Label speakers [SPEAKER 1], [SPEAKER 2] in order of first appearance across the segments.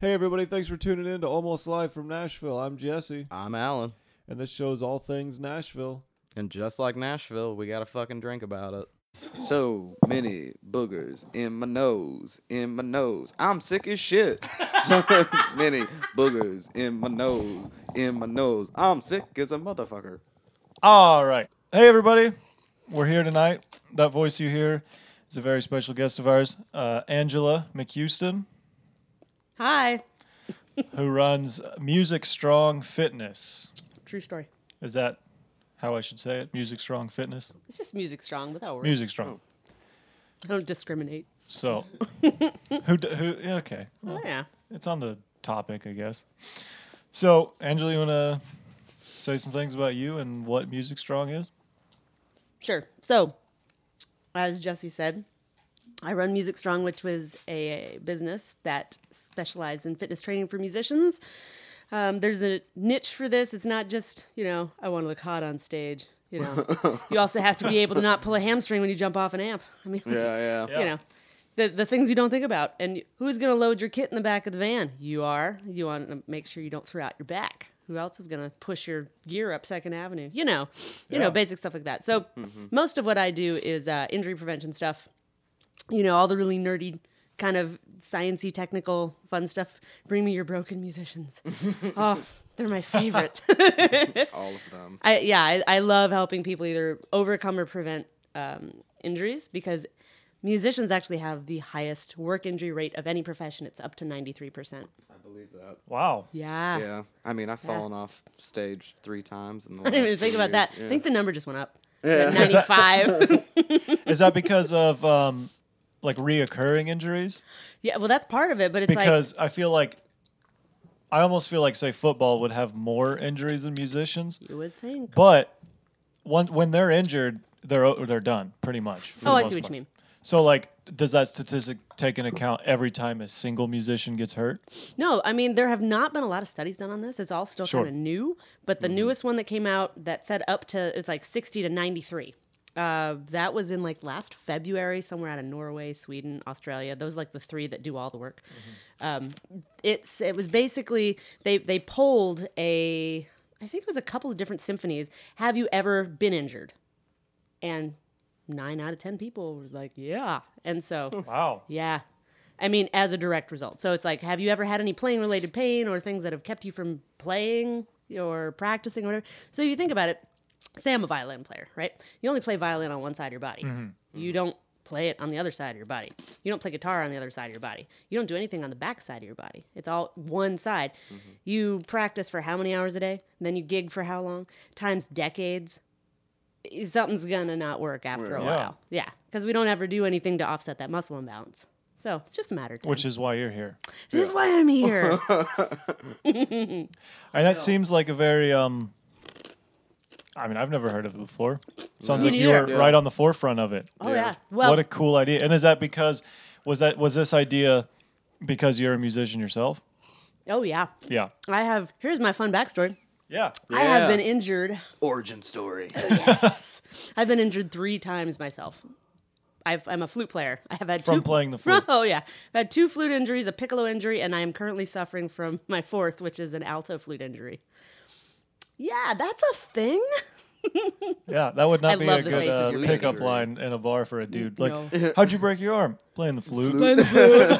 [SPEAKER 1] Hey, everybody, thanks for tuning in to Almost Live from Nashville. I'm Jesse,
[SPEAKER 2] I'm Alan.
[SPEAKER 1] and this show's all things Nashville.
[SPEAKER 2] And just like Nashville, we got to fucking drink about it.
[SPEAKER 3] So many boogers in my nose, in my nose. I'm sick as shit. So many boogers in my nose, in my nose. I'm sick as a motherfucker.
[SPEAKER 1] All right. Hey, everybody, we're here tonight. That voice you hear is a very special guest of ours, uh, Angela McHouston,
[SPEAKER 4] Hi.
[SPEAKER 1] who runs Music Strong Fitness.
[SPEAKER 4] True story.
[SPEAKER 1] Is that how I should say it? Music Strong Fitness?
[SPEAKER 4] It's just music strong, but that works.
[SPEAKER 1] Music Strong.
[SPEAKER 4] I don't discriminate.
[SPEAKER 1] So, who, d- who, yeah, okay.
[SPEAKER 4] Oh, yeah.
[SPEAKER 1] It's on the topic, I guess. So, Angela, you want to say some things about you and what Music Strong is?
[SPEAKER 4] Sure. So, as Jesse said, I run Music Strong, which was a business that specialized in fitness training for musicians. Um, there's a niche for this. It's not just, you know, I want to look hot on stage. You know, you also have to be able to not pull a hamstring when you jump off an amp. I mean,
[SPEAKER 3] Yeah, yeah.
[SPEAKER 4] you know the, the things you don't think about and who's going to load your kit in the back of the van you are you want to make sure you don't throw out your back who else is going to push your gear up second avenue you know you
[SPEAKER 1] Yeah.
[SPEAKER 4] know basic stuff like that so most of what i do is uh, injury prevention stuff you know all the really nerdy kind of sciency technical fun stuff bring me your broken musicians oh they're my favorite
[SPEAKER 3] All of them.
[SPEAKER 4] I yeah, I, I love helping people either overcome or prevent um, injuries because musicians actually have the highest work injury rate of any profession. It's up to ninety three percent.
[SPEAKER 3] I believe that.
[SPEAKER 1] Wow.
[SPEAKER 4] Yeah.
[SPEAKER 3] Yeah. I mean, I've fallen off stage three times in the
[SPEAKER 4] I
[SPEAKER 3] last
[SPEAKER 4] didn't even
[SPEAKER 3] few
[SPEAKER 4] think about
[SPEAKER 3] years.
[SPEAKER 4] that.
[SPEAKER 3] Yeah.
[SPEAKER 4] I think the number just went up. Ninety five.
[SPEAKER 1] Is that because of um, like reoccurring injuries?
[SPEAKER 4] yeah, well that's part of it, but it's
[SPEAKER 1] Because I feel like I almost feel like say football would have more injuries than musicians,
[SPEAKER 4] like you would think.
[SPEAKER 1] but one, when they're injured, they're o- they're done pretty much. for the
[SPEAKER 4] Oh, I
[SPEAKER 1] most
[SPEAKER 4] see what
[SPEAKER 1] part.
[SPEAKER 4] you mean.
[SPEAKER 1] So like, does that statistic take into account every time a single musician gets hurt?
[SPEAKER 4] No, I mean there have not been a lot of studies done on this. It's all still
[SPEAKER 1] Sure.
[SPEAKER 4] kind of new, but the newest one that came out that said up to it's like 60 to 93. Uh, that was in like last February, somewhere out of Norway, Sweden, Australia. Those are like the three that do all the work. Um, it's it was basically they they polled a I think it was a couple of different symphonies. Have you ever been injured? And nine out of ten people was like, yeah. And so
[SPEAKER 1] Wow.
[SPEAKER 4] yeah. I mean, as a direct result. So it's like, have you ever had any playing related pain or things that have kept you from playing or practicing or whatever? So you think about it. Say I'm a violin player, right? You only play violin on one side of your body.
[SPEAKER 1] Mm-hmm.
[SPEAKER 4] You don't play it on the other side of your body. You don't play guitar on the other side of your body. You don't do anything on the back side of your body. It's all one side.
[SPEAKER 1] Mm-hmm.
[SPEAKER 4] You practice for how many hours a day? Then you gig for how long? Times decades. Eh, Something's gonna not work after a
[SPEAKER 1] Yeah.
[SPEAKER 4] while. Yeah, because we don't ever do anything to offset that muscle imbalance. So it's just a matter of time.
[SPEAKER 1] Which is why you're here.
[SPEAKER 4] this is why I'm here.
[SPEAKER 1] And that seems like a very um I mean, I've never heard of it before. Sounds
[SPEAKER 4] Me
[SPEAKER 1] like you were
[SPEAKER 4] neither.
[SPEAKER 1] right on the forefront of it.
[SPEAKER 4] oh yeah.
[SPEAKER 3] Yeah.
[SPEAKER 4] Well,
[SPEAKER 1] what a cool idea. And is that because was that was this idea because you're a musician yourself?
[SPEAKER 4] oh yeah.
[SPEAKER 1] Yeah.
[SPEAKER 4] I have. Here's my fun backstory.
[SPEAKER 1] Yeah.
[SPEAKER 4] I have
[SPEAKER 3] Yeah.
[SPEAKER 4] been injured.
[SPEAKER 3] Origin story.
[SPEAKER 4] I've been injured three times myself. I've, I'm a flute player. I have had
[SPEAKER 1] From
[SPEAKER 4] two,
[SPEAKER 1] playing the flute.
[SPEAKER 4] Oh yeah, I've had two flute injuries, a piccolo injury, and I am currently suffering from my fourth, which is an alto flute injury. Yeah, that's a thing.
[SPEAKER 1] Yeah, that would not
[SPEAKER 4] I
[SPEAKER 1] be
[SPEAKER 4] love
[SPEAKER 1] a
[SPEAKER 4] the
[SPEAKER 1] good
[SPEAKER 4] faces
[SPEAKER 1] uh,
[SPEAKER 4] you're
[SPEAKER 1] pickup
[SPEAKER 3] making.
[SPEAKER 1] line in a bar for a dude. Like,
[SPEAKER 4] No.
[SPEAKER 1] how'd you break your arm? Playing the flute.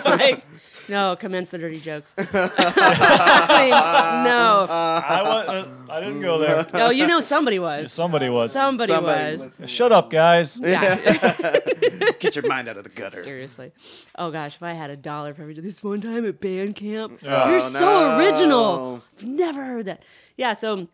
[SPEAKER 4] like, no, commence the dirty jokes. I mean, no,
[SPEAKER 1] I, wa- uh, I didn't go there.
[SPEAKER 4] no, you know somebody was.
[SPEAKER 1] Somebody was.
[SPEAKER 4] Somebody,
[SPEAKER 3] Somebody
[SPEAKER 4] was.
[SPEAKER 3] listen.
[SPEAKER 1] Shut up, guys.
[SPEAKER 3] Get your mind out of the gutter.
[SPEAKER 4] Seriously. Oh gosh, if I had a dollar for every this one time at band camp,
[SPEAKER 1] Oh,
[SPEAKER 4] you're so
[SPEAKER 3] no.
[SPEAKER 4] original. I've never heard that. Yeah, so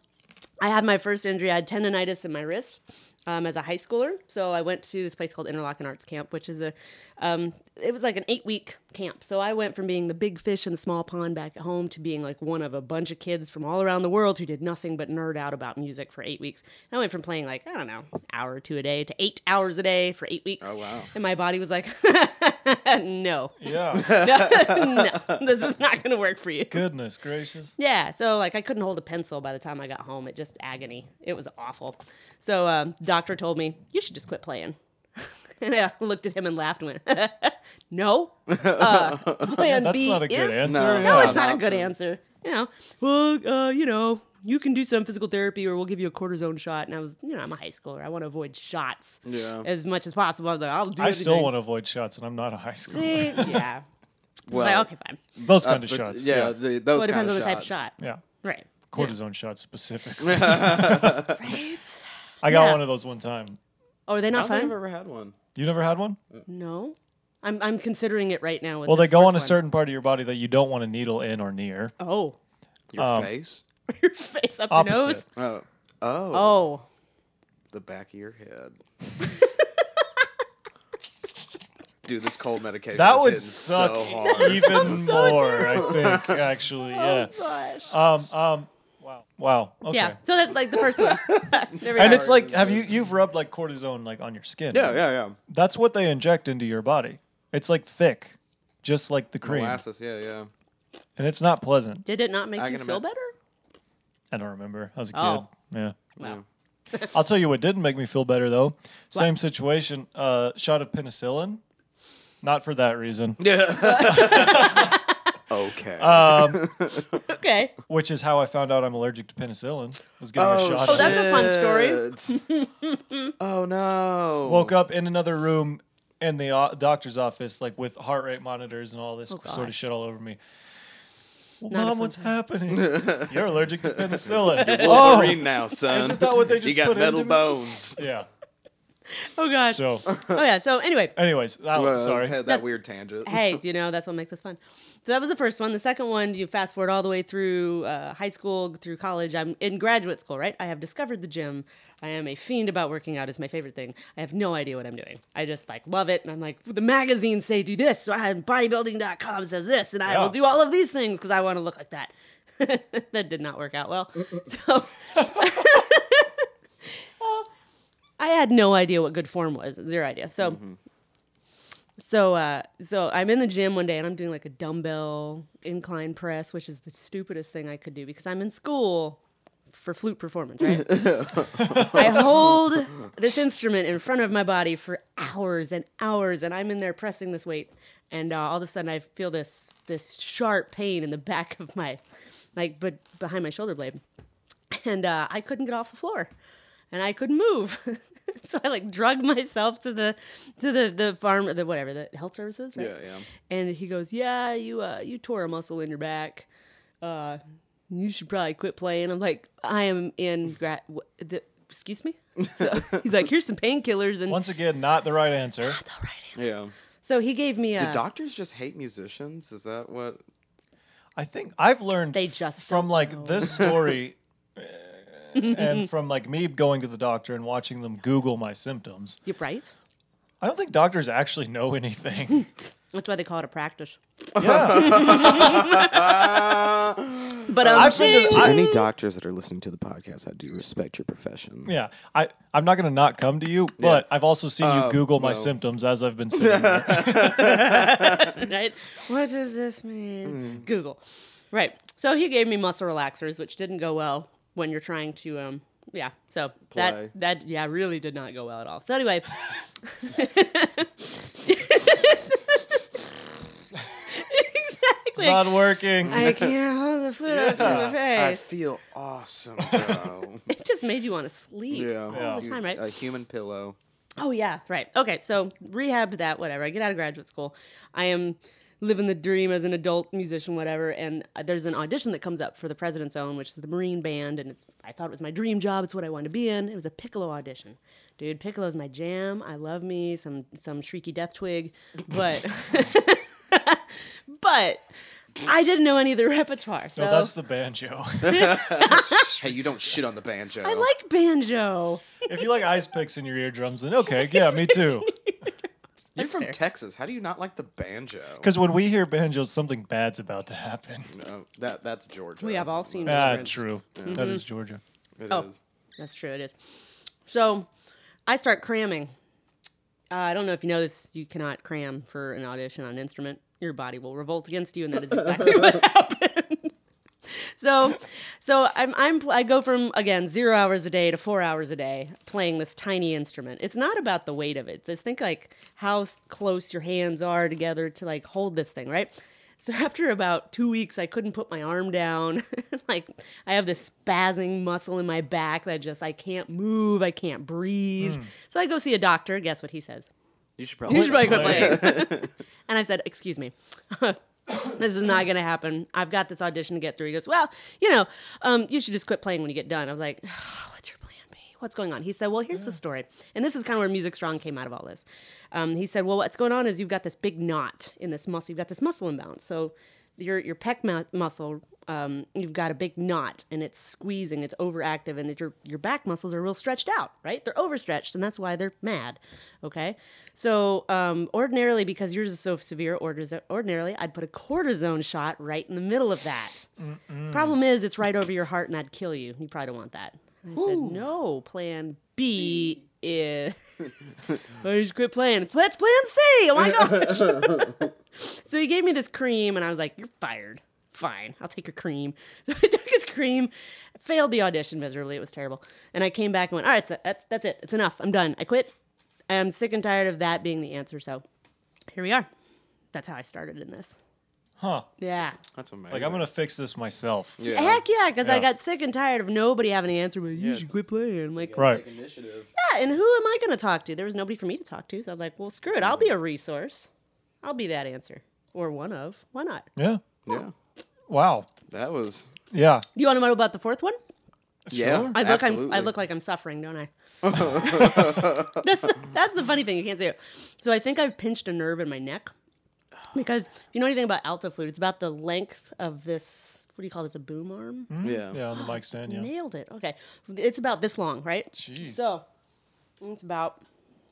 [SPEAKER 4] I had my first injury. I had tendonitis in my wrist um, as a high schooler. So I went to this place called Interlochen Arts Camp, which is a, um, it was like an eight week camp. So I went from being the big fish in the small pond back at home to being like one of a bunch of kids from all around the world who did nothing but nerd out about music for eight weeks. And I went from playing like, I don't know, hour or two a day to eight hours a day for eight weeks.
[SPEAKER 3] Oh, wow.
[SPEAKER 4] And my body was like, no,
[SPEAKER 1] Yeah.
[SPEAKER 4] no, this is not going to work for you.
[SPEAKER 1] Goodness gracious.
[SPEAKER 4] Yeah, so like I couldn't hold a pencil by the time I got home. It just agony. It was awful. So um, doctor told me you should just quit playing. And I looked at him and laughed and went, no. Uh, plan
[SPEAKER 1] That's
[SPEAKER 4] B
[SPEAKER 1] not a good
[SPEAKER 4] is-
[SPEAKER 1] answer.
[SPEAKER 3] No.
[SPEAKER 1] yeah.
[SPEAKER 4] No,
[SPEAKER 3] Yeah.
[SPEAKER 4] it's not a
[SPEAKER 3] An
[SPEAKER 4] good
[SPEAKER 3] option.
[SPEAKER 4] answer. You know, well, uh, you know, you can do some physical therapy or we'll give you a cortisone shot. And I was, you know, I'm a high schooler. I want to avoid shots
[SPEAKER 3] Yeah.
[SPEAKER 4] as much as possible. I was like, I'll do
[SPEAKER 1] I still
[SPEAKER 4] everything.
[SPEAKER 1] want to avoid shots, and I'm not a high schooler.
[SPEAKER 4] See? Yeah. So I was
[SPEAKER 3] Well,
[SPEAKER 4] like, okay, fine.
[SPEAKER 1] Those kind of
[SPEAKER 3] but
[SPEAKER 1] shots.
[SPEAKER 3] Yeah,
[SPEAKER 1] yeah.
[SPEAKER 3] The, those
[SPEAKER 4] Well, it
[SPEAKER 3] kind
[SPEAKER 4] depends
[SPEAKER 3] of
[SPEAKER 4] on the type of
[SPEAKER 3] shots.
[SPEAKER 4] shot.
[SPEAKER 1] Yeah.
[SPEAKER 4] Right.
[SPEAKER 1] Cortisone shots specifically.
[SPEAKER 4] Right?
[SPEAKER 1] I got
[SPEAKER 4] Yeah.
[SPEAKER 1] one of those one time.
[SPEAKER 4] Oh, are they
[SPEAKER 3] I
[SPEAKER 4] not
[SPEAKER 3] don't think I've
[SPEAKER 4] fun?
[SPEAKER 3] ever had one.
[SPEAKER 1] You never had one?
[SPEAKER 4] No. I'm, I'm considering it right now. With
[SPEAKER 1] Well,
[SPEAKER 4] this
[SPEAKER 1] they go
[SPEAKER 4] fourth
[SPEAKER 1] on a
[SPEAKER 4] one.
[SPEAKER 1] certain part of your body that you don't want a needle in or near.
[SPEAKER 4] Oh,
[SPEAKER 3] Your
[SPEAKER 1] Um,
[SPEAKER 3] face?
[SPEAKER 4] your face up your
[SPEAKER 1] Opposite.
[SPEAKER 3] Oh.
[SPEAKER 4] nose.
[SPEAKER 3] oh,
[SPEAKER 4] Oh.
[SPEAKER 3] the back of your head. Dude, this cold medication.
[SPEAKER 1] That
[SPEAKER 3] is
[SPEAKER 1] would
[SPEAKER 3] hitting
[SPEAKER 1] suck
[SPEAKER 3] So hard.
[SPEAKER 1] even more, I think, actually. Yeah.
[SPEAKER 4] Gosh.
[SPEAKER 1] Um, um, wow. Wow. Okay.
[SPEAKER 4] Yeah. So that's like the first one. There we
[SPEAKER 1] And
[SPEAKER 4] go.
[SPEAKER 1] it's like, have you, you've rubbed like cortisone like on your skin.
[SPEAKER 3] yeah,
[SPEAKER 1] right?
[SPEAKER 3] yeah,
[SPEAKER 1] That's what they inject into your body. It's like thick, just like the
[SPEAKER 3] yeah.
[SPEAKER 1] cream.
[SPEAKER 3] Molasses, yeah, yeah.
[SPEAKER 1] And it's not pleasant.
[SPEAKER 4] Did it not make
[SPEAKER 3] I
[SPEAKER 4] you
[SPEAKER 3] can
[SPEAKER 4] feel
[SPEAKER 3] ima-
[SPEAKER 4] better?
[SPEAKER 1] I don't remember. I was a kid.
[SPEAKER 4] Oh.
[SPEAKER 1] Yeah.
[SPEAKER 4] Wow.
[SPEAKER 1] I'll tell you what didn't make me feel better though. Same situation. Uh, shot of penicillin. Not for that reason.
[SPEAKER 3] Okay.
[SPEAKER 4] Okay.
[SPEAKER 1] Which is how I found out I'm allergic to penicillin. Was getting a shot.
[SPEAKER 4] Oh,
[SPEAKER 1] of it.
[SPEAKER 4] that's a fun
[SPEAKER 3] story. oh no.
[SPEAKER 1] Woke up in another room in the uh, doctor's office, like with heart rate monitors and all this sort of
[SPEAKER 4] gosh.
[SPEAKER 1] shit all over me. Well,
[SPEAKER 4] Oh, Not a
[SPEAKER 1] Mom,
[SPEAKER 4] fun
[SPEAKER 1] what's happening? You're allergic to penicillin. Oh!
[SPEAKER 3] Wolverine now, son.
[SPEAKER 1] Isn't that what they
[SPEAKER 3] you
[SPEAKER 1] just
[SPEAKER 3] got
[SPEAKER 1] put
[SPEAKER 3] metal
[SPEAKER 1] into me?
[SPEAKER 3] bones.
[SPEAKER 1] Yeah.
[SPEAKER 4] Oh god.
[SPEAKER 1] So,
[SPEAKER 4] oh yeah. So anyway,
[SPEAKER 1] anyways, that
[SPEAKER 3] Well, I
[SPEAKER 1] was,
[SPEAKER 3] just
[SPEAKER 1] sorry.
[SPEAKER 3] Had that weird tangent.
[SPEAKER 4] hey, you know that's what makes us fun. So that was the first one. The second one, you fast forward all the way through uh, high school, through college. I'm in graduate school, right? I have discovered the gym. I am a fiend about working out. It's my favorite thing. I have no idea what I'm doing. I just like love it, and I'm like, the magazines say do this, so I have bodybuilding.com says this, and I
[SPEAKER 1] Yeah.
[SPEAKER 4] will do all of these things because I want to look like that. that did not work out well. So I had no idea what good form was. Zero idea. So, so, uh, so I'm in the gym one day and I'm doing like a dumbbell incline press, which is the stupidest thing I could do because I'm in school for flute performance. Right? I hold this instrument in front of my body for hours and hours, and I'm in there pressing this weight, and uh, all of a sudden I feel this this sharp pain in the back of my, like, but behind my shoulder blade and uh, I couldn't get off the floor, and I couldn't move. so I like drugged myself to the to the the farm the whatever the health services. Right?
[SPEAKER 3] Yeah, yeah.
[SPEAKER 4] And he goes, "Yeah, you uh, you tore a muscle in your back. Uh, you should probably quit playing." I'm like, "I am in grad. The, excuse me." So he's like, "Here's some painkillers and."
[SPEAKER 1] Once again, not the right answer.
[SPEAKER 4] All right.
[SPEAKER 3] Yeah.
[SPEAKER 4] So he gave me a.
[SPEAKER 3] Do doctors just hate musicians? Is that what?
[SPEAKER 1] I think I've learned
[SPEAKER 4] They just
[SPEAKER 1] from
[SPEAKER 4] don't
[SPEAKER 1] like this story uh, and from like me going to the doctor and watching them Google my symptoms.
[SPEAKER 4] You're right.
[SPEAKER 1] I don't think doctors actually know anything.
[SPEAKER 4] That's why they call it a practice.
[SPEAKER 1] yeah.
[SPEAKER 4] But um,
[SPEAKER 1] I've been to, I-
[SPEAKER 3] any doctors that are listening to the podcast, I do respect your profession.
[SPEAKER 1] yeah. I, I'm not going to not come to you, but I've also seen you Google my symptoms as I've been sitting there.
[SPEAKER 4] right? What does this mean?
[SPEAKER 3] Mm.
[SPEAKER 4] Google. Right. So he gave me muscle relaxers, which didn't go well when you're trying to um yeah. So
[SPEAKER 3] Play.
[SPEAKER 4] that that yeah, really did not go well at all. So anyway, Exactly.
[SPEAKER 1] not working.
[SPEAKER 4] I can't hold the fluid up to my
[SPEAKER 3] I
[SPEAKER 4] face.
[SPEAKER 3] feel awesome though.
[SPEAKER 4] It just made you want to sleep
[SPEAKER 3] yeah.
[SPEAKER 4] all the time, right?
[SPEAKER 3] A human pillow.
[SPEAKER 4] Oh yeah, right. Okay, so rehabbed that, whatever. I get out of graduate school. I am living the dream as an adult musician, whatever. And uh, there's an audition that comes up for the President's Own, which is the Marine Band, and it's I thought it was my dream job. It's what I wanted to be in. It was a piccolo audition, dude. Piccolo's my jam. I love me some some shrieky death twig, but but I didn't know any of the repertoire. So
[SPEAKER 1] No, that's the banjo.
[SPEAKER 3] Hey, you don't shit on the banjo.
[SPEAKER 4] I like banjo.
[SPEAKER 1] if you like ice picks in your eardrums, then okay, yeah, me too.
[SPEAKER 3] You're from Texas. How do you not like the banjo?
[SPEAKER 1] Because when we hear banjos, something bad's about to happen.
[SPEAKER 3] No, that that's Georgia.
[SPEAKER 4] We have all seen
[SPEAKER 1] Ah,
[SPEAKER 4] Deliverance.
[SPEAKER 1] true. That
[SPEAKER 4] Mm-hmm.
[SPEAKER 1] is Georgia.
[SPEAKER 3] It
[SPEAKER 4] Oh.
[SPEAKER 3] is.
[SPEAKER 4] That's true. It is. So I start cramming. Uh, I don't know if you know this. You cannot cram for an audition on an instrument. Your body will revolt against you, and that is exactly what happened. so so I'm I'm pl- I go from again zero hours a day to four hours a day playing this tiny instrument. It's not about the weight of it. Just think like how s- close your hands are together to like hold this thing, right? So after about two weeks, I couldn't put my arm down. like I have this spazzing muscle in my back that just I can't move, I can't breathe. So I go see a doctor. Guess what he says?
[SPEAKER 2] You should
[SPEAKER 4] You
[SPEAKER 2] probably.
[SPEAKER 4] should probably quit playing. and I said, "Excuse me, this is not going to happen. I've got this audition to get through." He goes, "Well, you know, um, you should just quit playing when you get done." I was like, "What's your plan B? What's going on?" He said, "Well, here's the story, and this is kind of where Music Strong came out of all this." Um, he said, "Well, what's going on is you've got this big knot in this muscle. You've got this muscle imbalance. So your your pec mu- muscle." Um, you've got a big knot and it's squeezing, it's overactive, and it's your your back muscles are real stretched out, right? They're overstretched, and that's why they're mad. Okay, so um, ordinarily, because yours is so severe, orders ordinarily I'd put a cortisone shot right in the middle of that. Problem is, it's right over your heart, and that'd kill you. You probably don't want that. And I said, no. Plan B is I just quit playing. Let's plan C. Oh my gosh. so he gave me this cream, and I was like, "You're fired." Fine, I'll take your cream. So I took his cream, failed the audition miserably. It was terrible. And I came back and went, "All right, so that's that's it. It's enough. I'm done. I quit. I'm sick and tired of that being the answer." So here we are. That's how I started in this.
[SPEAKER 1] Huh.
[SPEAKER 4] Yeah.
[SPEAKER 2] That's amazing.
[SPEAKER 1] Like, I'm going to fix this myself.
[SPEAKER 2] yeah.
[SPEAKER 4] Heck yeah, because I
[SPEAKER 1] Yeah.
[SPEAKER 4] got sick and tired of nobody having an answer. But you should quit playing. I'm like,
[SPEAKER 1] Right.
[SPEAKER 3] Initiative.
[SPEAKER 4] yeah, and who am I going to talk to? There was nobody for me to talk to. So I'm like, well, screw it. I'll be a resource. I'll be that answer or one of. Why not?
[SPEAKER 1] Yeah.
[SPEAKER 2] yeah.
[SPEAKER 1] Wow.
[SPEAKER 2] That was.
[SPEAKER 1] Yeah.
[SPEAKER 4] Do you want to know about the fourth one?
[SPEAKER 2] Yeah.
[SPEAKER 1] Sure.
[SPEAKER 4] I look, I'm,
[SPEAKER 2] absolutely.
[SPEAKER 4] I look like I'm suffering, don't I? that's, the, that's the funny thing. You can't say it. So I think I've pinched a nerve in my neck because if you know anything about alto flute, it's about the length of this. What do you call this? A boom arm?
[SPEAKER 2] Yeah.
[SPEAKER 1] Yeah, on the mic stand. Mm-hmm. Yeah.
[SPEAKER 4] Nailed it. Okay, it's about this long, right?
[SPEAKER 1] Jeez.
[SPEAKER 4] So it's about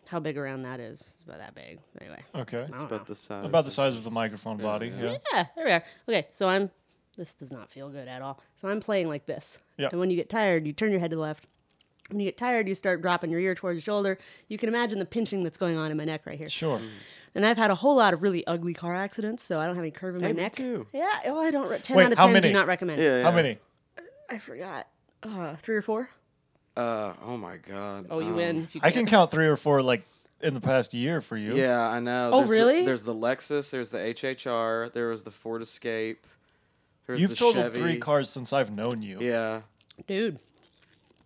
[SPEAKER 4] how big around that is. It's about that big. Anyway.
[SPEAKER 1] Okay.
[SPEAKER 4] I don't know.
[SPEAKER 2] About the size.
[SPEAKER 1] About the size of the microphone body. Yeah.
[SPEAKER 4] Yeah, there we are. Okay, so I'm. This does not feel good at all. So I'm playing like this.
[SPEAKER 1] Yeah.
[SPEAKER 4] And when you get tired, you turn your head to the left. When you get tired, you start dropping your ear towards your shoulder. You can imagine the pinching that's going on in my neck right here.
[SPEAKER 1] Sure.
[SPEAKER 4] And I've had a whole lot of really ugly car accidents, so I don't have any curve in my
[SPEAKER 2] Hey, me
[SPEAKER 4] neck.
[SPEAKER 2] too.
[SPEAKER 4] Yeah. Oh, I don't. re- Ten
[SPEAKER 1] Wait,
[SPEAKER 4] out of
[SPEAKER 1] how
[SPEAKER 4] ten. Do
[SPEAKER 1] many?
[SPEAKER 4] not recommend.
[SPEAKER 2] Yeah. yeah.
[SPEAKER 1] How many?
[SPEAKER 4] I forgot. Uh, three or four.
[SPEAKER 2] Uh, oh my God.
[SPEAKER 4] Oh, you
[SPEAKER 2] um,
[SPEAKER 4] win. If you
[SPEAKER 1] I can
[SPEAKER 4] can't.
[SPEAKER 1] count three or four like in the past year for you.
[SPEAKER 2] Yeah, I know.
[SPEAKER 4] Oh,
[SPEAKER 2] there's
[SPEAKER 4] really?
[SPEAKER 2] The, there's the Lexus. There's the HHR. There was the Ford Escape. There's
[SPEAKER 1] You've
[SPEAKER 2] the
[SPEAKER 1] totaled
[SPEAKER 2] Chevy.
[SPEAKER 1] three cars since I've known you.
[SPEAKER 2] Yeah.
[SPEAKER 4] Dude.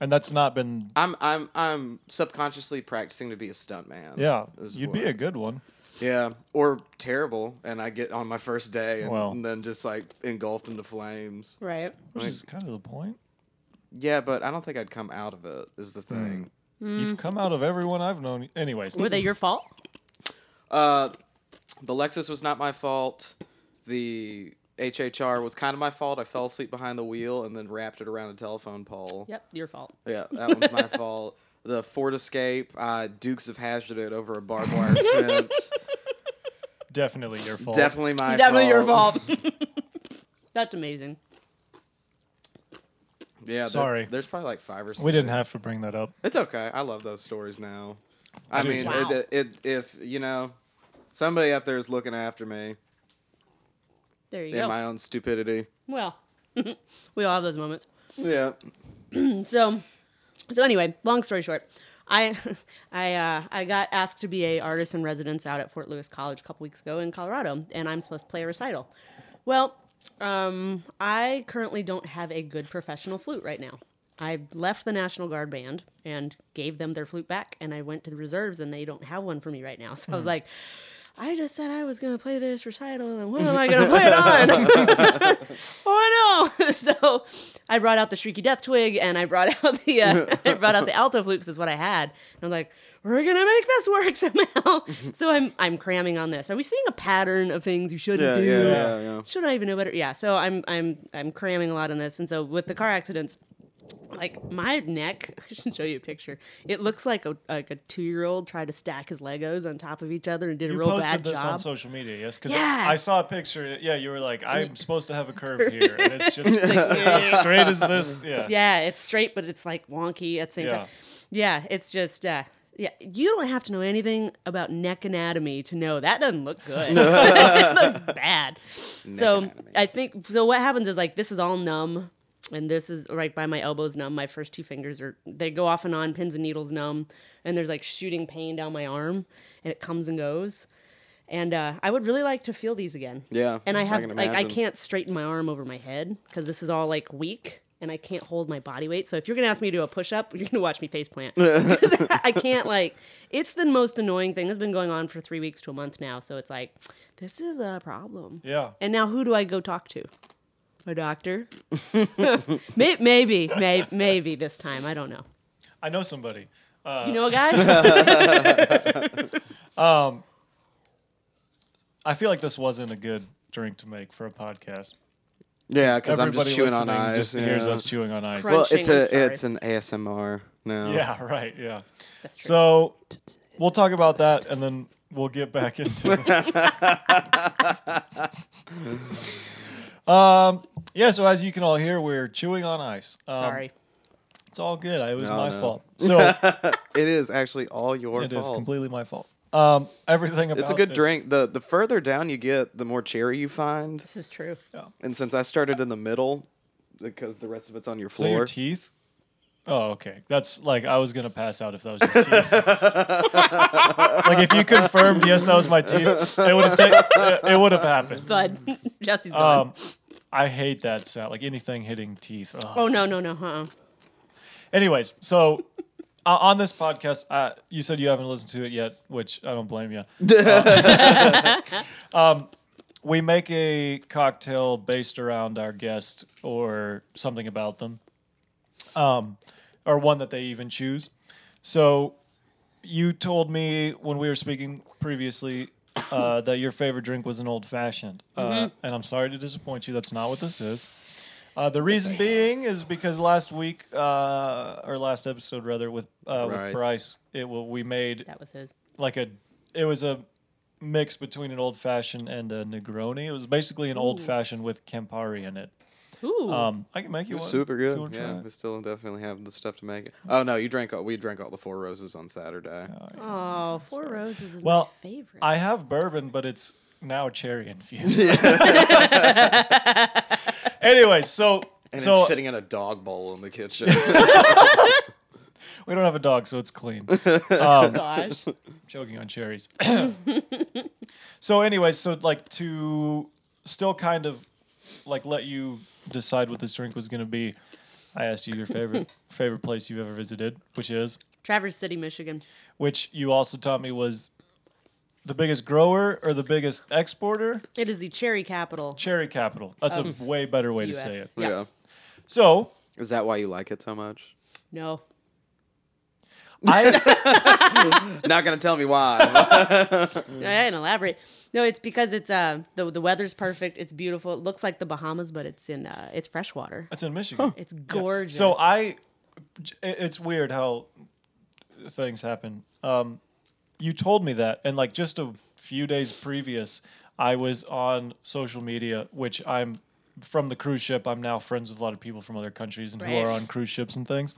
[SPEAKER 1] And that's not been.
[SPEAKER 2] I'm I'm I'm subconsciously practicing to be a stuntman.
[SPEAKER 1] Yeah.
[SPEAKER 2] is
[SPEAKER 1] You'd
[SPEAKER 2] what-
[SPEAKER 1] be a good one.
[SPEAKER 2] Yeah, or terrible, and I get on my first day, and,
[SPEAKER 1] Well.
[SPEAKER 2] and then just like engulfed into flames.
[SPEAKER 4] Right.
[SPEAKER 1] Which is kind of the point.
[SPEAKER 2] Yeah, but I don't think I'd come out of it. Is the thing.
[SPEAKER 1] You've come out of everyone I've known. Anyways.
[SPEAKER 4] Mm. Were they your fault?
[SPEAKER 2] Uh,
[SPEAKER 1] Hmm.
[SPEAKER 2] the Lexus was not my fault. The HHR was kind of my fault. I fell asleep behind the wheel and then wrapped it around a telephone pole.
[SPEAKER 4] Yep, your fault.
[SPEAKER 2] Yeah, that was my fault. The Ford Escape, uh, Dukes of Hazzard it over a barbed wire fence.
[SPEAKER 1] Definitely your fault.
[SPEAKER 2] Definitely my
[SPEAKER 4] Definitely
[SPEAKER 2] fault.
[SPEAKER 4] your fault. That's amazing.
[SPEAKER 2] Yeah, there-
[SPEAKER 1] Sorry.
[SPEAKER 2] There's probably like five or six.
[SPEAKER 1] We didn't have to bring that up.
[SPEAKER 2] It's okay. I love those stories now. I,
[SPEAKER 1] do
[SPEAKER 2] mean,
[SPEAKER 1] too.
[SPEAKER 4] Wow.
[SPEAKER 2] it, it, if you know somebody out there is looking after me
[SPEAKER 4] There you
[SPEAKER 2] in
[SPEAKER 4] go.
[SPEAKER 2] my own stupidity.
[SPEAKER 4] Well, we all have those moments.
[SPEAKER 2] Yeah.
[SPEAKER 4] So, so anyway, long story short, I, I, uh, I got asked to be a artist in residence out at Fort Lewis College a couple weeks ago in Colorado, and I'm supposed to play a recital. Well, um, I currently don't have a good professional flute right now. I left the National Guard band and gave them their flute back, and I went to the reserves, and they don't have one for me right now. So I was
[SPEAKER 2] Hmm.
[SPEAKER 4] like, I just said I was going to play this recital, and what am I going to play it on? oh no! so I brought out the shrieky death twig, and I brought out the uh, I brought out the alto flute because is what I had. And I'm like, we're gonna make this work somehow. so I'm I'm cramming on this. Are we seeing a pattern of things you shouldn't
[SPEAKER 2] Uh, Yeah, yeah,
[SPEAKER 4] do?
[SPEAKER 2] yeah, yeah.
[SPEAKER 4] Should I even know better? Yeah. So I'm I'm I'm cramming a lot on this, and so with the car accidents. Like my neck, I should show you a picture. It looks like a like a two year old tried to stack his Legos on top of each other and did
[SPEAKER 1] You
[SPEAKER 4] a real
[SPEAKER 1] posted
[SPEAKER 4] bad
[SPEAKER 1] this
[SPEAKER 4] job.
[SPEAKER 1] on social media, yes? Because
[SPEAKER 4] Yeah.
[SPEAKER 1] I saw a picture. Yeah, you were like, I'm supposed to have a curve here. And it's just it's as straight as this. Yeah.
[SPEAKER 4] Yeah, it's straight, but it's like wonky at the same
[SPEAKER 1] Yeah.
[SPEAKER 4] time. Yeah, it's just uh, yeah. You don't have to know anything about neck anatomy to know that doesn't look good. it looks bad. so
[SPEAKER 2] anatomy.
[SPEAKER 4] I think so. What happens is like this is all numb. and this is right by my elbows numb. My first two fingers are they go off and on, pins and needles numb, and there's like shooting pain down my arm, and it comes and goes. And uh, I would really like to feel these again.
[SPEAKER 3] Yeah,
[SPEAKER 4] And I
[SPEAKER 3] I
[SPEAKER 4] have
[SPEAKER 3] can
[SPEAKER 4] like I
[SPEAKER 3] imagine.
[SPEAKER 4] can't straighten my arm over my head because this is all like weak. And I can't hold my body weight. So if you're gonna ask me to do a push up, you're gonna watch me face plant. I can't like. It's the most annoying thing. It's been going on for three weeks to a month now. So it's like, this is a problem.
[SPEAKER 1] Yeah.
[SPEAKER 4] And now who do I go talk to? A doctor? May- maybe, may- maybe this time. I don't know.
[SPEAKER 1] I know somebody.
[SPEAKER 4] You know a
[SPEAKER 1] Uh,
[SPEAKER 4] guy?
[SPEAKER 1] I feel like this wasn't a good drink to make for a podcast.
[SPEAKER 3] Yeah, because I'm
[SPEAKER 1] Everybody
[SPEAKER 3] just chewing on
[SPEAKER 1] listening
[SPEAKER 3] ice.
[SPEAKER 1] just
[SPEAKER 3] yeah.
[SPEAKER 1] hears us chewing on ice.
[SPEAKER 4] Crunch.
[SPEAKER 3] Well, it's
[SPEAKER 4] I'm
[SPEAKER 3] a
[SPEAKER 4] sorry.
[SPEAKER 3] it's an ASMR now.
[SPEAKER 1] Yeah, right. Yeah.
[SPEAKER 4] That's true.
[SPEAKER 1] So we'll talk about that and then we'll get back into it. um, yeah, so as you can all hear, we're chewing on ice. Um,
[SPEAKER 4] Sorry.
[SPEAKER 1] It's all good. I, it was
[SPEAKER 3] No,
[SPEAKER 1] my
[SPEAKER 3] no.
[SPEAKER 1] fault. So
[SPEAKER 3] It is actually all your
[SPEAKER 1] it
[SPEAKER 3] fault.
[SPEAKER 1] is completely my fault. Um, everything about
[SPEAKER 3] it's a good
[SPEAKER 1] this-
[SPEAKER 3] drink. The the further down you get, the more cherry you find.
[SPEAKER 4] This is true.
[SPEAKER 3] And since I started in the middle, because the rest of it's on your
[SPEAKER 1] Is that
[SPEAKER 3] floor.
[SPEAKER 1] your teeth? Oh, okay. That's like I was gonna pass out if that was your teeth. like if you confirmed yes, that was my teeth, it would have taken. It would have happened.
[SPEAKER 4] Thud. Jesse's gone.
[SPEAKER 1] Um, I hate that sound. Like anything hitting teeth. Ugh.
[SPEAKER 4] oh, no, no, no. Uh-uh.
[SPEAKER 1] Anyways, so uh, on this podcast, uh, you said you haven't listened to it yet, which I don't blame you. Uh, um, we make a cocktail based around our guest or something about them, um, or one that they even choose. So you told me when we were speaking previously. Uh, that your favorite drink was an old fashioned, uh, and I'm sorry to disappoint you. That's not what this is. Uh, the reason being is because last week uh, or last episode rather with uh, with
[SPEAKER 3] Bryce.
[SPEAKER 1] Bryce, it wa- we made
[SPEAKER 4] That was his.
[SPEAKER 1] like a it was a mix between an old fashioned and a Negroni. It was basically an old fashioned with Campari in it.
[SPEAKER 4] Ooh.
[SPEAKER 1] Um, I can make you one.
[SPEAKER 3] Super
[SPEAKER 1] if
[SPEAKER 3] good.
[SPEAKER 1] you wanna try
[SPEAKER 3] yeah,
[SPEAKER 1] it.
[SPEAKER 3] we still definitely have the stuff to make it. Oh no, you drank all. We drank all the four roses on Saturday.
[SPEAKER 4] oh, Four Roses is
[SPEAKER 1] Well,
[SPEAKER 4] my favorite.
[SPEAKER 1] I have bourbon, but it's now cherry infused. anyway, so
[SPEAKER 3] and
[SPEAKER 1] so
[SPEAKER 3] it's sitting in a dog bowl in the kitchen.
[SPEAKER 1] we don't have a dog, so it's clean.
[SPEAKER 4] Oh, Gosh.
[SPEAKER 1] choking on cherries. so, anyways, so like to still kind of like let you decide what this drink was gonna be. I asked you your favorite favorite place you've ever visited, which is
[SPEAKER 4] Traverse City, Michigan.
[SPEAKER 1] which you also taught me was the biggest grower or the biggest exporter.
[SPEAKER 4] It is the cherry capital.
[SPEAKER 1] Cherry capital. That's a way better way
[SPEAKER 4] US.
[SPEAKER 1] to say it.
[SPEAKER 4] Yeah.
[SPEAKER 3] yeah.
[SPEAKER 1] So
[SPEAKER 3] Is that why you like it so much?
[SPEAKER 4] No.
[SPEAKER 1] I
[SPEAKER 3] Not gonna tell me why.
[SPEAKER 4] I didn't elaborate. No, it's because it's uh the the weather's perfect. It's beautiful. It looks like the Bahamas, but it's in uh it's freshwater.
[SPEAKER 1] that's in Michigan.
[SPEAKER 4] It's gorgeous.
[SPEAKER 1] So uh, I, it- it's weird how things happen. Um, you told me that, and like just a few days previous, I was on social media, which I'm from the cruise ship. I'm now friends with a lot of people from other countries and who
[SPEAKER 4] Right.
[SPEAKER 1] are on cruise ships and things.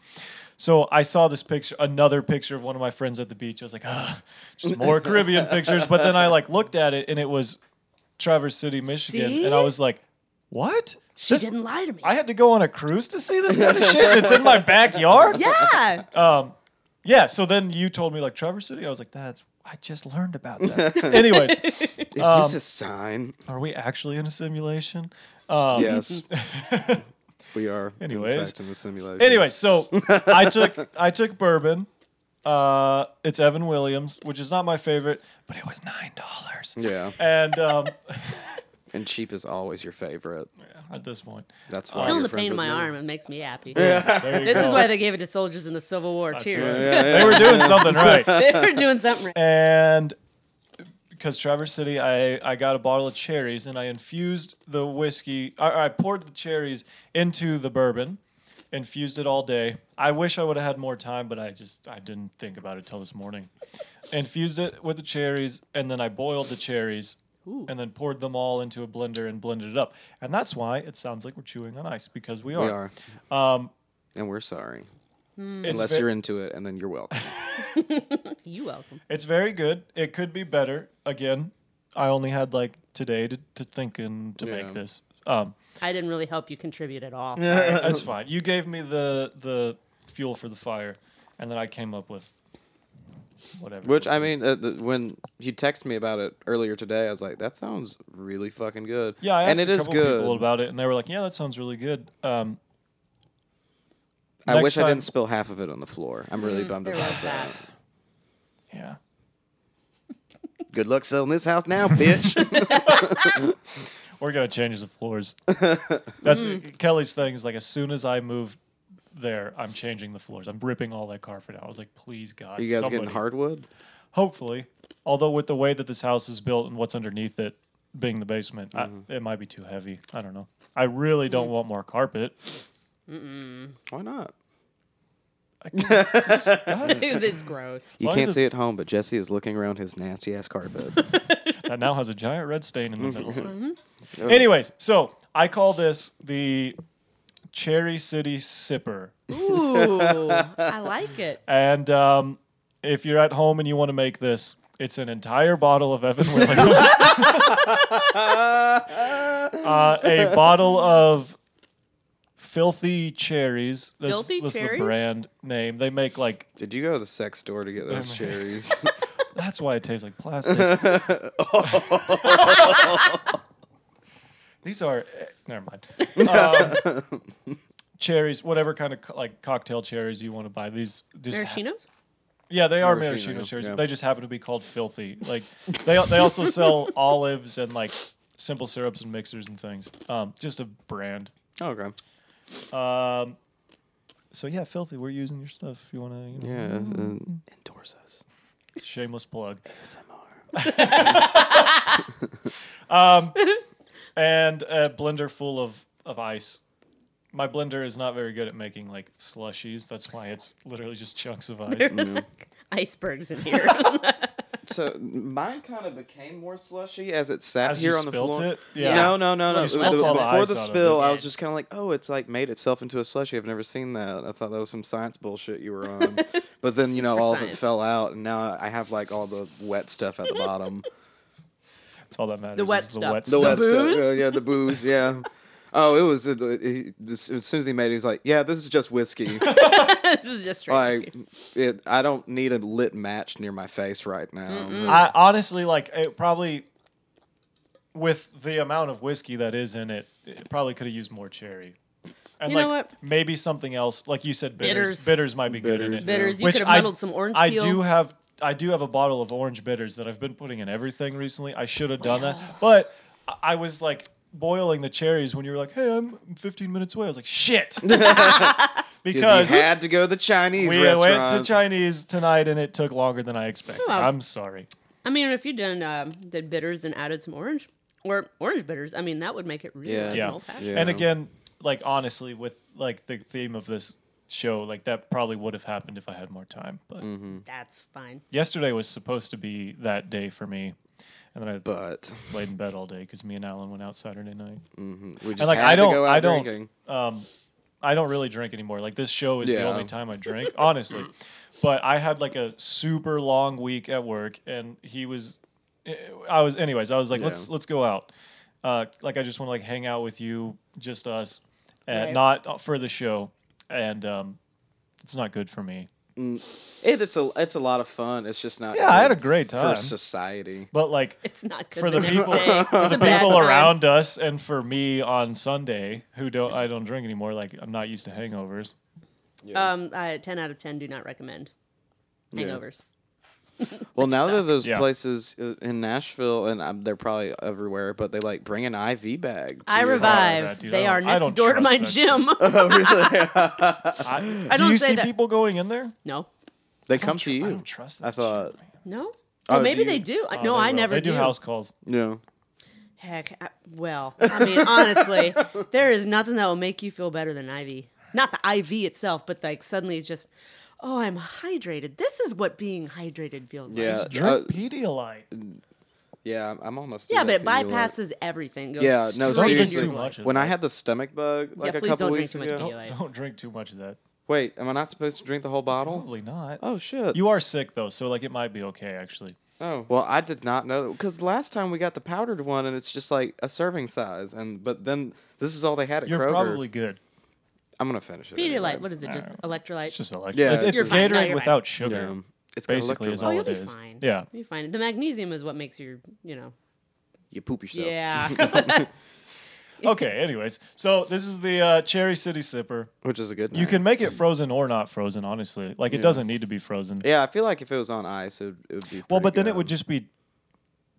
[SPEAKER 1] So I saw this picture, another picture of one of my friends at the beach. I was like, ah, just more Caribbean pictures. But then I like looked at it, and it was Traverse City, Michigan,
[SPEAKER 4] See?
[SPEAKER 1] and I was like, what?
[SPEAKER 4] she didn't lie to me.
[SPEAKER 1] I had to go on a cruise to see this kind of shit. and It's in my backyard.
[SPEAKER 4] yeah.
[SPEAKER 3] Oh,
[SPEAKER 1] Yeah. So then you told me like Traverse City. I was like, that's. I just learned about that. Anyways,
[SPEAKER 3] Is
[SPEAKER 1] Um,
[SPEAKER 3] this a sign?
[SPEAKER 1] are we actually in a simulation?
[SPEAKER 3] yes. we are.
[SPEAKER 1] um,
[SPEAKER 3] in
[SPEAKER 1] Anyways.
[SPEAKER 3] fact, in the simulation.
[SPEAKER 1] Anyway, so I took I took bourbon. Uh, it's Evan Williams, which is not my favorite, but it was nine dollars.
[SPEAKER 3] Yeah.
[SPEAKER 1] And um,
[SPEAKER 3] And cheap is always your favorite.
[SPEAKER 1] at this point,
[SPEAKER 3] That's why.
[SPEAKER 4] Feeling
[SPEAKER 3] you're
[SPEAKER 4] the pain
[SPEAKER 3] friends
[SPEAKER 4] in
[SPEAKER 3] with
[SPEAKER 4] my
[SPEAKER 3] me.
[SPEAKER 4] arm, it makes me happy.
[SPEAKER 1] there you
[SPEAKER 4] This
[SPEAKER 1] go.
[SPEAKER 4] is why they gave it to soldiers in the Civil War.
[SPEAKER 1] That's
[SPEAKER 4] Cheers.
[SPEAKER 1] right.
[SPEAKER 3] Yeah, yeah,
[SPEAKER 1] They were doing something right.
[SPEAKER 4] they were doing something right.
[SPEAKER 1] and because Traverse City, I, I got a bottle of cherries and I infused the whiskey. I, I poured the cherries into the bourbon, infused it all day. I wish I would have had more time, but I just I didn't think about it till this morning. infused it with the cherries, and then I boiled the cherries. And then poured them all into a blender and blended it up, and that's why it sounds like we're chewing on ice because we are.
[SPEAKER 3] We are. and we're sorry.
[SPEAKER 1] It's
[SPEAKER 3] Unless
[SPEAKER 1] ve-
[SPEAKER 3] you're into it, and then you're welcome.
[SPEAKER 4] You welcome.
[SPEAKER 1] It's very good. It could be better. Again, I only had like today to, to think and to
[SPEAKER 3] Yeah.
[SPEAKER 1] make this. Um,
[SPEAKER 4] I didn't really help you contribute at all.
[SPEAKER 1] that's fine. You gave me the the fuel for the fire, and then I came up with whatever.
[SPEAKER 3] Which
[SPEAKER 1] this
[SPEAKER 3] I
[SPEAKER 1] is.
[SPEAKER 3] mean, uh, the, when you texted me about it earlier today, I was like, "That sounds really fucking good."
[SPEAKER 1] Yeah, I asked
[SPEAKER 3] and it
[SPEAKER 1] a
[SPEAKER 3] is
[SPEAKER 1] couple
[SPEAKER 3] good.
[SPEAKER 1] people about it, and they were like, "Yeah, that sounds really good." Um,
[SPEAKER 3] I
[SPEAKER 1] next
[SPEAKER 3] wish I
[SPEAKER 1] time- Mm-hmm.
[SPEAKER 3] didn't spill half of it on the floor. I'm really bummed
[SPEAKER 4] There
[SPEAKER 3] about
[SPEAKER 4] was
[SPEAKER 3] that.
[SPEAKER 4] that.
[SPEAKER 1] Yeah.
[SPEAKER 3] Good luck selling this house now, bitch.
[SPEAKER 1] We're gonna change the floors. That's
[SPEAKER 3] Hmm.
[SPEAKER 1] Kelly's thing. Is like as soon as I move there, I'm changing the floors. I'm ripping all that carpet out. I was like, please God,
[SPEAKER 3] you guys
[SPEAKER 1] somebody.
[SPEAKER 3] getting hardwood?
[SPEAKER 1] Hopefully, although with the way that this house is built and what's underneath it being the basement, I, it might be too heavy. I don't know. I really don't want more carpet.
[SPEAKER 3] Why not?
[SPEAKER 4] Because it's gross.
[SPEAKER 3] You
[SPEAKER 1] long
[SPEAKER 3] can't
[SPEAKER 1] as
[SPEAKER 3] see it home, but Jesse is looking around his nasty ass carpet.
[SPEAKER 1] that now has a giant red stain in the middle. of it. Anyways, so I call this the Cherry City Sipper.
[SPEAKER 4] Ooh, I like it.
[SPEAKER 1] And um, if you're at home and you want to make this, it's an entire bottle of Evan Williams, uh, a bottle of Filthy Cherries. This,
[SPEAKER 4] Filthy
[SPEAKER 1] this is
[SPEAKER 4] Cherries?
[SPEAKER 1] the brand name. They make like
[SPEAKER 3] Did you go to the sex store to get those cherries?
[SPEAKER 1] that's why it tastes like plastic. These are eh, never mind. Um, cherries, whatever kind of co- like cocktail cherries you want to buy. These just ha-
[SPEAKER 4] Maraschinos?
[SPEAKER 1] yeah, they are
[SPEAKER 3] Maraschino,
[SPEAKER 1] maraschino cherries.
[SPEAKER 3] yeah.
[SPEAKER 1] They just happen to be called filthy. Like they they also sell olives and like simple syrups and mixers and things. Um, just a brand.
[SPEAKER 3] oh, okay.
[SPEAKER 1] Um, so yeah, filthy. We're using your stuff. You want to you know,
[SPEAKER 3] Yeah. uh, and
[SPEAKER 1] Mm-hmm.
[SPEAKER 3] endorse us.
[SPEAKER 1] shameless plug.
[SPEAKER 3] SMR.
[SPEAKER 1] Um, and a blender full of of ice. My blender is not very good at making like slushies. That's why it's literally just chunks of ice.
[SPEAKER 3] Mm-hmm.
[SPEAKER 4] Icebergs in here.
[SPEAKER 3] So mine kind of became more slushy as it sat
[SPEAKER 1] As
[SPEAKER 3] here
[SPEAKER 1] you
[SPEAKER 3] on the
[SPEAKER 1] spilt
[SPEAKER 3] floor.
[SPEAKER 1] it? Yeah.
[SPEAKER 3] No, no, no, no.
[SPEAKER 1] you spilt
[SPEAKER 3] The-
[SPEAKER 1] all the
[SPEAKER 3] Before
[SPEAKER 1] ice
[SPEAKER 3] the
[SPEAKER 1] out of
[SPEAKER 3] spill,
[SPEAKER 1] it.
[SPEAKER 3] I was just kind of like, oh, it's like made itself into a slushy. I've never seen that. I thought that was some science bullshit you were on. but then you know all of it
[SPEAKER 4] science.
[SPEAKER 3] fell out, and now I have like all the wet stuff at the bottom.
[SPEAKER 1] That's all that matters.
[SPEAKER 4] The wet
[SPEAKER 1] is
[SPEAKER 4] stuff.
[SPEAKER 3] the, wet
[SPEAKER 4] booze?
[SPEAKER 3] stuff. uh, Yeah, yeah, the booze. Yeah. Oh, it was it, it, as as soon as he made it, he was like, "Yeah, this is just whiskey.
[SPEAKER 4] this is just straight
[SPEAKER 3] like,
[SPEAKER 4] whiskey.
[SPEAKER 3] it, I don't need a lit match near my face right now."
[SPEAKER 1] I honestly like it probably with the amount of whiskey that is in it, it probably could have used more cherry. And
[SPEAKER 4] You
[SPEAKER 1] like
[SPEAKER 4] know what?
[SPEAKER 1] maybe something else, like you said, bitters.
[SPEAKER 4] Bitters.
[SPEAKER 1] Bitters, might be good in
[SPEAKER 3] Bitters,
[SPEAKER 1] it.
[SPEAKER 4] Bitters, you
[SPEAKER 1] Which
[SPEAKER 4] could have
[SPEAKER 1] I-
[SPEAKER 4] muddled some orange
[SPEAKER 1] I
[SPEAKER 4] peel.
[SPEAKER 1] do have I do have a bottle of orange bitters that I've been putting in everything recently. I should have done that, but I- I was like boiling the cherries when you were like, "Hey, I'm 15 minutes away." I was like, "Shit," because
[SPEAKER 3] Because he had to go to the Chinese
[SPEAKER 1] we
[SPEAKER 3] restaurant.
[SPEAKER 1] went to Chinese tonight and it took longer than I expected.
[SPEAKER 4] Well.
[SPEAKER 1] I'm sorry.
[SPEAKER 4] I mean, if you'd done um, did bitters and added some orange or orange bitters, I mean, that would make it really
[SPEAKER 3] Yeah.
[SPEAKER 4] like
[SPEAKER 1] Yeah.
[SPEAKER 4] an old fashioned.
[SPEAKER 3] Yeah.
[SPEAKER 1] And again, like honestly, with like the theme of this show, like that probably would have happened if I had more time. But
[SPEAKER 3] Mm-hmm.
[SPEAKER 4] That's fine.
[SPEAKER 1] yesterday was supposed to be that day for me, and then I
[SPEAKER 3] but
[SPEAKER 1] laid in bed all day because me and Alan went out Saturday night.
[SPEAKER 3] we just
[SPEAKER 1] And like
[SPEAKER 3] had
[SPEAKER 1] I
[SPEAKER 3] to
[SPEAKER 1] don't,
[SPEAKER 3] go out
[SPEAKER 1] I don't,
[SPEAKER 3] drinking.
[SPEAKER 1] um, I don't really drink anymore. Like this show is the
[SPEAKER 3] Yeah.
[SPEAKER 1] only time I drink, honestly. But I had like a super long week at work, and he was, eh, I was, anyways. I was like, let's
[SPEAKER 3] Yeah.
[SPEAKER 1] let's go out. Uh, like I just want to like hang out with you, just us, and
[SPEAKER 4] Right.
[SPEAKER 1] not for the show. And um, it's not good for me.
[SPEAKER 3] It, it's a it's a lot of fun. It's just not.
[SPEAKER 1] Yeah, I had
[SPEAKER 3] good
[SPEAKER 1] a great time.
[SPEAKER 3] for society.
[SPEAKER 1] But like
[SPEAKER 4] It's not good
[SPEAKER 1] for the
[SPEAKER 4] next
[SPEAKER 1] people,
[SPEAKER 4] day. It's
[SPEAKER 1] for
[SPEAKER 4] a
[SPEAKER 1] the
[SPEAKER 4] bad
[SPEAKER 1] people
[SPEAKER 4] time.
[SPEAKER 1] around us, and for me on Sunday, who don't I don't drink anymore. Like I'm not used to hangovers.
[SPEAKER 4] Um, I, ten out of ten do not recommend hangovers.
[SPEAKER 3] Well, now there are those
[SPEAKER 1] Yeah.
[SPEAKER 3] places uh, in Nashville, and um, they're probably everywhere. But they like bring an IV bag. to
[SPEAKER 4] I
[SPEAKER 3] your
[SPEAKER 4] revive.
[SPEAKER 1] that, dude. I
[SPEAKER 4] they
[SPEAKER 1] don't-
[SPEAKER 4] are
[SPEAKER 1] I
[SPEAKER 4] next
[SPEAKER 1] don't
[SPEAKER 4] door to my
[SPEAKER 1] trust that shit.
[SPEAKER 4] gym.
[SPEAKER 1] I, do
[SPEAKER 4] don't
[SPEAKER 1] you
[SPEAKER 4] say
[SPEAKER 1] see
[SPEAKER 4] that-
[SPEAKER 1] people going in there?
[SPEAKER 4] no,
[SPEAKER 3] house. They come to
[SPEAKER 1] I
[SPEAKER 3] you.
[SPEAKER 1] don't trust.
[SPEAKER 3] I
[SPEAKER 1] That
[SPEAKER 3] thought.
[SPEAKER 1] Shit, man.
[SPEAKER 4] no. Oh,
[SPEAKER 3] do
[SPEAKER 4] maybe
[SPEAKER 3] you-
[SPEAKER 4] they do. I-
[SPEAKER 1] Oh,
[SPEAKER 4] no,
[SPEAKER 1] they
[SPEAKER 4] I
[SPEAKER 1] will.
[SPEAKER 4] never
[SPEAKER 1] They do house calls.
[SPEAKER 3] Yeah.
[SPEAKER 4] Heck, I, well, I mean, honestly, there is nothing that will make you feel better than IV. Not the IV itself, but like suddenly it's just, oh, I'm hydrated. This is what being hydrated feels like.
[SPEAKER 3] Yeah.
[SPEAKER 1] Drink
[SPEAKER 3] uh,
[SPEAKER 1] Pedialyte.
[SPEAKER 3] yeah. I'm- I'm almost.
[SPEAKER 4] Yeah,
[SPEAKER 3] through
[SPEAKER 4] but it
[SPEAKER 3] that Pedialyte.
[SPEAKER 4] bypasses everything. Goes
[SPEAKER 3] Yeah, no,
[SPEAKER 1] Don't
[SPEAKER 4] straight into
[SPEAKER 1] drink
[SPEAKER 4] your
[SPEAKER 3] seriously.
[SPEAKER 1] too
[SPEAKER 4] blood.
[SPEAKER 1] much. Of
[SPEAKER 3] When
[SPEAKER 1] that.
[SPEAKER 3] I had the stomach bug like
[SPEAKER 4] yeah,
[SPEAKER 3] a
[SPEAKER 4] please
[SPEAKER 3] couple
[SPEAKER 4] don't drink
[SPEAKER 3] weeks
[SPEAKER 4] too much
[SPEAKER 3] ago.
[SPEAKER 4] Pedialyte.
[SPEAKER 1] don't drink too much of that.
[SPEAKER 3] Wait, am I not supposed to drink the whole bottle?
[SPEAKER 1] Probably not.
[SPEAKER 3] Oh shit.
[SPEAKER 1] You are sick though, so like it might be okay actually.
[SPEAKER 2] Oh.
[SPEAKER 3] Well, I did not know because last time we got the powdered one, and it's just like a serving size, and but then this is all they had at
[SPEAKER 1] You're
[SPEAKER 3] Kroger.
[SPEAKER 1] probably good.
[SPEAKER 3] I'm gonna finish it.
[SPEAKER 4] Pedialyte.
[SPEAKER 3] anyway.
[SPEAKER 4] What is it? Just electrolyte.
[SPEAKER 1] It's just electrolyte.
[SPEAKER 3] Yeah,
[SPEAKER 1] it's, it's
[SPEAKER 4] You're fine. No,
[SPEAKER 1] Gatorade
[SPEAKER 4] you're
[SPEAKER 1] without sugar.
[SPEAKER 3] Yeah. It's got
[SPEAKER 1] Basically, is
[SPEAKER 3] electrolytes.
[SPEAKER 1] all
[SPEAKER 4] oh, you'll
[SPEAKER 1] it
[SPEAKER 4] be
[SPEAKER 1] is.
[SPEAKER 4] fine.
[SPEAKER 1] Yeah,
[SPEAKER 4] you find it. The magnesium is what makes your, you know.
[SPEAKER 3] You poop yourself.
[SPEAKER 4] Yeah.
[SPEAKER 1] okay. Anyways, so this is the uh, Cherry City Sipper.
[SPEAKER 3] which is a good.
[SPEAKER 1] You can make it frozen or not frozen, honestly. Like, it doesn't need to be frozen.
[SPEAKER 3] Yeah, I feel like if it was on ice, it would, it would be.
[SPEAKER 1] well,
[SPEAKER 3] pretty
[SPEAKER 1] but then it
[SPEAKER 3] good.
[SPEAKER 1] would just be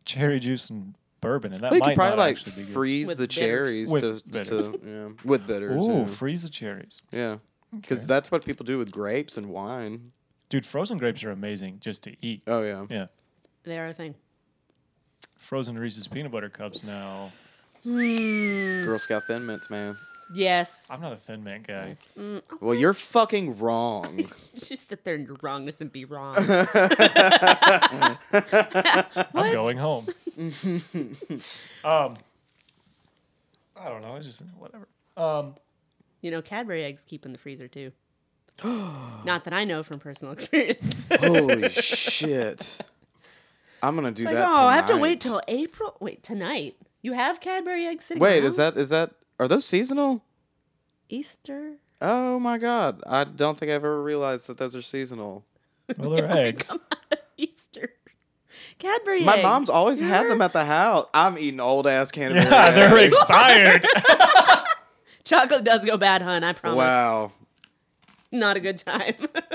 [SPEAKER 1] cherry juice and bourbon, and that
[SPEAKER 3] We
[SPEAKER 1] might
[SPEAKER 3] could probably
[SPEAKER 1] not
[SPEAKER 3] like
[SPEAKER 1] actually be good.
[SPEAKER 3] freeze
[SPEAKER 4] With
[SPEAKER 3] the
[SPEAKER 4] bitters.
[SPEAKER 3] cherries
[SPEAKER 1] With
[SPEAKER 3] to,
[SPEAKER 1] bitters.
[SPEAKER 3] to yeah, with bitters.
[SPEAKER 1] Ooh,
[SPEAKER 3] yeah.
[SPEAKER 1] freeze the cherries.
[SPEAKER 3] yeah, because that's what people do with grapes and wine.
[SPEAKER 1] Dude, frozen grapes are amazing just to eat.
[SPEAKER 3] Oh yeah,
[SPEAKER 1] Yeah.
[SPEAKER 4] they are a thing.
[SPEAKER 1] Frozen Reese's peanut butter cups now. Mm.
[SPEAKER 3] Girl Scout Thin Mints, man.
[SPEAKER 4] Yes.
[SPEAKER 1] I'm not a thin mint guy.
[SPEAKER 4] Mm,
[SPEAKER 3] Well, you're fucking wrong.
[SPEAKER 4] just sit there in your wrongness and be wrong.
[SPEAKER 1] I'm going home. um, I don't know. It's just whatever. Um,
[SPEAKER 4] you know, Cadbury eggs keep in the freezer too. Not that I know from personal experience. Like,
[SPEAKER 3] Holy shit! I'm gonna do
[SPEAKER 4] oh,
[SPEAKER 3] that.
[SPEAKER 4] I have to wait
[SPEAKER 3] tonight.
[SPEAKER 4] till April. Wait, tonight you have Cadbury eggs sitting.
[SPEAKER 3] Wait, is
[SPEAKER 4] around?
[SPEAKER 3] that is that are those seasonal?
[SPEAKER 4] Easter?
[SPEAKER 3] Oh my god, I don't think I've ever realized that those are seasonal.
[SPEAKER 1] well, they're eggs.
[SPEAKER 4] Easter. Cadbury
[SPEAKER 3] My
[SPEAKER 4] eggs. Mm-hmm.
[SPEAKER 3] mom's always had them at the house. I'm eating old ass Canterbury.
[SPEAKER 1] Yeah, they're
[SPEAKER 3] eggs.
[SPEAKER 1] expired.
[SPEAKER 4] Chocolate does go bad, hun. I promise.
[SPEAKER 3] Wow,
[SPEAKER 4] Not a good time.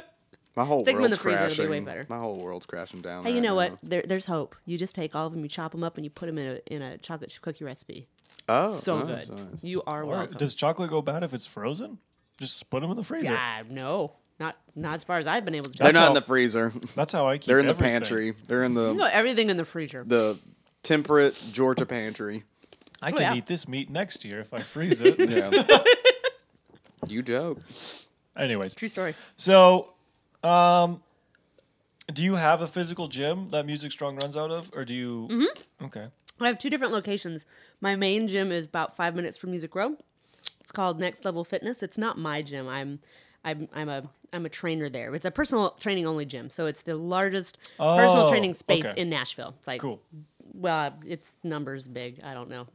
[SPEAKER 3] my whole
[SPEAKER 4] Stick 'em in
[SPEAKER 3] world's
[SPEAKER 4] the freezer, it'll
[SPEAKER 3] crashing.
[SPEAKER 4] be way better.
[SPEAKER 3] My whole world's crashing down.
[SPEAKER 4] hey, you
[SPEAKER 3] right
[SPEAKER 4] know
[SPEAKER 3] now.
[SPEAKER 4] what? There, there's hope. You just take all of them, you chop them up, and you put them in a in a chocolate chip cookie recipe.
[SPEAKER 3] Oh,
[SPEAKER 4] so
[SPEAKER 3] nice,
[SPEAKER 4] good.
[SPEAKER 3] nice.
[SPEAKER 4] You are
[SPEAKER 1] Or
[SPEAKER 4] welcome.
[SPEAKER 1] Does chocolate go bad if it's frozen? Just put them in the freezer.
[SPEAKER 4] God, no, not not as far as I've been able to.
[SPEAKER 3] They're
[SPEAKER 4] judge.
[SPEAKER 1] That's
[SPEAKER 3] not
[SPEAKER 1] how-
[SPEAKER 3] in the freezer.
[SPEAKER 1] That's how I keep.
[SPEAKER 3] They're in the
[SPEAKER 1] everything.
[SPEAKER 3] pantry. They're in the
[SPEAKER 4] You know everything in the freezer.
[SPEAKER 3] the temperate Georgia pantry.
[SPEAKER 1] I can
[SPEAKER 4] yeah.
[SPEAKER 1] eat this meat next year if I freeze it.
[SPEAKER 3] Yeah. you joke.
[SPEAKER 1] Anyways,
[SPEAKER 4] True story.
[SPEAKER 1] so um, do you have a physical gym that Music Strong runs out of, or do you?
[SPEAKER 4] Mm-hmm.
[SPEAKER 1] Okay.
[SPEAKER 4] I have two different locations. My main gym is about five minutes from Music Row. It's called Next Level Fitness. It's not my gym. I'm I'm I'm a I'm a trainer there. It's a personal training only gym. So it's the largest personal
[SPEAKER 1] Oh,
[SPEAKER 4] training space
[SPEAKER 1] okay.
[SPEAKER 4] in Nashville. It's like
[SPEAKER 1] Cool.
[SPEAKER 4] well, it's numbers big. I don't know.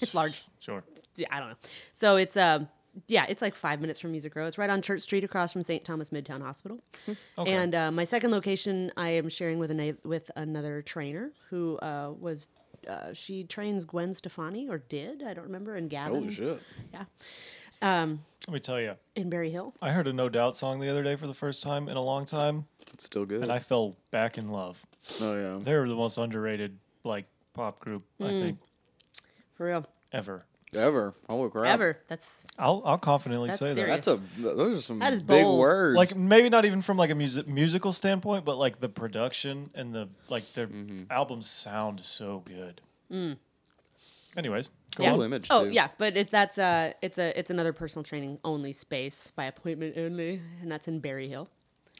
[SPEAKER 4] It's large.
[SPEAKER 1] Sure.
[SPEAKER 4] Yeah, I don't know. So it's um yeah, it's like five minutes from Music Row. It's right on Church Street, across from St. Thomas Midtown Hospital. And uh, my second location, I am sharing with an with another trainer who uh, was. Uh, she trains Gwen Stefani, or did I don't remember, and Gavin
[SPEAKER 3] shit.
[SPEAKER 4] Yeah. um,
[SPEAKER 1] Let me tell you,
[SPEAKER 4] in Berry Hill.
[SPEAKER 1] I heard a No Doubt song the other day for the first time in a long time,
[SPEAKER 3] It's still good.
[SPEAKER 1] and I fell back in love.
[SPEAKER 3] oh yeah.
[SPEAKER 1] They're the most underrated like pop group I
[SPEAKER 4] Mm.
[SPEAKER 1] think
[SPEAKER 4] For real,
[SPEAKER 1] ever.
[SPEAKER 3] Ever. Holy crap.
[SPEAKER 4] ever. That's
[SPEAKER 1] I'll I'll confidently
[SPEAKER 4] That's
[SPEAKER 1] say
[SPEAKER 4] serious.
[SPEAKER 3] That's a those are some
[SPEAKER 4] That is
[SPEAKER 3] big
[SPEAKER 4] bold.
[SPEAKER 1] that.
[SPEAKER 3] words.
[SPEAKER 1] Like maybe not even from like a music musical standpoint, but like the production and the like their albums sound so good. Anyways, go
[SPEAKER 4] Mm. yeah.
[SPEAKER 1] on.
[SPEAKER 3] image,
[SPEAKER 4] Oh
[SPEAKER 3] too.
[SPEAKER 4] yeah, but it, that's uh, it's a it's another personal training only space by appointment only, and that's in Berry Hill.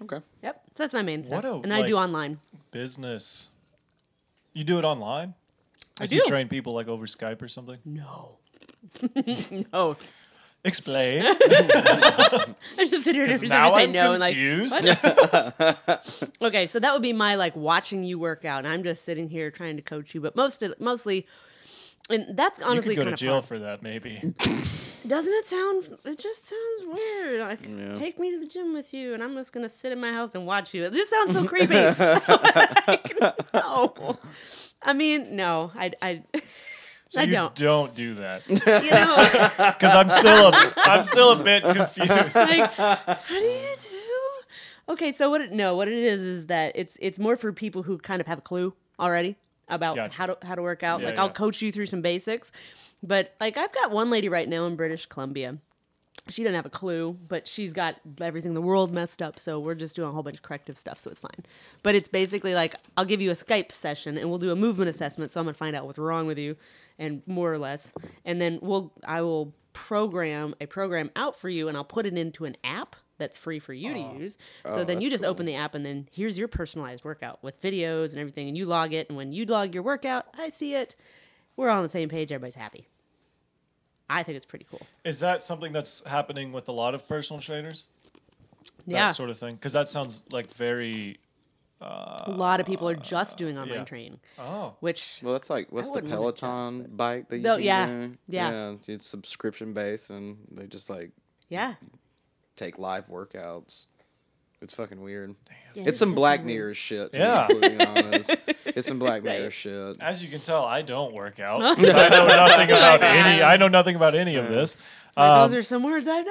[SPEAKER 3] okay.
[SPEAKER 4] Yep, so that's my main.
[SPEAKER 1] What
[SPEAKER 4] stuff.
[SPEAKER 1] a,
[SPEAKER 4] and I do
[SPEAKER 1] like-
[SPEAKER 4] online.
[SPEAKER 1] business. You do it online? Like you
[SPEAKER 4] do.
[SPEAKER 1] train people like over Skype or something?
[SPEAKER 4] No. no.
[SPEAKER 1] Explain.
[SPEAKER 4] I just sit here and every time
[SPEAKER 1] now
[SPEAKER 4] I say
[SPEAKER 1] I'm
[SPEAKER 4] no and like
[SPEAKER 1] confused.
[SPEAKER 4] okay, so that would be my like watching you work out and I'm just sitting here trying to coach you, but most mostly and that's
[SPEAKER 1] you
[SPEAKER 4] honestly
[SPEAKER 1] could go
[SPEAKER 4] kind
[SPEAKER 1] to
[SPEAKER 4] of
[SPEAKER 1] jail
[SPEAKER 4] fun.
[SPEAKER 1] for that, maybe.
[SPEAKER 4] Doesn't it sound? It just sounds weird. Like, Take me to the gym with you, and I'm just gonna sit in my house and watch you. This sounds so creepy. Like, no, I mean, no, I, I,
[SPEAKER 1] So
[SPEAKER 4] I
[SPEAKER 1] you
[SPEAKER 4] don't.
[SPEAKER 1] do that
[SPEAKER 4] You know,
[SPEAKER 1] because I'm still a I'm still a bit confused.
[SPEAKER 4] like, what do you do? Okay, so what? It, no, what it is is that it's it's more for people who kind of have a clue already about
[SPEAKER 1] Gotcha.
[SPEAKER 4] how to how to work out.
[SPEAKER 1] Yeah,
[SPEAKER 4] like
[SPEAKER 1] yeah.
[SPEAKER 4] I'll coach you through some basics, but like I've got one lady right now in British Columbia. She doesn't have a clue, but she's got everything in the world messed up. So we're just doing a whole bunch of corrective stuff, so it's fine. But it's basically like I'll give you a Skype session and we'll do a movement assessment. So I'm gonna find out what's wrong with you, and more or less, and then we'll I will program a program out for you, and I'll put it into an app that's free for you to use. So then you just open the app, and then here's your personalized workout with videos and everything, and you log it. And when you log your workout, I see it. We're all on the same page. Everybody's happy. I think it's pretty cool.
[SPEAKER 1] Is that something that's happening with a lot of personal trainers? That
[SPEAKER 4] yeah.
[SPEAKER 1] sort of thing. Because that sounds like very
[SPEAKER 4] a lot of people are just doing online
[SPEAKER 1] yeah.
[SPEAKER 4] training,
[SPEAKER 1] Oh,
[SPEAKER 4] which
[SPEAKER 3] Well, that's like what's the
[SPEAKER 4] wouldn't want a chance,
[SPEAKER 3] Peloton bike that you
[SPEAKER 4] No,
[SPEAKER 3] can
[SPEAKER 4] yeah,
[SPEAKER 3] do?
[SPEAKER 4] yeah.
[SPEAKER 3] it's, it's subscription based, and they just like
[SPEAKER 4] yeah,
[SPEAKER 3] take live workouts. It's fucking weird.
[SPEAKER 4] Yeah,
[SPEAKER 3] it's some
[SPEAKER 4] that's
[SPEAKER 3] Black
[SPEAKER 4] really weird.
[SPEAKER 3] Mirror shit. To
[SPEAKER 1] Yeah.
[SPEAKER 3] yeah, be completely honest. it's some Black Mirror shit.
[SPEAKER 1] as you can tell, I don't work
[SPEAKER 4] Oh
[SPEAKER 1] out. 'cause I know nothing about any. I know nothing about any of this.
[SPEAKER 4] Like, those are some words I've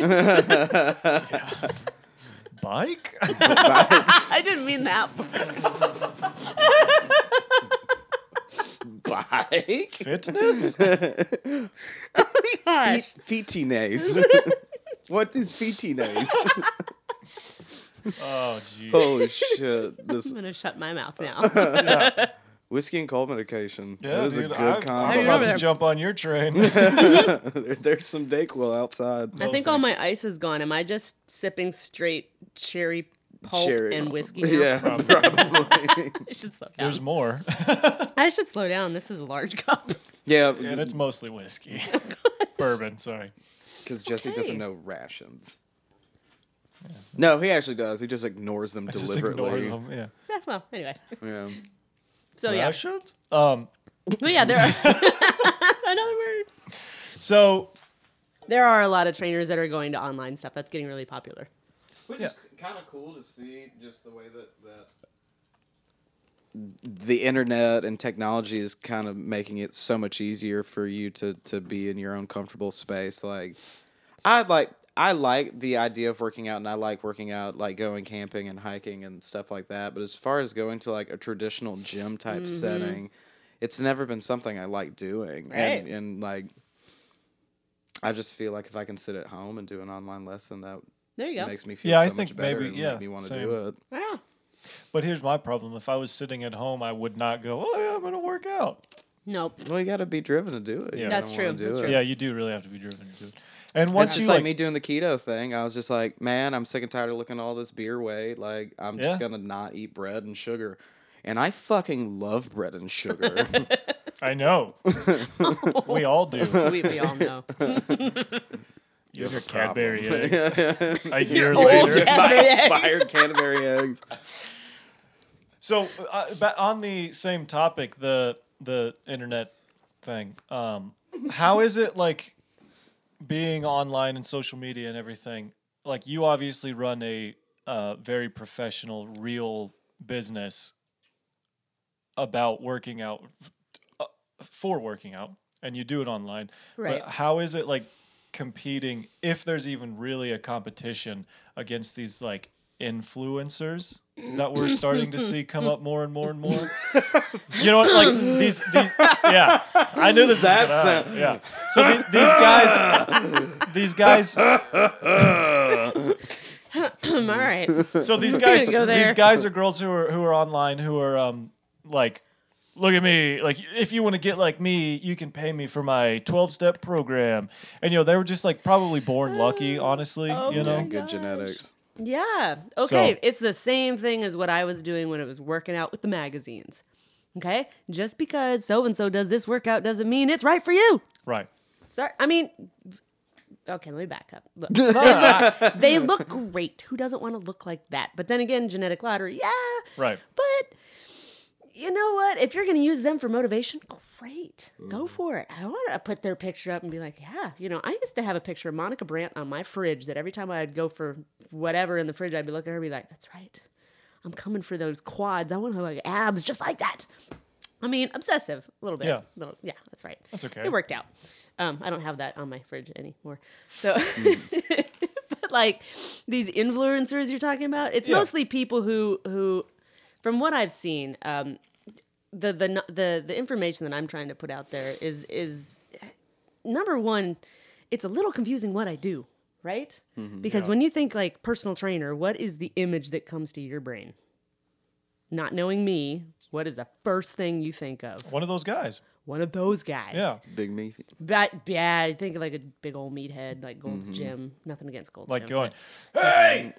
[SPEAKER 4] never heard.
[SPEAKER 1] Bike.
[SPEAKER 4] I didn't mean that. Oh
[SPEAKER 3] Bike
[SPEAKER 1] Fitness?
[SPEAKER 4] Gosh.
[SPEAKER 3] fetines. what is fetines?
[SPEAKER 1] Oh, geez.
[SPEAKER 3] Holy shit! This
[SPEAKER 4] I'm gonna shut my mouth now.
[SPEAKER 3] whiskey and cold medication.
[SPEAKER 1] Yeah,
[SPEAKER 3] that is
[SPEAKER 1] dude,
[SPEAKER 3] a
[SPEAKER 1] I-
[SPEAKER 3] good
[SPEAKER 1] I'm
[SPEAKER 4] Hey,
[SPEAKER 3] combo.
[SPEAKER 1] about
[SPEAKER 4] remember-
[SPEAKER 1] to jump on your train.
[SPEAKER 3] There- there's some Dayquil outside.
[SPEAKER 4] I think all my ice is gone. Am I just sipping straight cherry pulp
[SPEAKER 3] Cherry.
[SPEAKER 4] and whiskey? Now?
[SPEAKER 3] Yeah, probably.
[SPEAKER 4] I should slow down.
[SPEAKER 1] There's more,
[SPEAKER 4] I should slow down. This is a large cup.
[SPEAKER 3] yeah,
[SPEAKER 1] and it's mostly whiskey,
[SPEAKER 4] Oh
[SPEAKER 1] bourbon. Sorry.
[SPEAKER 3] Because Jesse
[SPEAKER 4] Okay.
[SPEAKER 3] doesn't know rations. No, he actually does. He just ignores them
[SPEAKER 1] Just ignore
[SPEAKER 3] deliberately.
[SPEAKER 1] them. Yeah.
[SPEAKER 4] Yeah, well, anyway.
[SPEAKER 3] Yeah.
[SPEAKER 4] So yeah,
[SPEAKER 1] Rations? Um.
[SPEAKER 4] but yeah, there are another word.
[SPEAKER 1] So
[SPEAKER 4] There are a lot of trainers that are going to online stuff. That's getting really popular.
[SPEAKER 3] Which
[SPEAKER 1] Yeah.
[SPEAKER 3] kind of cool to see just the way that, that the internet and technology is kind of making it so much easier for you to, to be in your own comfortable space. Like, I like. I like the idea of working out and I like working out like going camping and hiking and stuff like that, but as far as going to like a traditional gym type setting, it's never been something I like doing. And
[SPEAKER 4] Right.
[SPEAKER 3] and like I just feel like if I can sit at home and do an online lesson that
[SPEAKER 4] There you go.
[SPEAKER 3] makes me feel
[SPEAKER 1] Yeah, I
[SPEAKER 3] so
[SPEAKER 1] think
[SPEAKER 3] much better
[SPEAKER 1] maybe-
[SPEAKER 3] and
[SPEAKER 1] yeah,
[SPEAKER 3] make me want to
[SPEAKER 1] same.
[SPEAKER 3] do it.
[SPEAKER 4] Wow.
[SPEAKER 1] But here's my problem. If I was sitting at home, I would not go, oh, yeah, I'm going to work out.
[SPEAKER 4] Nope.
[SPEAKER 3] Well, you got to be driven to do it.
[SPEAKER 1] Yeah.
[SPEAKER 3] You
[SPEAKER 4] That's
[SPEAKER 3] don't wanna
[SPEAKER 4] true,
[SPEAKER 3] Do
[SPEAKER 4] that's
[SPEAKER 3] it.
[SPEAKER 4] true.
[SPEAKER 1] Yeah, you do really have to be driven to do it. And
[SPEAKER 3] It's
[SPEAKER 1] once you
[SPEAKER 3] just
[SPEAKER 1] like,
[SPEAKER 3] like, me doing the keto thing. I was just like, man, I'm sick and tired of looking at all this beer weight. Like, I'm
[SPEAKER 1] Yeah.
[SPEAKER 3] just gonna not eat bread and sugar. And I fucking love bread and sugar.
[SPEAKER 1] I know. we all do.
[SPEAKER 4] We, we all know.
[SPEAKER 1] You and your
[SPEAKER 3] problem.
[SPEAKER 1] Cadbury eggs. A year
[SPEAKER 4] old
[SPEAKER 1] later.
[SPEAKER 4] Cadbury
[SPEAKER 3] My
[SPEAKER 4] eggs.
[SPEAKER 3] expired Canterbury eggs.
[SPEAKER 1] Oh So, uh, but on the same topic, the the internet thing. Um, how is it like being online and social media and everything? Like you obviously run a uh, very professional, real business about working out uh, for working out, and you do it online.
[SPEAKER 4] Right.
[SPEAKER 1] But how is it like competing if there's even really a competition against these like influencers that we're starting to see come up more and more and more? You know what? Like these, these, yeah. I knew this. That's
[SPEAKER 3] That's,
[SPEAKER 1] was
[SPEAKER 3] uh,
[SPEAKER 1] gonna happen, yeah. So the, these guys, these guys.
[SPEAKER 4] all right.
[SPEAKER 1] So these guys,
[SPEAKER 4] gonna go there.
[SPEAKER 1] these guys are girls who are who are online who are um like, look at me. Like if you want to get like me, you can pay me for my twelve step program. And you know they were just like probably born lucky, honestly. you know.
[SPEAKER 4] Oh, my
[SPEAKER 3] Good
[SPEAKER 4] gosh.
[SPEAKER 3] genetics.
[SPEAKER 4] Yeah. Okay. It's the same thing as what I was doing when it was working out with the magazines. Okay. Just because so and so does this workout doesn't mean it's right for you.
[SPEAKER 1] Right.
[SPEAKER 4] Sorry. I mean, okay, let me back up. Look, they look great. Who doesn't want to look like that? But then again, genetic lottery. Yeah.
[SPEAKER 1] Right.
[SPEAKER 4] But you know what? If you're going to use them for motivation, great.
[SPEAKER 1] Mm-hmm.
[SPEAKER 4] Go for it. I want to put their picture up and be like, yeah, you know, I used to have a picture of Monica Brandt on my fridge that every time I'd go for whatever in the fridge, I'd be looking at her and be like, that's right. I'm coming for those quads. I want to have like abs just like that. I mean, obsessive a little bit.
[SPEAKER 1] Yeah.
[SPEAKER 4] Little- yeah, that's right.
[SPEAKER 1] That's okay.
[SPEAKER 4] It worked out. Um, I don't have that on my fridge anymore. So,
[SPEAKER 1] Hmm.
[SPEAKER 4] but like these influencers you're talking about, it's
[SPEAKER 1] Yeah.
[SPEAKER 4] mostly people who who, from what I've seen, um, the the n- the the information that I'm trying to put out there is is number one, it's a little confusing what I do, right?
[SPEAKER 1] Mm-hmm.
[SPEAKER 4] because when you think like personal trainer, what is the image that comes to your brain? Not knowing me, what is the first thing you think of?
[SPEAKER 1] One of those guys.
[SPEAKER 4] One of those guys.
[SPEAKER 1] Yeah.
[SPEAKER 3] Big me.
[SPEAKER 4] But yeah, I think of like a big old meathead, like
[SPEAKER 3] Mm-hmm.
[SPEAKER 4] Gold's Gym. Nothing against Gold's
[SPEAKER 1] Like uh,
[SPEAKER 4] Gym.
[SPEAKER 1] going, hey,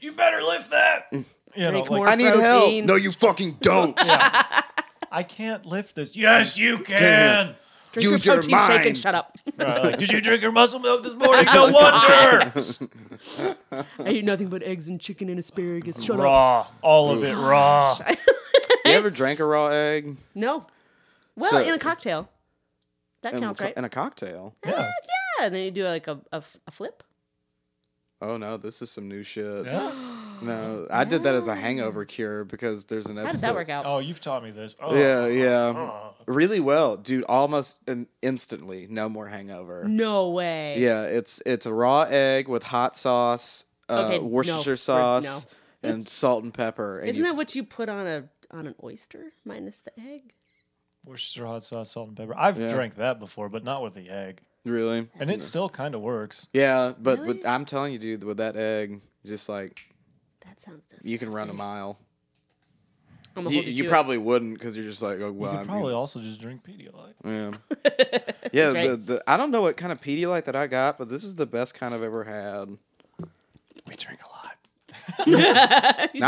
[SPEAKER 1] you better lift that. You know,
[SPEAKER 4] Drink
[SPEAKER 1] like
[SPEAKER 4] more
[SPEAKER 3] I need
[SPEAKER 4] protein.
[SPEAKER 3] help. No, you fucking don't.
[SPEAKER 1] I can't lift this. Yes, you can.
[SPEAKER 4] Drink
[SPEAKER 3] Use
[SPEAKER 4] your
[SPEAKER 3] your
[SPEAKER 4] protein shake and
[SPEAKER 3] mind.
[SPEAKER 4] shut up.
[SPEAKER 1] Right, like, did you drink your muscle milk this morning? No wonder.
[SPEAKER 4] I eat nothing but eggs and chicken and asparagus. Shut up.
[SPEAKER 1] raw, all of it raw.
[SPEAKER 3] You ever drank a raw egg?
[SPEAKER 4] No. Well,
[SPEAKER 3] So-
[SPEAKER 4] in a cocktail. That
[SPEAKER 3] In, a
[SPEAKER 4] counts,
[SPEAKER 3] co-
[SPEAKER 4] right?
[SPEAKER 3] in a cocktail.
[SPEAKER 1] Yeah.
[SPEAKER 4] yeah, and then you do like a, a, f- a flip.
[SPEAKER 3] Oh no, this is some new shit.
[SPEAKER 1] yeah.
[SPEAKER 3] No, I did that as a hangover cure because there's an episode.
[SPEAKER 4] How did that work out?
[SPEAKER 1] Oh, you've taught me this. Oh,
[SPEAKER 3] uh, Yeah, yeah. Really well, dude. Almost in- instantly, no more hangover.
[SPEAKER 4] No way.
[SPEAKER 3] Yeah, it's it's a raw egg with hot sauce, uh,
[SPEAKER 4] Okay, no,
[SPEAKER 3] Worcestershire
[SPEAKER 4] we're-
[SPEAKER 3] sauce, and salt and pepper. And
[SPEAKER 4] Isn't
[SPEAKER 3] you-
[SPEAKER 4] that what you put on a on an oyster minus the egg?
[SPEAKER 1] Worcestershire hot sauce, salt and pepper. I've drank that before, but not with the egg,
[SPEAKER 3] really?
[SPEAKER 1] and it still kind of works.
[SPEAKER 3] Yeah, but with, I'm telling you, dude, with that egg, just like
[SPEAKER 4] That sounds disgusting.
[SPEAKER 3] you can run a mile.
[SPEAKER 4] I'm gonna
[SPEAKER 3] You,
[SPEAKER 4] hold
[SPEAKER 3] you
[SPEAKER 4] to it.
[SPEAKER 3] probably wouldn't because you're just like, oh, well,
[SPEAKER 1] You
[SPEAKER 3] I
[SPEAKER 1] could
[SPEAKER 3] mean,
[SPEAKER 1] probably also just drink Pedialyte.
[SPEAKER 3] Yeah. yeah,
[SPEAKER 4] Right.
[SPEAKER 3] the, the I don't know what kind of Pedialyte that I got, but this is the best kind I've ever had.
[SPEAKER 1] We drink a lot.
[SPEAKER 3] Not
[SPEAKER 4] "Oh,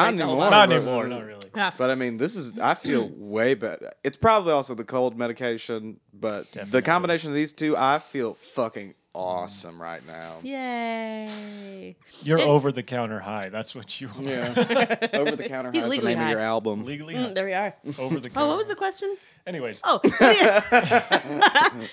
[SPEAKER 1] Not
[SPEAKER 3] anymore. but-
[SPEAKER 1] anymore. Not really.
[SPEAKER 3] But I mean, this is I feel
[SPEAKER 1] Mm.
[SPEAKER 3] way better. It's probably also the cold medication, but the combination of these two, I feel fucking awesome right now.
[SPEAKER 4] Yay.
[SPEAKER 1] You're over the counter high. That's what you are.
[SPEAKER 3] Yeah. Over the counter
[SPEAKER 4] He's
[SPEAKER 3] has the
[SPEAKER 4] legally
[SPEAKER 3] name of your
[SPEAKER 4] high.
[SPEAKER 3] album.
[SPEAKER 1] Legally
[SPEAKER 4] Mm,
[SPEAKER 1] high.
[SPEAKER 4] there we are.
[SPEAKER 1] over the counter.
[SPEAKER 4] Oh, what was the question?
[SPEAKER 1] Anyways,
[SPEAKER 4] Oh,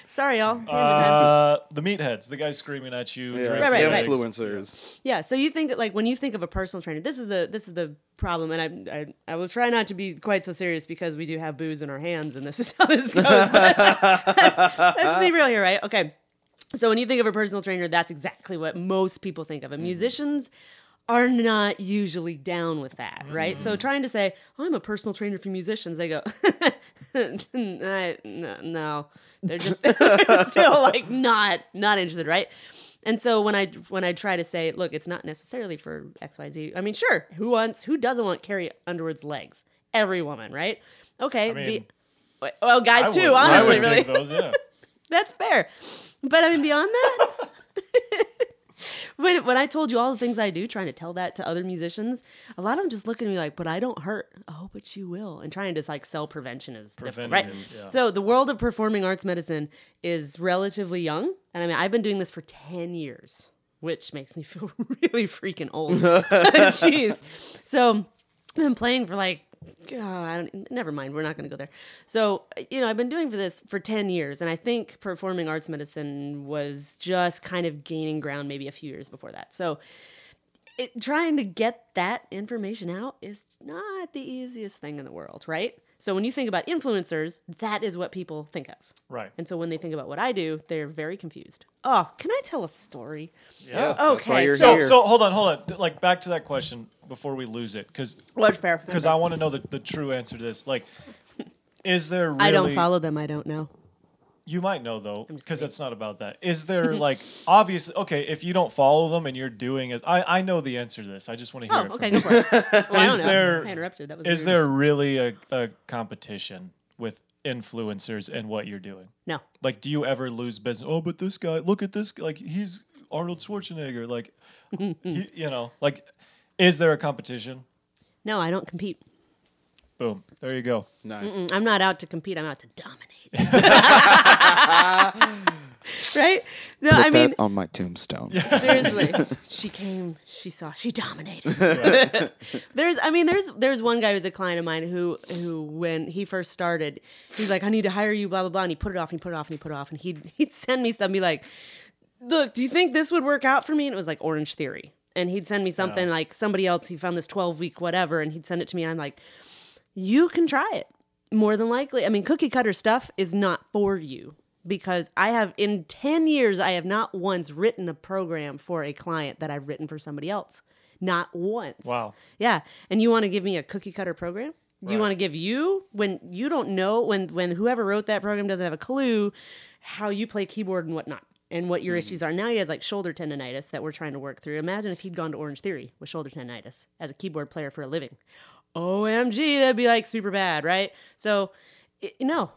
[SPEAKER 4] sorry, y'all. Tangent time.
[SPEAKER 1] uh, the meatheads, the guy screaming at you.
[SPEAKER 3] Yeah.
[SPEAKER 1] drinking
[SPEAKER 4] Right, right, right.
[SPEAKER 1] eggs.
[SPEAKER 3] Influencers.
[SPEAKER 4] Yeah. So you think like when you think of a personal trainer, this is the this is the problem, and I I, I will try not to be quite so serious because we do have booze in our hands, and this is how this goes. But let's, let's
[SPEAKER 1] Uh,
[SPEAKER 4] be real here, right? Okay. So when you think of a personal trainer, that's exactly what most people think of. And
[SPEAKER 1] Mm-hmm.
[SPEAKER 4] musicians are not usually down with that, right? So
[SPEAKER 1] Mm-hmm.
[SPEAKER 4] trying to say, oh, "I'm a personal trainer for musicians," they go, I- "No, no." they're just they're still like not not interested, right? And so when I when I try to say, "Look, it's not necessarily for X, Y, Z," I mean, sure, who wants who doesn't want Carrie Underwood's legs? Every woman, right? Okay,
[SPEAKER 1] mean,
[SPEAKER 4] be, well, guys
[SPEAKER 1] I
[SPEAKER 4] too,
[SPEAKER 1] would- I
[SPEAKER 4] honestly,
[SPEAKER 1] would
[SPEAKER 4] really.
[SPEAKER 1] dig those. Yeah.
[SPEAKER 4] That's fair. But I mean, beyond that, when, when I told you all the things I do, trying to tell that to other musicians, a lot of them just look at me like, but I don't hurt. Oh, but you will. And trying to like sell prevention is difficult, right?
[SPEAKER 1] Preventative, yeah.
[SPEAKER 4] So the world of performing arts medicine is relatively young. And I mean, I've been doing this for 10 years, which makes me feel really freaking old. Jeez. So I've been playing for like, God, I don't, never mind. We're not going to go there. So, you know, I've been doing for this for 10 years, and I think performing arts medicine was just kind of gaining ground maybe a few years before that. So, it, trying to get that information out is not the easiest thing in the world, right? So, when you think about influencers, that is what people think of.
[SPEAKER 1] Right.
[SPEAKER 4] And so, when they think about what I do, they're very confused. Oh, can I tell a story?
[SPEAKER 3] Yeah. That's
[SPEAKER 4] Okay,
[SPEAKER 3] why you're
[SPEAKER 1] So,
[SPEAKER 3] here.
[SPEAKER 1] so hold on, hold on. D- Like back to that question before we lose it, because
[SPEAKER 4] Well, fair.
[SPEAKER 1] because I want to know the, the true answer to this. Like, is there really?
[SPEAKER 4] I don't follow them. I don't know.
[SPEAKER 1] You might know though, because it's not about that. Is there like obviously okay? If you don't follow them and you're doing it, I I know the answer to this. I just want to hear
[SPEAKER 4] Oh,
[SPEAKER 1] it.
[SPEAKER 4] okay,
[SPEAKER 1] From
[SPEAKER 4] go for it. Well, I
[SPEAKER 1] Is
[SPEAKER 4] don't know.
[SPEAKER 1] there-
[SPEAKER 4] I interrupted. That was
[SPEAKER 1] you. Is
[SPEAKER 4] weird.
[SPEAKER 1] there really a, a competition with influencers and what you're doing?
[SPEAKER 4] no?
[SPEAKER 1] Like, do you ever lose business? Oh, but this guy, look at this. Like, he's Arnold Schwarzenegger. Like, he, you know, like, is there a competition?
[SPEAKER 4] No, I don't compete.
[SPEAKER 1] Boom. There you go.
[SPEAKER 3] Nice.
[SPEAKER 4] Mm, I'm not out to compete. I'm out to dominate. right? No, I mean
[SPEAKER 3] on my tombstone.
[SPEAKER 4] seriously. she came. She saw. She dominated. there's, I mean, there's, there's one guy who's a client of mine who, who when he first started, he's like, I need to hire you, blah blah blah, and he put it off, and he put it off, and he put it off, and he'd, he'd send me something like, look, do you think this would work out for me? And it was like Orange Theory. And he'd send me something like somebody else, he found this 12 week whatever, and he'd send it to me. And I'm like, you can try it more than likely. I mean, cookie cutter stuff is not for you because I have, in 10 years, I have not once written a program for a client that I've written for somebody else. Not once.
[SPEAKER 1] Wow.
[SPEAKER 4] Yeah. And you want to give me a cookie cutter program? You want to give you when you don't know when when whoever wrote that program doesn't have a clue how you play keyboard and whatnot and what your issues are. Now he has like shoulder tendonitis that we're trying to work through. Imagine if he'd gone to Orange Theory with shoulder tendonitis as a keyboard player for a living. OMG, that'd be like super bad, right? So it, no.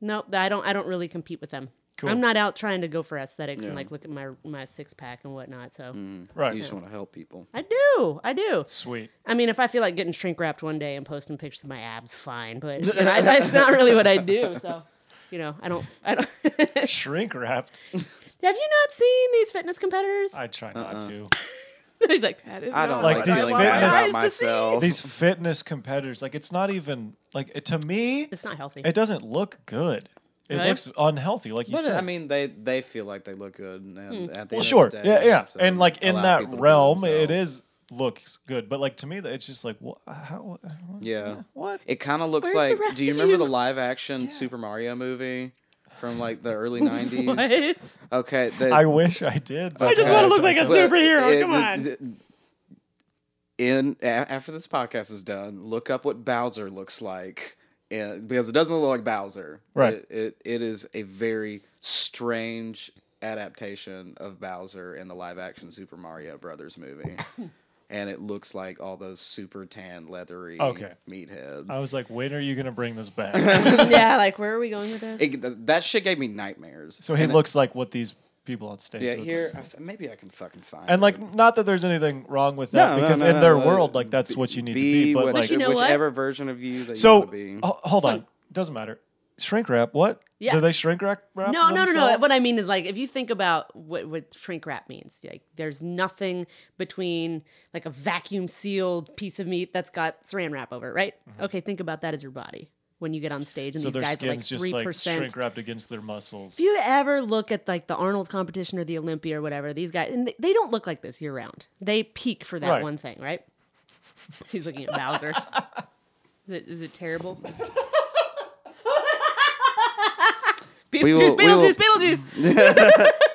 [SPEAKER 4] No, I don't I don't really compete with them. I'm not out trying to go for aesthetics and like look at my my six pack and whatnot. So
[SPEAKER 1] Right.
[SPEAKER 3] You just want to help people.
[SPEAKER 4] I do. I do.
[SPEAKER 1] Sweet.
[SPEAKER 4] I mean, if I feel like getting shrink wrapped one day and posting pictures of my abs, fine. But you know, I, that's not really what I do. So you know, I don't, I don't. Have
[SPEAKER 1] Shrink wrapped.
[SPEAKER 4] you not seen these fitness competitors?
[SPEAKER 1] I try not to.
[SPEAKER 4] He's like, that is
[SPEAKER 3] I don't
[SPEAKER 4] not
[SPEAKER 1] Like
[SPEAKER 3] like,
[SPEAKER 4] what
[SPEAKER 1] these
[SPEAKER 4] I
[SPEAKER 3] feeling
[SPEAKER 4] want
[SPEAKER 1] fitness-
[SPEAKER 3] bad
[SPEAKER 4] my eyes
[SPEAKER 3] about
[SPEAKER 4] to see.
[SPEAKER 3] myself.
[SPEAKER 1] These fitness competitors, like it's not even like to me,
[SPEAKER 4] It's not healthy.
[SPEAKER 1] it doesn't look good. It
[SPEAKER 4] Right?
[SPEAKER 1] looks unhealthy, like you
[SPEAKER 3] But
[SPEAKER 1] said. Hmm.
[SPEAKER 3] I mean, they they feel like they look good. And at the
[SPEAKER 1] well,
[SPEAKER 3] end
[SPEAKER 1] sure,
[SPEAKER 3] of the day,
[SPEAKER 1] yeah,
[SPEAKER 3] they
[SPEAKER 1] yeah,
[SPEAKER 3] have to
[SPEAKER 1] and like in
[SPEAKER 3] allow
[SPEAKER 1] that
[SPEAKER 3] people to be
[SPEAKER 1] realm, it
[SPEAKER 3] themselves.
[SPEAKER 1] is looks good, but like to me, it's just like wha- how, what?
[SPEAKER 3] Yeah.
[SPEAKER 1] what?
[SPEAKER 3] It kind of looks
[SPEAKER 4] Where's the
[SPEAKER 3] like.
[SPEAKER 4] rest
[SPEAKER 3] Do you
[SPEAKER 4] of
[SPEAKER 3] remember
[SPEAKER 4] you?
[SPEAKER 3] the live action Super Mario movie from like the early '90s?
[SPEAKER 4] What?
[SPEAKER 3] okay, the,
[SPEAKER 1] I wish I did. But
[SPEAKER 4] I just want to look like a
[SPEAKER 3] But
[SPEAKER 4] superhero.
[SPEAKER 3] it-
[SPEAKER 4] Come on.
[SPEAKER 3] it- In a- after this podcast is done, look up what Bowser looks like, and, because it doesn't look like Bowser.
[SPEAKER 1] Right.
[SPEAKER 3] It, it it is a very strange adaptation of Bowser in the live action Super Mario Brothers movie. And it looks like all those super tan, leathery
[SPEAKER 1] Okay.
[SPEAKER 3] meatheads.
[SPEAKER 1] I was like, when are you gonna bring this back?
[SPEAKER 4] yeah, like where are we going with this?
[SPEAKER 3] It- th- that shit gave me nightmares.
[SPEAKER 1] so he looks like what these people on stage.
[SPEAKER 3] yeah,
[SPEAKER 1] look
[SPEAKER 3] here I s- maybe I can fucking find.
[SPEAKER 1] And like,
[SPEAKER 3] it.
[SPEAKER 1] not that there's anything wrong with that,
[SPEAKER 3] No, no,
[SPEAKER 1] because
[SPEAKER 3] no,
[SPEAKER 1] in
[SPEAKER 3] no,
[SPEAKER 1] their
[SPEAKER 3] no.
[SPEAKER 1] world, like that's what you need to be. But
[SPEAKER 3] what-
[SPEAKER 1] like,
[SPEAKER 4] you know what?
[SPEAKER 3] whichever version of you that you
[SPEAKER 1] so oh,
[SPEAKER 3] want to be.
[SPEAKER 1] ho- hold on, doesn't matter. Shrink wrap? What?
[SPEAKER 4] Yeah.
[SPEAKER 1] Do they shrink wrap? wrap
[SPEAKER 4] No, no, no, no.
[SPEAKER 1] themselves?
[SPEAKER 4] What I mean is like if you think about what, what shrink wrap means, like there's nothing between like a vacuum sealed piece of meat that's got saran wrap over it, right? Okay, think about that as your body when you get on stage
[SPEAKER 1] Mm-hmm.
[SPEAKER 4] and
[SPEAKER 1] So
[SPEAKER 4] these
[SPEAKER 1] their
[SPEAKER 4] guys are like
[SPEAKER 1] skin's
[SPEAKER 4] three
[SPEAKER 1] just like
[SPEAKER 4] percent.
[SPEAKER 1] shrink wrapped against their muscles.
[SPEAKER 4] if you ever look at like the Arnold competition or the Olympia or whatever, these guys and they, they don't look like this year round. They peak for that
[SPEAKER 1] Right.
[SPEAKER 4] one thing, right? He's looking at Bowser. is, it, is it terrible? Beetlejuice,
[SPEAKER 3] We will- we will-
[SPEAKER 4] Beetlejuice, Beetlejuice.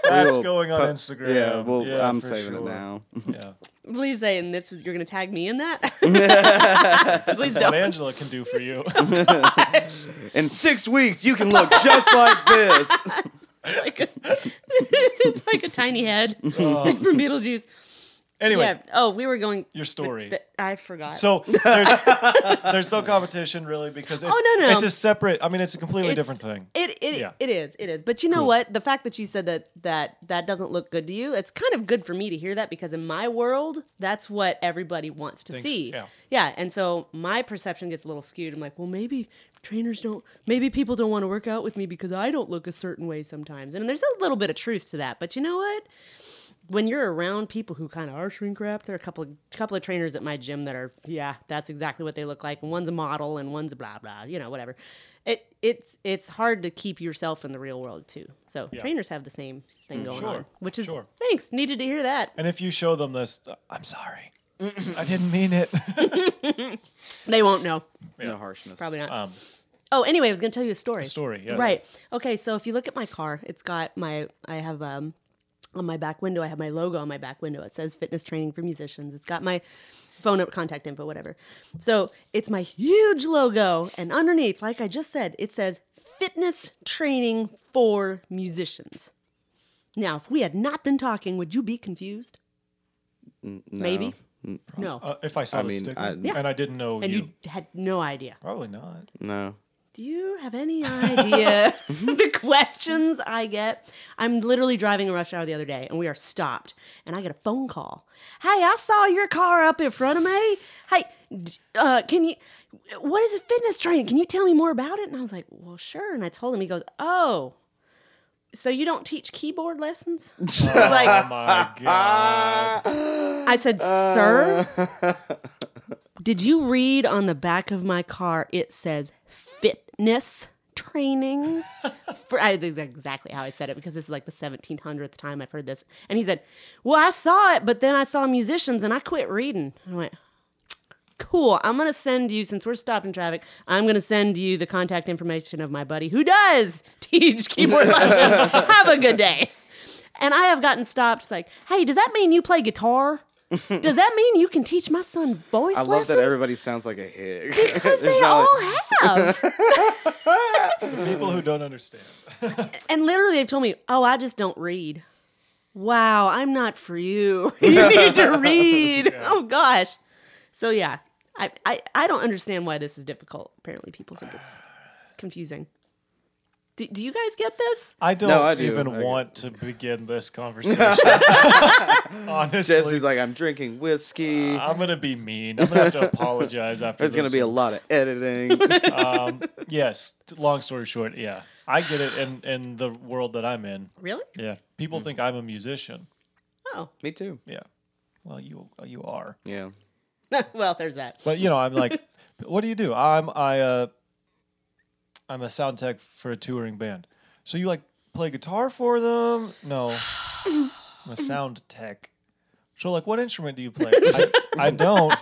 [SPEAKER 1] That's
[SPEAKER 3] We'll
[SPEAKER 1] going on
[SPEAKER 3] pu-
[SPEAKER 1] Instagram.
[SPEAKER 3] Yeah, well, I'm
[SPEAKER 1] for
[SPEAKER 3] saving it
[SPEAKER 1] sure.
[SPEAKER 3] now.
[SPEAKER 1] Yeah.
[SPEAKER 4] Please say, and this is you're gonna tag me in that.
[SPEAKER 1] This is
[SPEAKER 4] Please
[SPEAKER 1] what
[SPEAKER 4] don't.
[SPEAKER 1] Angela can do for you.
[SPEAKER 3] In six weeks, you can look just like this.
[SPEAKER 4] like a, it's like a tiny head from Beetlejuice.
[SPEAKER 1] Oh. Anyways,
[SPEAKER 4] Yeah. Oh, we were going.
[SPEAKER 1] your story.
[SPEAKER 4] th- I forgot.
[SPEAKER 1] So there's, there's no competition really because it's
[SPEAKER 4] Oh, no, no, no.
[SPEAKER 1] it's a separate. I mean, it's a completely
[SPEAKER 4] It's-
[SPEAKER 1] different thing.
[SPEAKER 4] It it,
[SPEAKER 1] Yeah.
[SPEAKER 4] it is it is. But you know what? The fact that you said that that that doesn't look good to you, it's kind of good for me to hear that because in my world, that's what everybody wants to
[SPEAKER 1] Thinks-
[SPEAKER 4] see.
[SPEAKER 1] yeah.
[SPEAKER 4] And so my perception gets a little skewed. I'm like, well, maybe trainers don't. Maybe people don't want to work out with me because I don't look a certain way sometimes. And there's a little bit of truth to that. But you know what? When you're around people who kind of are shrink wrapped, there are a couple of, couple of trainers at my gym that are, yeah, that's exactly what they look like. And one's a model and one's a blah blah, you know, whatever. It it's it's hard to keep yourself in the real world too. So trainers have the same thing going
[SPEAKER 1] Mm, sure,
[SPEAKER 4] on, which is
[SPEAKER 1] sure.
[SPEAKER 4] thanks. Needed to hear that.
[SPEAKER 1] And if you show them this, uh, I'm sorry, I didn't mean it.
[SPEAKER 4] They won't know,
[SPEAKER 3] No harshness.
[SPEAKER 4] probably not.
[SPEAKER 1] Um,
[SPEAKER 4] Oh, anyway, I was going to tell you a story.
[SPEAKER 1] story, yes.
[SPEAKER 4] Right. Okay, so if you look at my car, it's got my I have um on my back window, I have my logo on my back window. It says fitness training for musicians. It's got my phone up contact info whatever. So, it's my huge logo and underneath, like I just said, it says fitness training for musicians. Now, if we had not been talking, would you be confused?
[SPEAKER 3] No.
[SPEAKER 4] Maybe? No.
[SPEAKER 1] uh, if I saw
[SPEAKER 3] I
[SPEAKER 1] that
[SPEAKER 3] mean,
[SPEAKER 1] sticker
[SPEAKER 3] I- Yeah.
[SPEAKER 1] and I didn't know
[SPEAKER 4] and
[SPEAKER 1] you,
[SPEAKER 4] you had no idea.
[SPEAKER 1] probably not.
[SPEAKER 3] No.
[SPEAKER 4] Do you have any idea the questions I get? I'm literally driving a rush hour the other day and we are stopped and I get a phone call. Hey, I saw your car up in front of me. Hey, d- uh, can you, what is a fitness training? Can you tell me more about it? And I was like, well, sure. And I told him, he goes, oh, so you don't teach keyboard lessons? I was like,
[SPEAKER 1] Oh my god!
[SPEAKER 4] I said, Sir, did you read on the back of my car it says fitness training? For, I, that's exactly how I said it because this is like the 1700th time I've heard this. And he said, Well, I saw it, but then I saw musicians and I quit reading. And I went, Cool. I'm going to send you, since we're stopped in traffic, I'm going to send you the contact information of my buddy who does teach keyboard lessons. Have a good day. And I have gotten stopped like, hey, does that mean you play guitar? Does that mean you can teach my son voice
[SPEAKER 3] I love that
[SPEAKER 4] lessons?
[SPEAKER 3] everybody sounds like a hick.
[SPEAKER 4] because
[SPEAKER 3] It's
[SPEAKER 4] they
[SPEAKER 3] not like-
[SPEAKER 4] all have.
[SPEAKER 1] People who don't understand.
[SPEAKER 4] and literally they've told me, oh, I just don't read. Wow, I'm not for you. you need to read. Oh gosh. So yeah. I, I, I don't understand why this is difficult. Apparently people think it's confusing. Do, do you guys get this?
[SPEAKER 1] I don't
[SPEAKER 3] No, I do.
[SPEAKER 1] even
[SPEAKER 3] I-
[SPEAKER 1] want to begin this conversation. Honestly,
[SPEAKER 3] Jesse's like, I'm drinking whiskey.
[SPEAKER 1] I'm gonna be mean. I'm gonna have to apologize after.
[SPEAKER 3] There's
[SPEAKER 1] this
[SPEAKER 3] gonna be a
[SPEAKER 1] one.
[SPEAKER 3] lot of editing.
[SPEAKER 1] yes. t- Long story short, yeah. I get it in, in the world that I'm in.
[SPEAKER 4] Really?
[SPEAKER 1] Yeah.
[SPEAKER 3] Mm.
[SPEAKER 1] People think I'm a musician.
[SPEAKER 4] Oh,
[SPEAKER 3] Me too.
[SPEAKER 1] Yeah. Well, you you are.
[SPEAKER 3] Yeah.
[SPEAKER 4] well, there's that.
[SPEAKER 1] But you know, I'm like, what do you do? I'm I uh, I'm a sound tech for a touring band. So you like play guitar for them? No, I'm a sound tech. So like, what instrument do you play? I, I don't.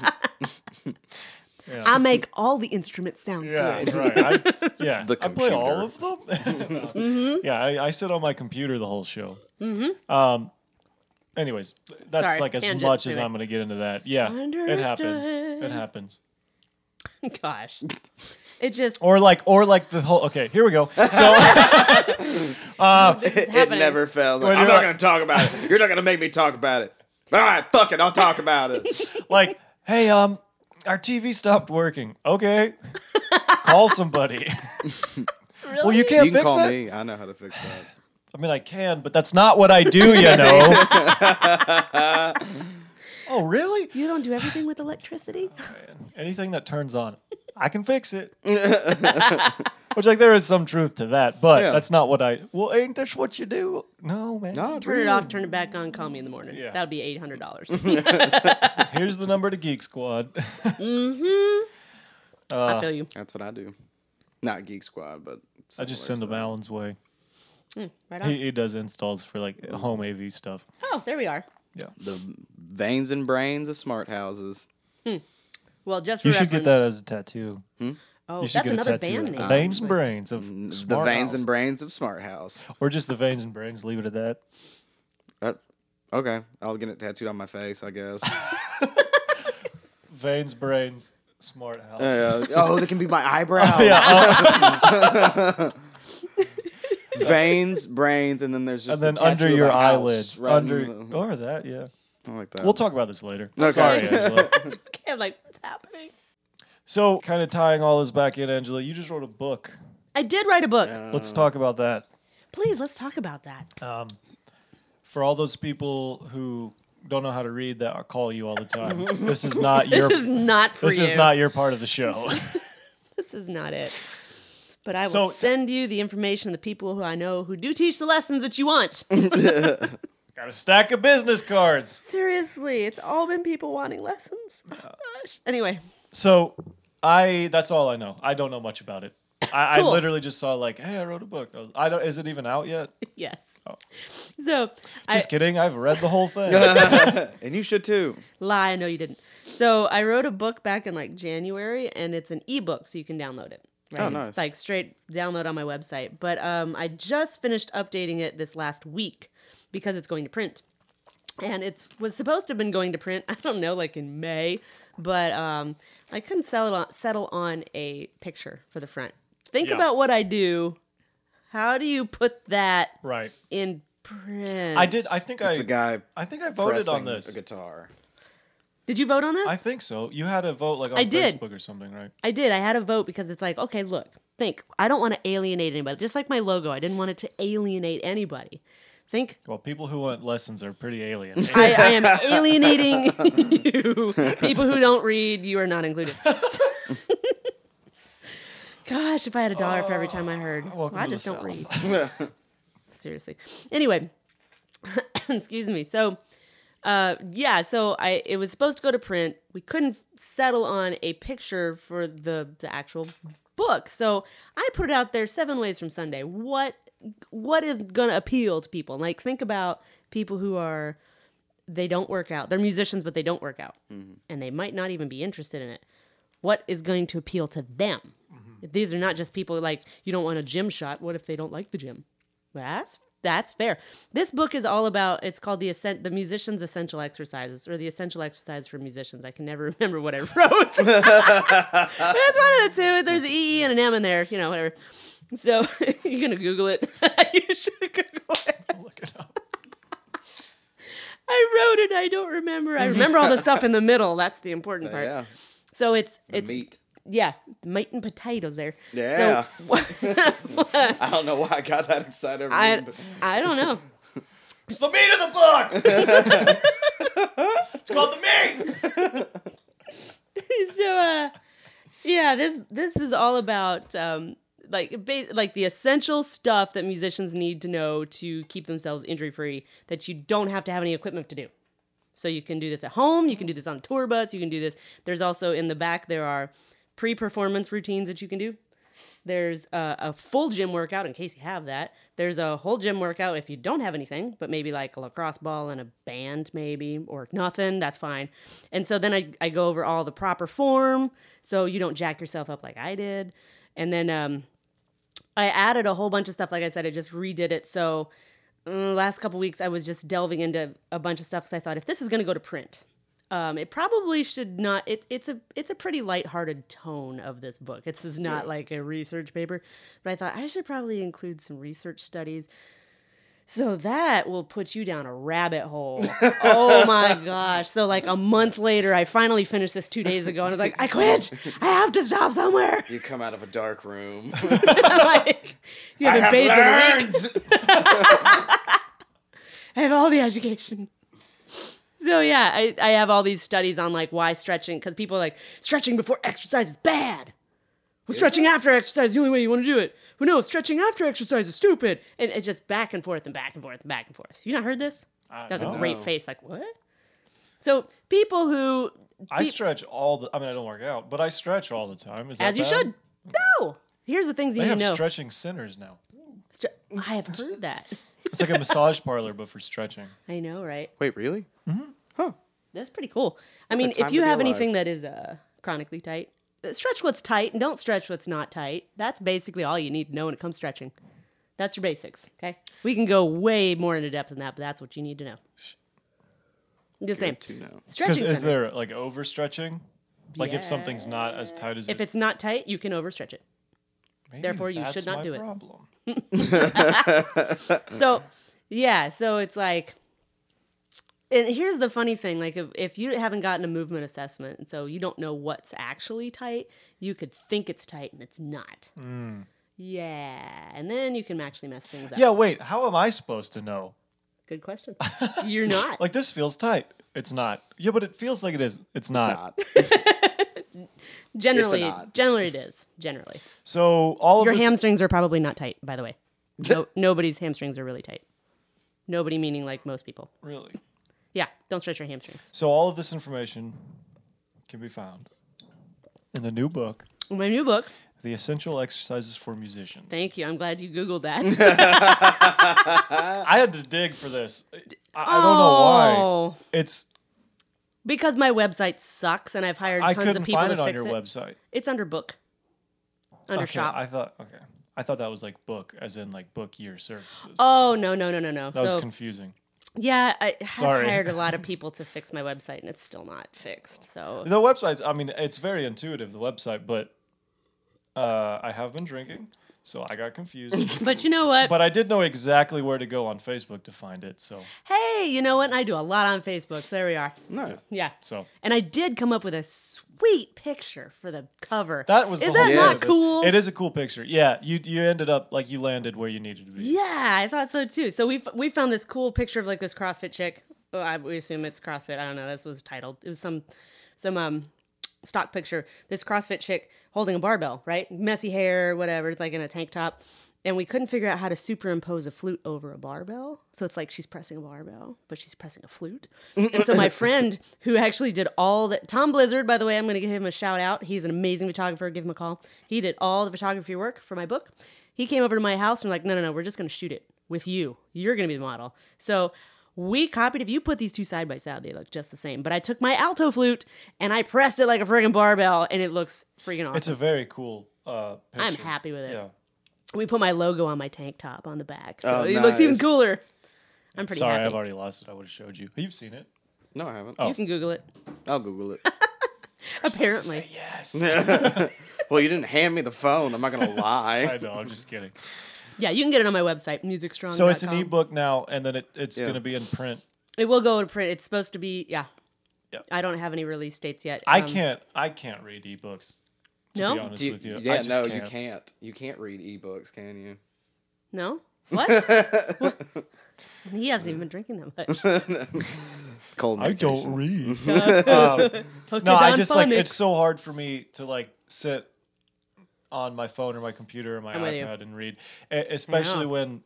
[SPEAKER 4] I make all the instruments sound
[SPEAKER 1] Yeah,
[SPEAKER 4] good.
[SPEAKER 1] right. I, yeah,
[SPEAKER 3] The
[SPEAKER 1] I play all of
[SPEAKER 3] computer.
[SPEAKER 1] them.
[SPEAKER 4] Mm-hmm.
[SPEAKER 1] Yeah, I, I sit on my computer the whole show. Mm-hmm. Um. Anyways, that's
[SPEAKER 4] Sorry,
[SPEAKER 1] like as
[SPEAKER 4] tangent,
[SPEAKER 1] much as
[SPEAKER 4] anyway.
[SPEAKER 1] I'm going to get into that. Yeah, it happens. It
[SPEAKER 4] Understood.
[SPEAKER 1] happens.
[SPEAKER 4] Gosh, it just
[SPEAKER 1] or like or like the whole okay here we go so
[SPEAKER 4] it
[SPEAKER 3] It never fails. Like,
[SPEAKER 1] When
[SPEAKER 3] I'm
[SPEAKER 1] you're
[SPEAKER 3] not
[SPEAKER 1] like-
[SPEAKER 3] gonna talk about it. You're not gonna make me talk about it. All right, fuck it. I'll talk about it.
[SPEAKER 1] like hey um our tv stopped working okay call somebody
[SPEAKER 4] Really?
[SPEAKER 1] well you can't
[SPEAKER 3] you can
[SPEAKER 1] fix
[SPEAKER 3] call
[SPEAKER 1] it
[SPEAKER 3] me. I know how to fix that.
[SPEAKER 1] i mean i can but that's not what i do you know oh really
[SPEAKER 4] You don't do everything with electricity.
[SPEAKER 1] anything that turns on i can fix it which like there is some truth to that but
[SPEAKER 3] Yeah.
[SPEAKER 1] that's not what i well ain't this what you do no man
[SPEAKER 3] Not
[SPEAKER 4] Turn it off. Turn it back on. Call me in the morning.
[SPEAKER 1] Yeah.
[SPEAKER 4] That'll be eight hundred dollars. Mm-hmm.
[SPEAKER 1] here's the number to geek squad Uh,
[SPEAKER 4] I feel you.
[SPEAKER 3] That's what I do. Not Geek Squad, but
[SPEAKER 1] i just send them alan's way
[SPEAKER 4] Right on.
[SPEAKER 1] he, he does installs for like home av stuff
[SPEAKER 4] Oh, there we are.
[SPEAKER 3] the veins and brains of smart houses.
[SPEAKER 4] Well, just for
[SPEAKER 1] You should get
[SPEAKER 4] reference-
[SPEAKER 1] that as a tattoo.
[SPEAKER 4] Oh,
[SPEAKER 1] You should
[SPEAKER 4] that's
[SPEAKER 1] get a
[SPEAKER 4] another
[SPEAKER 1] tattoo.
[SPEAKER 4] band
[SPEAKER 1] The
[SPEAKER 4] name.
[SPEAKER 1] veins and brains of
[SPEAKER 3] the
[SPEAKER 1] Smart
[SPEAKER 3] veins
[SPEAKER 1] House.
[SPEAKER 3] and brains of smart house.
[SPEAKER 1] or just the veins and brains. Leave it at that.
[SPEAKER 3] That- okay, I'll get it tattooed on my face, I guess.
[SPEAKER 1] Veins, brains, smart house. uh,
[SPEAKER 3] Yeah. oh, that can be my eyebrows. veins, brains, and then there's
[SPEAKER 1] and
[SPEAKER 3] just
[SPEAKER 1] then
[SPEAKER 3] the tattoo
[SPEAKER 1] under
[SPEAKER 3] of
[SPEAKER 1] your
[SPEAKER 3] my house
[SPEAKER 1] eyelids,
[SPEAKER 3] right in
[SPEAKER 1] under
[SPEAKER 3] the-
[SPEAKER 1] or that, yeah.
[SPEAKER 3] I like that.
[SPEAKER 1] We'll talk about this later.
[SPEAKER 3] Okay.
[SPEAKER 1] Sorry, Angela.
[SPEAKER 4] Okay, I'm like, what's happening?
[SPEAKER 1] so, kind of tying all this back in, Angela, you just wrote a book.
[SPEAKER 4] I did write a book.
[SPEAKER 1] Let's
[SPEAKER 3] Uh.
[SPEAKER 1] talk about that.
[SPEAKER 4] Please, let's talk about that.
[SPEAKER 1] Uh, For all those people who don't know how to read that call you all the time, this is not your.
[SPEAKER 4] this is not for
[SPEAKER 1] this
[SPEAKER 4] you.
[SPEAKER 1] is not your part of the show.
[SPEAKER 4] This is not it. But I will
[SPEAKER 1] So-
[SPEAKER 4] send you the information of the people who I know who do teach the lessons that you want.
[SPEAKER 1] Got a stack of business cards.
[SPEAKER 4] Seriously, it's all been people wanting lessons. Oh, gosh. Anyway,
[SPEAKER 1] So I that's all I know. I don't know much about it. I,
[SPEAKER 4] Cool.
[SPEAKER 1] I literally just saw like, hey, I wrote a book. I was- I don't. Is it even out yet?
[SPEAKER 4] yes.
[SPEAKER 1] Oh.
[SPEAKER 4] So
[SPEAKER 1] Just
[SPEAKER 4] I,
[SPEAKER 1] kidding. I've read the whole thing.
[SPEAKER 3] and you should too.
[SPEAKER 4] lie, I know you didn't. So I wrote a book back in like January, and it's an ebook, so you can download it. Right?
[SPEAKER 3] Oh,
[SPEAKER 4] It's,
[SPEAKER 3] nice.
[SPEAKER 4] like straight download on my website. But um, I just finished updating it this last week because it's going to print. and it was supposed to have been going to print. I don't know, like in May, but um, I couldn't settle on, settle on a picture for the front. Think
[SPEAKER 1] Yeah.
[SPEAKER 4] about what I do. How do you put that
[SPEAKER 1] right.
[SPEAKER 4] in print?
[SPEAKER 1] I did. I think
[SPEAKER 3] It's
[SPEAKER 1] I.
[SPEAKER 3] a guy.
[SPEAKER 1] I think I voted on
[SPEAKER 3] pressing
[SPEAKER 1] this.
[SPEAKER 3] A guitar.
[SPEAKER 4] Did you vote on this?
[SPEAKER 1] I think so. You had a vote like on
[SPEAKER 4] I did.
[SPEAKER 1] Facebook or something, right?
[SPEAKER 4] I did. I had a vote because it's like, okay, look, think. I don't want to alienate anybody. Just like my logo, I didn't want it to alienate anybody. Think
[SPEAKER 1] Well, people who want lessons are pretty alien.
[SPEAKER 4] I, I am alienating you. People who don't read, you are not included. Gosh, if I had a dollar for every time I heard,
[SPEAKER 1] Oh, welcome
[SPEAKER 4] I
[SPEAKER 1] to the
[SPEAKER 4] just don't read. Seriously. Anyway, excuse me. So, uh, yeah, so I it was supposed to go to print. We couldn't settle on a picture for the the actual book, so I put it out there seven ways from Sunday. What what is gonna appeal to people? Like, think about people who are they don't work out. They're musicians, but they don't work out,
[SPEAKER 1] Mm-hmm.
[SPEAKER 4] and they might not even be interested in it. What is going to appeal to them? These are not just people like you don't want a gym shot. What if they don't like the gym? That's that's fair. This book is all about. It's called the Ascent, the musician's essential exercises, or the essential exercise for musicians. I can never remember what I wrote. But it's one of the two. There's an E and an M in there. You know, whatever. So you're gonna Google it. you should Google it.
[SPEAKER 1] Look it up.
[SPEAKER 4] I wrote it. I don't remember. I remember all the stuff in the middle. That's the important part.
[SPEAKER 3] Yeah.
[SPEAKER 4] So it's it's
[SPEAKER 3] Meat.
[SPEAKER 4] yeah, meat and potatoes there.
[SPEAKER 3] Yeah.
[SPEAKER 4] So
[SPEAKER 3] I don't know why I got that excited.
[SPEAKER 4] I I don't know.
[SPEAKER 1] It's the meat of the book. it's called the meat.
[SPEAKER 4] so uh yeah this this is all about um like ba- like the essential stuff that musicians need to know to keep themselves injury free that you don't have to have any equipment to do. So you can do this at home, you can do this on a tour bus, you can do this. There's also in the back there are pre-performance routines that you can do. There's a, a full gym workout in case you have that. There's a whole gym workout if you don't have anything, but maybe like a lacrosse ball and a band, maybe, or nothing, that's fine. And so then I, I go over all the proper form so you don't jack yourself up like I did. And then um, I added a whole bunch of stuff. Like I said, I just redid it. So uh, last couple weeks, I was just delving into a bunch of stuff because I thought if this is going to go to print, um, it probably should not. It, it's a it's a pretty lighthearted tone of this book. It's, it's not like a research paper, but I thought I should probably include some research studies. So that will put you down a rabbit hole. oh my gosh. So like a month later, I finally finished this two days ago and I was like, I quit. I have to stop somewhere.
[SPEAKER 3] You come out of a dark room.
[SPEAKER 4] like, you haven't bathed in a week. I have all the education. So yeah, I, I have all these studies on like why stretching because people are like stretching before exercise is bad. Well, stretching after exercise is the only way you want to do it. But no, stretching after exercise is stupid. And it's just back and forth and back and forth and back and forth. You not heard this? That was a
[SPEAKER 1] no.
[SPEAKER 4] great face. Like what? So people who,
[SPEAKER 1] I stretch all the. I mean, I don't work out, but I stretch all the time. Is that
[SPEAKER 4] as you
[SPEAKER 1] bad?
[SPEAKER 4] should, no. Here's the things you
[SPEAKER 1] They
[SPEAKER 4] need
[SPEAKER 1] have
[SPEAKER 4] to know.
[SPEAKER 1] stretching centers now.
[SPEAKER 4] Stre- I have heard that.
[SPEAKER 1] It's like a massage parlor, but for stretching.
[SPEAKER 4] I know, right?
[SPEAKER 2] Wait, really?
[SPEAKER 4] That's pretty cool. I mean,
[SPEAKER 2] time
[SPEAKER 4] if
[SPEAKER 2] to
[SPEAKER 4] you
[SPEAKER 2] be
[SPEAKER 4] have
[SPEAKER 2] alive.
[SPEAKER 4] anything that is uh, chronically tight, uh, stretch what's tight and don't stretch what's not tight. That's basically all you need to know when it comes to stretching. That's your basics, okay? We can go way more into depth than that, but that's what you need to know. The same.
[SPEAKER 3] to know.
[SPEAKER 1] Because
[SPEAKER 4] Stretching
[SPEAKER 1] is
[SPEAKER 4] is
[SPEAKER 1] there like overstretching? Like if something's not as tight as
[SPEAKER 4] If it's not tight, you can overstretch it.
[SPEAKER 1] Maybe
[SPEAKER 4] therefore you should
[SPEAKER 1] that's
[SPEAKER 4] not
[SPEAKER 1] my
[SPEAKER 4] do it.
[SPEAKER 1] Problem.
[SPEAKER 4] so yeah so it's like and here's the funny thing like if, if you haven't gotten a movement assessment and so you don't know what's actually tight you could think it's tight and it's not yeah and then you can actually mess things up
[SPEAKER 1] Mm. Yeah, wait. How am I supposed to know?
[SPEAKER 4] good question you're not
[SPEAKER 1] Like this feels tight. It's not. Yeah, but it feels like it is. It's not.
[SPEAKER 4] generally
[SPEAKER 3] not.
[SPEAKER 4] generally it is generally
[SPEAKER 1] So all of
[SPEAKER 4] your
[SPEAKER 1] this,
[SPEAKER 4] hamstrings are probably not tight by the way no, nobody's hamstrings are really tight nobody meaning like most people
[SPEAKER 1] really.
[SPEAKER 4] yeah don't stretch your hamstrings
[SPEAKER 1] So all of this information can be found in the new book,
[SPEAKER 4] my new book
[SPEAKER 1] The Essential Exercises for Musicians.
[SPEAKER 4] thank you i'm glad you googled that
[SPEAKER 1] I had to dig for this. I, I don't know why.
[SPEAKER 4] Oh,
[SPEAKER 1] It's
[SPEAKER 4] Because my website sucks and I've hired
[SPEAKER 1] I
[SPEAKER 4] tons of
[SPEAKER 1] couldn't
[SPEAKER 4] people
[SPEAKER 1] find
[SPEAKER 4] to
[SPEAKER 1] it on
[SPEAKER 4] fix
[SPEAKER 1] your
[SPEAKER 4] it.
[SPEAKER 1] website.
[SPEAKER 4] It's under book. Under
[SPEAKER 1] Okay,
[SPEAKER 4] shop.
[SPEAKER 1] I thought okay. I thought that was like book, as in like book year services.
[SPEAKER 4] oh no, no, no, no, no.
[SPEAKER 1] that was
[SPEAKER 4] so
[SPEAKER 1] confusing.
[SPEAKER 4] yeah, I have
[SPEAKER 1] Sorry.
[SPEAKER 4] hired a lot of people to fix my website and it's still not fixed. So
[SPEAKER 1] The website's, I mean, it's very intuitive, the website, but uh, I have been drinking, so I got confused.
[SPEAKER 4] But you know what?
[SPEAKER 1] but I did know exactly where to go on Facebook to find it, so,
[SPEAKER 4] hey, you know what? I do a lot on Facebook, so there we are.
[SPEAKER 3] No.
[SPEAKER 4] Yeah.
[SPEAKER 1] so.
[SPEAKER 4] And I did come up with a sweet picture for the cover.
[SPEAKER 1] That was
[SPEAKER 4] Is
[SPEAKER 1] the
[SPEAKER 4] that
[SPEAKER 1] whole point
[SPEAKER 4] not
[SPEAKER 1] of this.
[SPEAKER 4] cool?
[SPEAKER 1] It is a cool picture. Yeah, you you ended up like you landed where you needed to be.
[SPEAKER 4] Yeah, I thought so too. So we f- we found this cool picture of like this CrossFit chick. Oh, I, we assume it's CrossFit. I don't know. This was titled. It was some some um stock picture. This CrossFit chick holding a barbell, right? Messy hair, whatever. It's like in a tank top. And we couldn't figure out how to superimpose a flute over a barbell. So it's like she's pressing a barbell, but she's pressing a flute. And so my friend, who actually did all that, Tom Blizzard, by the way, I'm going to give him a shout out. He's an amazing photographer. Give him a call. He did all the photography work for my book. He came over to my house and like, no, no, no, we're just going to shoot it with you. You're going to be the model. So we copied. If you put these two side by side, they look just the same. But I took my alto flute and I pressed it like a friggin' barbell, and it looks freaking awesome.
[SPEAKER 1] It's a very cool uh, picture.
[SPEAKER 4] I'm happy with it.
[SPEAKER 1] Yeah.
[SPEAKER 4] We put my logo on my tank top on the back, so
[SPEAKER 3] Oh,
[SPEAKER 4] it looks even
[SPEAKER 3] nice.
[SPEAKER 4] cooler. I'm pretty
[SPEAKER 1] Sorry,
[SPEAKER 4] happy.
[SPEAKER 1] I've already lost it. I would have showed you. You've seen it.
[SPEAKER 3] No, I haven't.
[SPEAKER 1] Oh.
[SPEAKER 4] You can Google it.
[SPEAKER 3] I'll Google it.
[SPEAKER 4] Apparently,
[SPEAKER 1] Yes.
[SPEAKER 3] well, you didn't hand me the phone. I'm not gonna
[SPEAKER 1] I
[SPEAKER 3] lie.
[SPEAKER 1] know. I'm just kidding.
[SPEAKER 4] yeah, you can get it on my website, musicstrong.
[SPEAKER 1] So it's an ebook now, and then it, it's
[SPEAKER 3] Yeah.
[SPEAKER 1] going to be in print.
[SPEAKER 4] It will go to print. It's supposed to be. Yeah.
[SPEAKER 1] Yeah.
[SPEAKER 4] I don't have any release dates yet.
[SPEAKER 1] I
[SPEAKER 4] Um,
[SPEAKER 1] can't. I can't read ebooks. To
[SPEAKER 4] No?
[SPEAKER 1] be honest
[SPEAKER 3] Do you-
[SPEAKER 1] with you,
[SPEAKER 3] yeah,
[SPEAKER 1] I just
[SPEAKER 3] no,
[SPEAKER 1] can't.
[SPEAKER 3] you can't. You can't read ebooks, can you?
[SPEAKER 4] No. What? what? He hasn't even been drinking that much.
[SPEAKER 3] Cold.
[SPEAKER 1] I don't
[SPEAKER 3] medication.
[SPEAKER 1] read.
[SPEAKER 4] Uh,
[SPEAKER 1] no, I
[SPEAKER 4] Don
[SPEAKER 1] just like
[SPEAKER 4] Phonics.
[SPEAKER 1] it's so hard for me to like sit on my phone or my computer or my
[SPEAKER 4] I'm with you.
[SPEAKER 1] iPad and read, E- especially
[SPEAKER 4] Yeah.
[SPEAKER 1] when.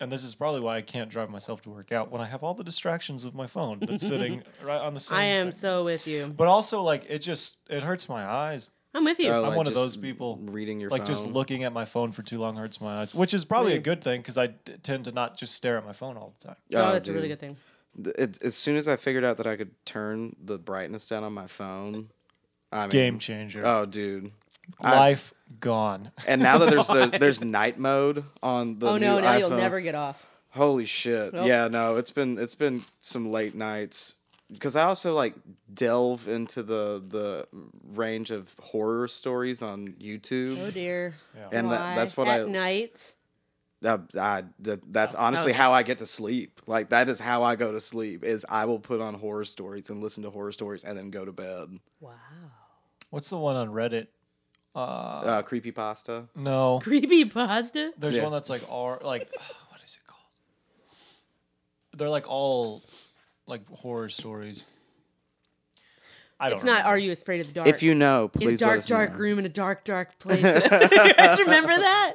[SPEAKER 1] And this is probably why I can't drive myself to work out when I have all the distractions of my phone that's sitting right on the same.
[SPEAKER 4] I am
[SPEAKER 1] thing.
[SPEAKER 4] so with you.
[SPEAKER 1] But also, like, it just it hurts my eyes.
[SPEAKER 4] I'm with you.
[SPEAKER 3] Oh,
[SPEAKER 1] I'm
[SPEAKER 3] like
[SPEAKER 1] one of
[SPEAKER 3] just
[SPEAKER 1] those people
[SPEAKER 3] reading your
[SPEAKER 1] like just
[SPEAKER 3] phone.
[SPEAKER 1] looking at my phone for too long hurts my eyes, which is probably a good thing because I d- tend to not just stare at my phone all the time.
[SPEAKER 4] oh,
[SPEAKER 3] Oh,
[SPEAKER 4] that's a really
[SPEAKER 3] dude.
[SPEAKER 4] good thing.
[SPEAKER 3] Th- it- as soon as I figured out that I could turn the brightness down on my phone, I mean,
[SPEAKER 1] Game changer,
[SPEAKER 3] Oh, dude. I-
[SPEAKER 1] life gone.
[SPEAKER 3] and now that there's the, there's night mode on the
[SPEAKER 4] Oh
[SPEAKER 3] new
[SPEAKER 4] no, now
[SPEAKER 3] iPhone,
[SPEAKER 4] you'll never get off.
[SPEAKER 3] Holy shit.
[SPEAKER 4] Nope.
[SPEAKER 3] Yeah, no, it's been it's been some late nights cuz I also like delve into the the range of horror stories on YouTube.
[SPEAKER 4] Oh dear.
[SPEAKER 3] And that-
[SPEAKER 4] Why?
[SPEAKER 3] that's what
[SPEAKER 4] at
[SPEAKER 3] I-
[SPEAKER 4] night.
[SPEAKER 3] Uh, I, that, that's honestly how I get to sleep. Like that is how I go to sleep. Is I will put on horror stories and listen to horror stories and then go to bed.
[SPEAKER 4] Wow.
[SPEAKER 1] What's the one on Reddit?
[SPEAKER 3] Uh, creepy pasta.
[SPEAKER 1] No,
[SPEAKER 4] Creepy pasta.
[SPEAKER 1] there's
[SPEAKER 3] Yeah.
[SPEAKER 1] one that's like all like what is it called? They're like all like horror stories. I don't.
[SPEAKER 4] It's not.
[SPEAKER 1] remember.
[SPEAKER 4] Are you afraid of the dark?
[SPEAKER 3] If you know,
[SPEAKER 4] in a
[SPEAKER 3] please let
[SPEAKER 4] dark,
[SPEAKER 3] us know.
[SPEAKER 4] dark room in a dark, dark place. you guys remember that?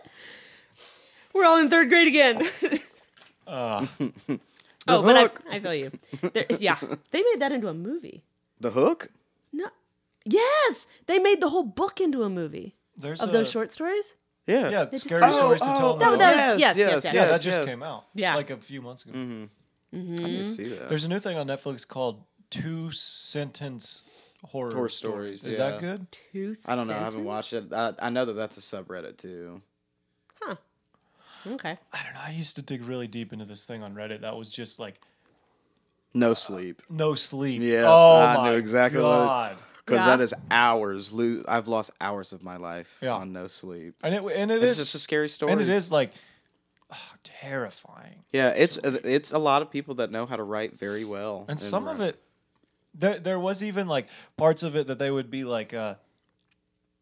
[SPEAKER 4] We're all in third grade again. oh, but
[SPEAKER 3] hook.
[SPEAKER 4] I, I feel you. There, yeah, they made that into a movie.
[SPEAKER 3] The hook.
[SPEAKER 4] No, yes, they made the whole book into a movie
[SPEAKER 1] There's
[SPEAKER 4] of
[SPEAKER 1] a,
[SPEAKER 4] those short stories.
[SPEAKER 3] Yeah.
[SPEAKER 1] Yeah,
[SPEAKER 4] just-
[SPEAKER 1] scary
[SPEAKER 4] Oh,
[SPEAKER 1] stories to tell. in the
[SPEAKER 4] that was-
[SPEAKER 1] dark.
[SPEAKER 4] that was- yes, yes, yes.
[SPEAKER 1] yeah,
[SPEAKER 4] yes,
[SPEAKER 1] that just
[SPEAKER 3] yes. Mm-hmm.
[SPEAKER 1] came out.
[SPEAKER 4] Yeah.
[SPEAKER 1] like a few months ago.
[SPEAKER 3] I
[SPEAKER 4] Mm-hmm.
[SPEAKER 3] didn't see that.
[SPEAKER 1] There's a new thing on Netflix called Two Sentence Horror,
[SPEAKER 3] Horror
[SPEAKER 1] Stories.
[SPEAKER 3] Stories,
[SPEAKER 1] Is
[SPEAKER 3] yeah.
[SPEAKER 1] that good?
[SPEAKER 4] Two.
[SPEAKER 3] I don't know. I haven't watched it. I, I know that that's a subreddit too.
[SPEAKER 4] Okay.
[SPEAKER 1] I don't know. I used to dig really deep into this thing on Reddit that was just like
[SPEAKER 3] No sleep
[SPEAKER 1] no sleep.
[SPEAKER 3] Uh, Yeah,
[SPEAKER 1] oh
[SPEAKER 3] I
[SPEAKER 1] my
[SPEAKER 3] know exactly what it-
[SPEAKER 1] God.
[SPEAKER 3] because
[SPEAKER 4] Yeah.
[SPEAKER 3] that is hours. Lo- I've lost hours of my life
[SPEAKER 1] Yeah.
[SPEAKER 3] on no sleep.
[SPEAKER 1] And it and it
[SPEAKER 3] It's
[SPEAKER 1] is-
[SPEAKER 3] just a scary story.
[SPEAKER 1] and it is like ah, terrifying.
[SPEAKER 3] Yeah, it's uh, it's a lot of people that know how to write very well.
[SPEAKER 1] And some of
[SPEAKER 3] write-
[SPEAKER 1] it, there there was even like parts of it that they would be like, uh,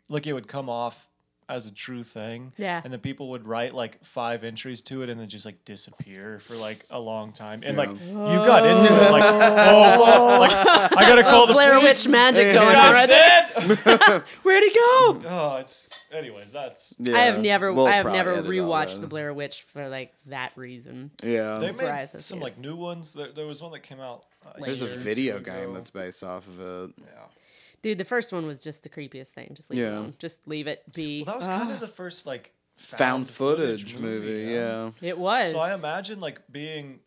[SPEAKER 1] like it would come off as a true thing.
[SPEAKER 4] Yeah.
[SPEAKER 1] And then people would write like five entries to it and then just like disappear for like a long time. And like you got into it like, oh, fuck, like, I gotta call the
[SPEAKER 4] Blair
[SPEAKER 1] police.
[SPEAKER 4] Witch magic
[SPEAKER 1] This
[SPEAKER 4] going on
[SPEAKER 1] guy's
[SPEAKER 4] right there.
[SPEAKER 1] dead.
[SPEAKER 4] Where'd he go?
[SPEAKER 1] oh, it's anyways. That's
[SPEAKER 4] I
[SPEAKER 3] Yeah,
[SPEAKER 4] have never,
[SPEAKER 3] we'll
[SPEAKER 4] I have
[SPEAKER 3] probably
[SPEAKER 4] never
[SPEAKER 3] edit all
[SPEAKER 4] rewatched
[SPEAKER 3] that.
[SPEAKER 4] the Blair Witch for like that reason.
[SPEAKER 1] they
[SPEAKER 3] Yeah,
[SPEAKER 4] where I
[SPEAKER 1] made
[SPEAKER 4] associate
[SPEAKER 1] some
[SPEAKER 4] it.
[SPEAKER 1] like new ones. There, there was one that came out. uh, a
[SPEAKER 3] there's a
[SPEAKER 1] year or two
[SPEAKER 3] video
[SPEAKER 1] ago.
[SPEAKER 3] game that's based off of it.
[SPEAKER 4] Dude, the first one was just the creepiest thing. Just leave it
[SPEAKER 3] Yeah.
[SPEAKER 4] alone. Just leave it be.
[SPEAKER 1] Well,
[SPEAKER 4] Uh,
[SPEAKER 1] that was
[SPEAKER 4] Ah.
[SPEAKER 1] kind of the first like
[SPEAKER 3] Found footage, movie. yeah.
[SPEAKER 4] it was.
[SPEAKER 1] So I imagine like being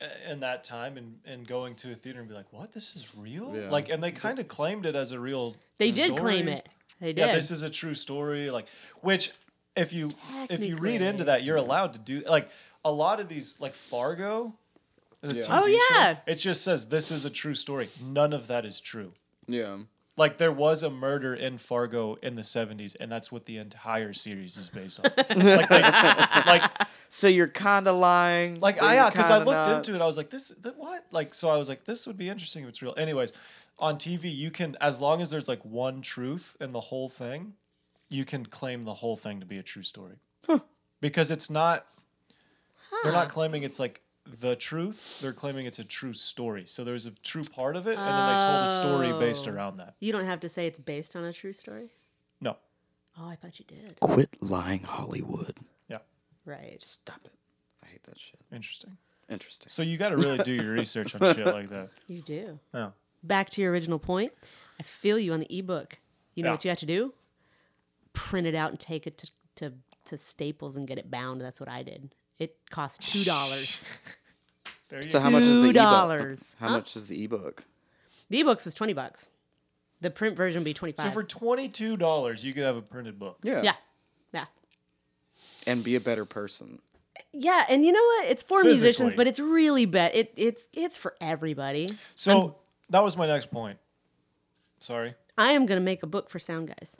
[SPEAKER 1] i- in that time and, and going to a theater and be like, what? This is real?
[SPEAKER 3] Yeah.
[SPEAKER 1] Like, and they kind of claimed it as a real.
[SPEAKER 4] They did
[SPEAKER 1] story.
[SPEAKER 4] claim it. They did.
[SPEAKER 1] Yeah, this is a true story. Like, which if you if you read into that, you're allowed to do like a lot of these like Fargo. the TV
[SPEAKER 4] Oh,
[SPEAKER 1] show,
[SPEAKER 4] yeah.
[SPEAKER 1] it just says this is a true story. None of that is true.
[SPEAKER 3] Yeah,
[SPEAKER 1] Like there was a murder in Fargo in the '70s, and that's what the entire series is based on. like, they, like
[SPEAKER 3] So you're kind of lying.
[SPEAKER 1] like
[SPEAKER 3] but
[SPEAKER 1] I,
[SPEAKER 3] you're
[SPEAKER 1] yeah, because I
[SPEAKER 3] kinda
[SPEAKER 1] looked
[SPEAKER 3] not.
[SPEAKER 1] into it, I was like, this, th- what? Like, so I was like, this would be interesting if it's real. Anyways, on TV, you can, as long as there's like one truth in the whole thing, you can claim the whole thing to be a true story, because it's not. They're not claiming it's like the truth. They're claiming it's a true story. So there's a true part of it, and then they told a story based
[SPEAKER 4] Oh.
[SPEAKER 1] around that.
[SPEAKER 4] you don't have to say it's based on a true story.
[SPEAKER 1] No,
[SPEAKER 4] Oh, I thought you did.
[SPEAKER 3] Quit lying, Hollywood.
[SPEAKER 1] yeah,
[SPEAKER 4] Right.
[SPEAKER 3] Stop it. I hate that shit.
[SPEAKER 1] interesting.
[SPEAKER 3] Interesting.
[SPEAKER 1] So you got to really do your research on shit like that.
[SPEAKER 4] You do.
[SPEAKER 1] Yeah.
[SPEAKER 4] Back to your original point. I feel you on the ebook. You know
[SPEAKER 1] Yeah.
[SPEAKER 4] what you have to do? Print it out and take it to, to, to Staples and get it bound. That's what I did. It cost two dollars.
[SPEAKER 1] There you
[SPEAKER 3] So
[SPEAKER 1] go.
[SPEAKER 3] how much is the ebook?
[SPEAKER 4] $2.
[SPEAKER 3] How much is the ebook?
[SPEAKER 4] the ebooks was twenty bucks. The print version would be twenty
[SPEAKER 1] So
[SPEAKER 4] five.
[SPEAKER 1] for twenty two dollars, you could have a printed book.
[SPEAKER 4] yeah. Yeah.
[SPEAKER 3] And be a better person.
[SPEAKER 4] Yeah, and you know what? It's for musicians,
[SPEAKER 1] Physically.
[SPEAKER 4] but it's really bet it it's it's for everybody.
[SPEAKER 1] So that was my next point. Sorry.
[SPEAKER 4] I am gonna make a book for sound guys.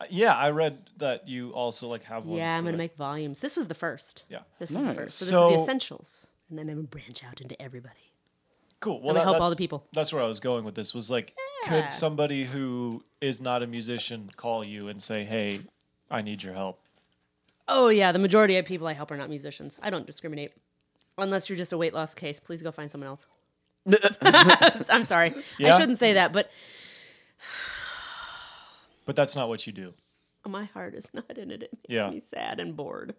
[SPEAKER 1] Uh, Yeah, I read that you also like have one.
[SPEAKER 4] Yeah, I'm
[SPEAKER 1] for
[SPEAKER 4] gonna
[SPEAKER 1] that.
[SPEAKER 4] make volumes. This was the first.
[SPEAKER 1] Yeah.
[SPEAKER 4] This is the first. So, this is
[SPEAKER 1] So-
[SPEAKER 4] the essentials. And then I'm gonna branch out into everybody.
[SPEAKER 1] Cool. Well,
[SPEAKER 4] gonna
[SPEAKER 1] that,
[SPEAKER 4] help all
[SPEAKER 1] that's-
[SPEAKER 4] the people.
[SPEAKER 1] That's where I was going with this. Was like,
[SPEAKER 4] Yeah.
[SPEAKER 1] could somebody who is not a musician call you and say, "Hey, I need your help"?
[SPEAKER 4] Oh yeah, the majority of people I help are not musicians. I don't discriminate. Unless you're just a weight loss case. Please go find someone else. I'm sorry.
[SPEAKER 1] Yeah?
[SPEAKER 4] I shouldn't say that, but
[SPEAKER 1] But that's not what you do.
[SPEAKER 4] my heart is not in it. It makes
[SPEAKER 1] Yeah.
[SPEAKER 4] me sad and bored.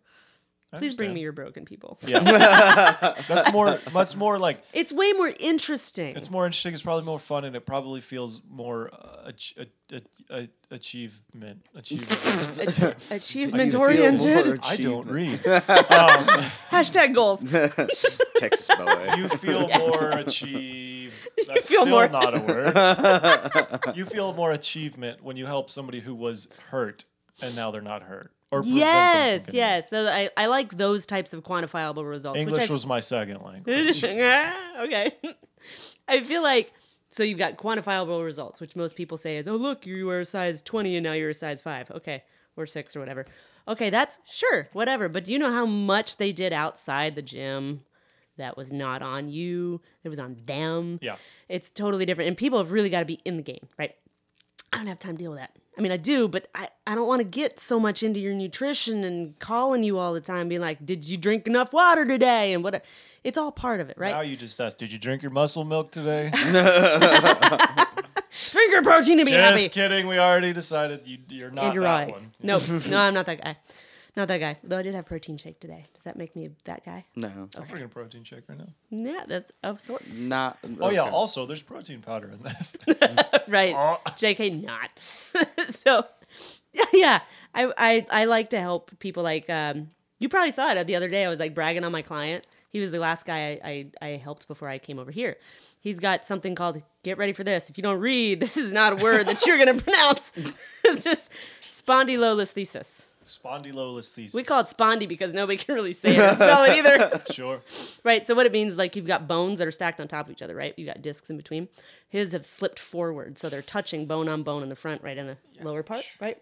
[SPEAKER 4] Please bring me your broken people.
[SPEAKER 1] That's more. That's more like.
[SPEAKER 4] It's way more interesting.
[SPEAKER 1] It's more interesting. It's probably more fun, and it probably feels more uh, ach- a- a- a- achievement. Achievement.
[SPEAKER 4] Ach- achievement
[SPEAKER 3] more
[SPEAKER 4] oriented.
[SPEAKER 1] I don't read.
[SPEAKER 4] Hashtag goals.
[SPEAKER 3] Texas boy.
[SPEAKER 1] You feel more achieved. That's
[SPEAKER 4] feel
[SPEAKER 1] still
[SPEAKER 4] more-
[SPEAKER 1] not a word. you feel more achievement when you help somebody who was hurt and now they're not hurt. Or prevent them from
[SPEAKER 4] Yes,
[SPEAKER 1] getting
[SPEAKER 4] yes. So I, I like those types of quantifiable results.
[SPEAKER 1] hurt.
[SPEAKER 4] which
[SPEAKER 1] English
[SPEAKER 4] I-
[SPEAKER 1] was my second language.
[SPEAKER 4] Ah, okay. I feel like so you've got quantifiable results, which most people say is, "Oh, look, you were a size 20 and now you're a size 5." Okay, or 6 or whatever. Okay, that's sure, whatever. But do you know how much they did outside the gym that was not on you? It was on them.
[SPEAKER 1] Yeah.
[SPEAKER 4] It's totally different. And people have really got to be in the game, right? I don't have time to deal with that. I mean, I do, but I, I don't want to get so much into your nutrition and calling you all the time, being like, did you drink enough water today? And what, it's all part of it, right?
[SPEAKER 1] Now you just ask, did you drink your muscle milk today?
[SPEAKER 4] Drink your protein to be happy.
[SPEAKER 1] Just kidding. We already decided you, you're not
[SPEAKER 4] Andrew
[SPEAKER 1] that
[SPEAKER 4] Ryan.
[SPEAKER 1] one.
[SPEAKER 4] No, no, I'm not that guy. Not that guy. Though I did have protein shake today. Does that make me that guy?
[SPEAKER 3] No,
[SPEAKER 1] I'm drinking a protein shake right now.
[SPEAKER 4] Yeah, that's of sorts.
[SPEAKER 3] not.
[SPEAKER 1] Oh yeah. Also, there's protein powder in this.
[SPEAKER 4] right. JK not. so yeah. I, I I like to help people like um you probably saw it the other day. I was like bragging on my client. He was the last guy I, I, I helped before I came over here. He's got something called get ready for this. If you don't read, this is not a word that you're gonna pronounce. it's just spondylolisthesis.
[SPEAKER 1] Spondylolisthesis.
[SPEAKER 4] We call it spondy because nobody can really say it or spell it either.
[SPEAKER 1] sure.
[SPEAKER 4] Right. So what it means, like you've got bones that are stacked on top of each other, right? You got discs in between. His have slipped forward, so they're touching bone on bone in the front, right in the lower part, right?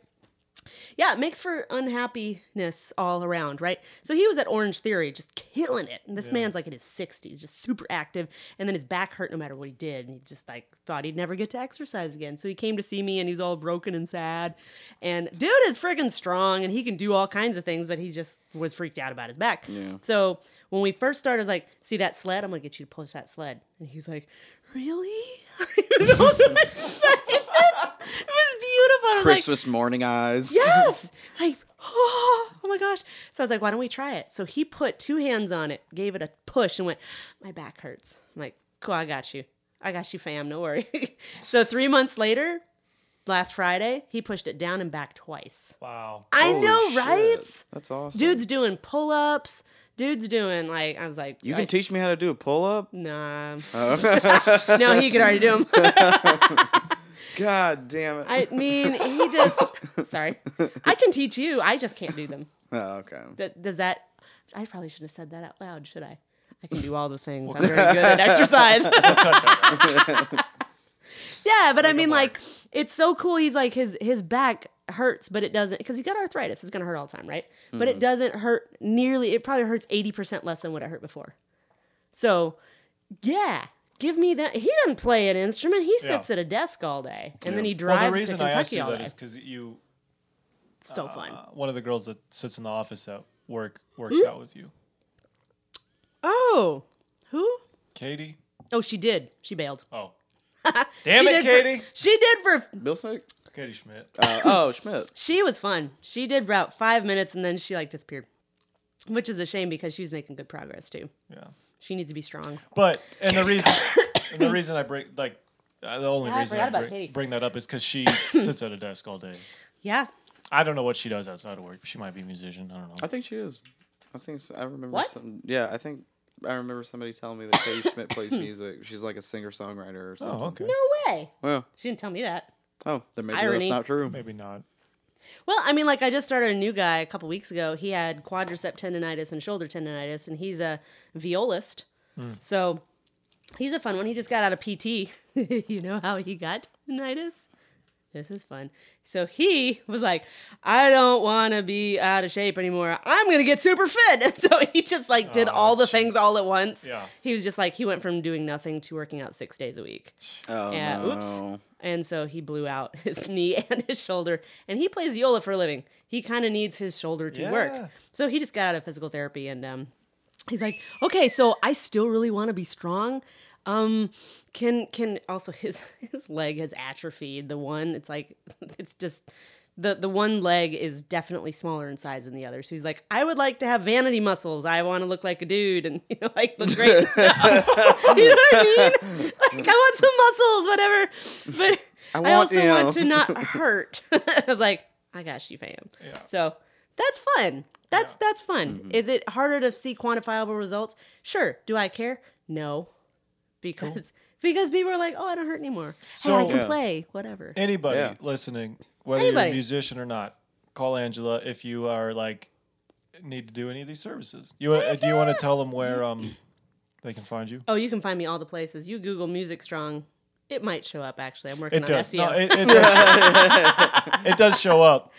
[SPEAKER 4] Yeah, it makes for unhappiness all around, right? So he was at Orange Theory, just killing it. And this man's like in his sixties, just super active. And then his back hurt no matter what he did, and he just like thought he'd never get to exercise again. So he came to see me, and he's all broken and sad. And dude is freaking strong, and he can do all kinds of things, but he just was freaked out about his back. So when we first started, I was like, "See that sled? I'm gonna get you to push that sled." And he's like, "Really?" it was beautiful. I was like,
[SPEAKER 3] Christmas morning eyes.
[SPEAKER 4] Yes. Like, oh, oh my gosh. So I was like, why don't we try it? So he put two hands on it, gave it a push, and went, my back hurts. I'm like, cool, I got you. I got you, fam. No worry. so three months later, last Friday, he pushed it down and back twice.
[SPEAKER 1] Wow.
[SPEAKER 4] I
[SPEAKER 3] Holy
[SPEAKER 4] know,
[SPEAKER 3] shit.
[SPEAKER 4] right?
[SPEAKER 3] That's awesome.
[SPEAKER 4] Dude's doing pull ups. Dude's doing like I was like
[SPEAKER 3] you
[SPEAKER 4] I-
[SPEAKER 3] can teach Oh. me how to do a pull up?
[SPEAKER 4] Nah. no, he could already do them.
[SPEAKER 3] God damn it.
[SPEAKER 4] I mean, he just. Sorry, I can teach you. I just can't do them.
[SPEAKER 3] oh, okay.
[SPEAKER 4] Th- does that? I probably shouldn't have said that out loud, should I? I can do all the things. I'm very good at exercise. yeah, but I mean, like, it's so cool. He's like his his back hurts, but it doesn't because he's got arthritis. It's gonna hurt all the time, right? But
[SPEAKER 1] Mm-hmm.
[SPEAKER 4] it doesn't hurt nearly. It probably hurts eighty percent less than what it hurt before. So, yeah. Give me that. He doesn't play an instrument. He
[SPEAKER 1] Yeah.
[SPEAKER 4] sits at a desk all day, and then he drives
[SPEAKER 1] Well, the
[SPEAKER 4] to
[SPEAKER 1] reason I
[SPEAKER 4] Kentucky
[SPEAKER 1] asked you
[SPEAKER 4] all
[SPEAKER 1] that
[SPEAKER 4] day.
[SPEAKER 1] is because you,
[SPEAKER 4] so fun.
[SPEAKER 1] uh, one of the girls that sits in the office at work, works
[SPEAKER 4] Hmm?
[SPEAKER 1] out with you.
[SPEAKER 4] Oh, who?
[SPEAKER 1] Katie.
[SPEAKER 4] Oh, she did. She bailed.
[SPEAKER 1] Oh. Damn it,
[SPEAKER 4] She did for-
[SPEAKER 1] Katie.
[SPEAKER 4] she did for.
[SPEAKER 3] Bill Sick?
[SPEAKER 1] Katie Schmidt.
[SPEAKER 3] Uh, oh, Schmidt.
[SPEAKER 4] She was fun. She did route five minutes and then she like disappeared, which is a shame because she was making good progress too.
[SPEAKER 1] Yeah.
[SPEAKER 4] She needs to be strong.
[SPEAKER 1] But and the reason and the reason I bring like uh, the only
[SPEAKER 4] Yeah, I
[SPEAKER 1] reason
[SPEAKER 4] forgot
[SPEAKER 1] I
[SPEAKER 4] about
[SPEAKER 1] bring,
[SPEAKER 4] Katie.
[SPEAKER 1] bring that up is because she sits at a desk all day.
[SPEAKER 4] Yeah.
[SPEAKER 1] I don't know what she does outside of work. She might be a musician. I don't know.
[SPEAKER 3] I think she is. I think so. I remember
[SPEAKER 4] What?
[SPEAKER 3] some. Yeah, I think I remember somebody telling me that Katie Schmidt plays music. She's like a singer songwriter or something.
[SPEAKER 1] oh, okay.
[SPEAKER 4] No way.
[SPEAKER 3] Well,
[SPEAKER 4] She didn't tell me that.
[SPEAKER 3] oh, then maybe
[SPEAKER 4] Irony.
[SPEAKER 3] that's not true.
[SPEAKER 1] Maybe not.
[SPEAKER 4] Well, I mean, like I just started a new guy a couple weeks ago. He had quadricep tendonitis and shoulder tendonitis, and he's a violist. So he's a fun one. He just got out of PT. you know how he got tendonitis? This is fun. So he was like, I don't want to be out of shape anymore. I'm going to get super fit. And so he just like did all the things all at once.
[SPEAKER 1] Yeah.
[SPEAKER 4] He was just like, he went from doing nothing to working out six days a week.
[SPEAKER 3] Oh,
[SPEAKER 4] Yeah,
[SPEAKER 3] no.
[SPEAKER 4] oops. And so he blew out his knee and his shoulder. And he plays viola for a living. He kind of needs his shoulder to
[SPEAKER 1] Yeah.
[SPEAKER 4] work. So he just got out of physical therapy and um, he's like, okay, so I still really want to be strong. Um, can can also his his leg has atrophied. The one it's like it's just the the one leg is definitely smaller in size than the other. So he's like, I would like to have vanity muscles. I want to look like a dude, and you know, like look great. you know what I mean? Like I want some muscles, whatever. But
[SPEAKER 3] I
[SPEAKER 4] I,
[SPEAKER 3] want,
[SPEAKER 4] also
[SPEAKER 3] you know.
[SPEAKER 4] want to not hurt. I was like, I got you, fam.
[SPEAKER 1] Yeah.
[SPEAKER 4] So that's fun. That's that's fun.
[SPEAKER 3] Mm-hmm.
[SPEAKER 4] Is it harder to see quantifiable results? Sure. Do I care? No, because. Because people are like, oh, I don't hurt anymore. So
[SPEAKER 1] So-
[SPEAKER 4] I can
[SPEAKER 1] Yeah.
[SPEAKER 4] play, whatever.
[SPEAKER 1] Anybody
[SPEAKER 3] Yeah.
[SPEAKER 1] listening, whether you're
[SPEAKER 4] Anybody.
[SPEAKER 1] a musician or not, call Angela if you are like need to do any of these services. You uh, do you want to tell them where um they can find you?
[SPEAKER 4] Oh, you can find me all the places. You Google Music Strong, it might show up. Actually, I'm working
[SPEAKER 1] It
[SPEAKER 4] on E
[SPEAKER 1] does.
[SPEAKER 4] SEO.
[SPEAKER 1] No, it, it does. Show, it does show up.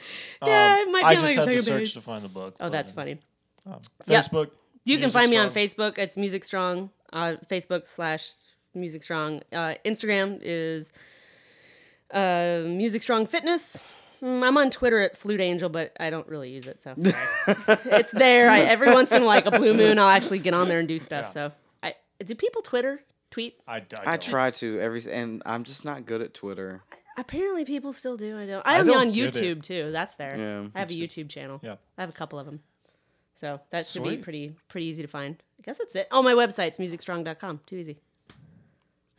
[SPEAKER 4] Yeah, it might
[SPEAKER 1] um, I
[SPEAKER 4] be on
[SPEAKER 1] just
[SPEAKER 4] my
[SPEAKER 1] had to
[SPEAKER 4] third
[SPEAKER 1] search
[SPEAKER 4] page.
[SPEAKER 1] to find the book.
[SPEAKER 4] oh, that's funny. yeah.
[SPEAKER 1] Facebook.
[SPEAKER 4] You can
[SPEAKER 1] Music
[SPEAKER 4] find me on
[SPEAKER 1] Strong.
[SPEAKER 4] Facebook. It's Music Strong. Uh, Facebook slash Music Strong. Uh, Instagram is uh, Music Strong Fitness. Mm, I'm on Twitter at Flute Angel, but I don't really use it. So it's there. I, every once in like a blue moon, I'll actually get on there and do stuff. So, I, do people Twitter tweet?
[SPEAKER 1] I, I,
[SPEAKER 3] I
[SPEAKER 1] don't.
[SPEAKER 3] try to every, and I'm just not good at Twitter.
[SPEAKER 4] Apparently, people still do. I don't. I am
[SPEAKER 1] don't
[SPEAKER 4] on
[SPEAKER 1] get it.
[SPEAKER 4] YouTube too. That's there.
[SPEAKER 3] Yeah,
[SPEAKER 4] I have a YouTube channel.
[SPEAKER 1] Yeah.
[SPEAKER 4] I have a couple of them. So that should be
[SPEAKER 1] Sweet.
[SPEAKER 4] pretty pretty easy to find. I guess that's it. Oh, my website's musicstrong.com. Too easy. I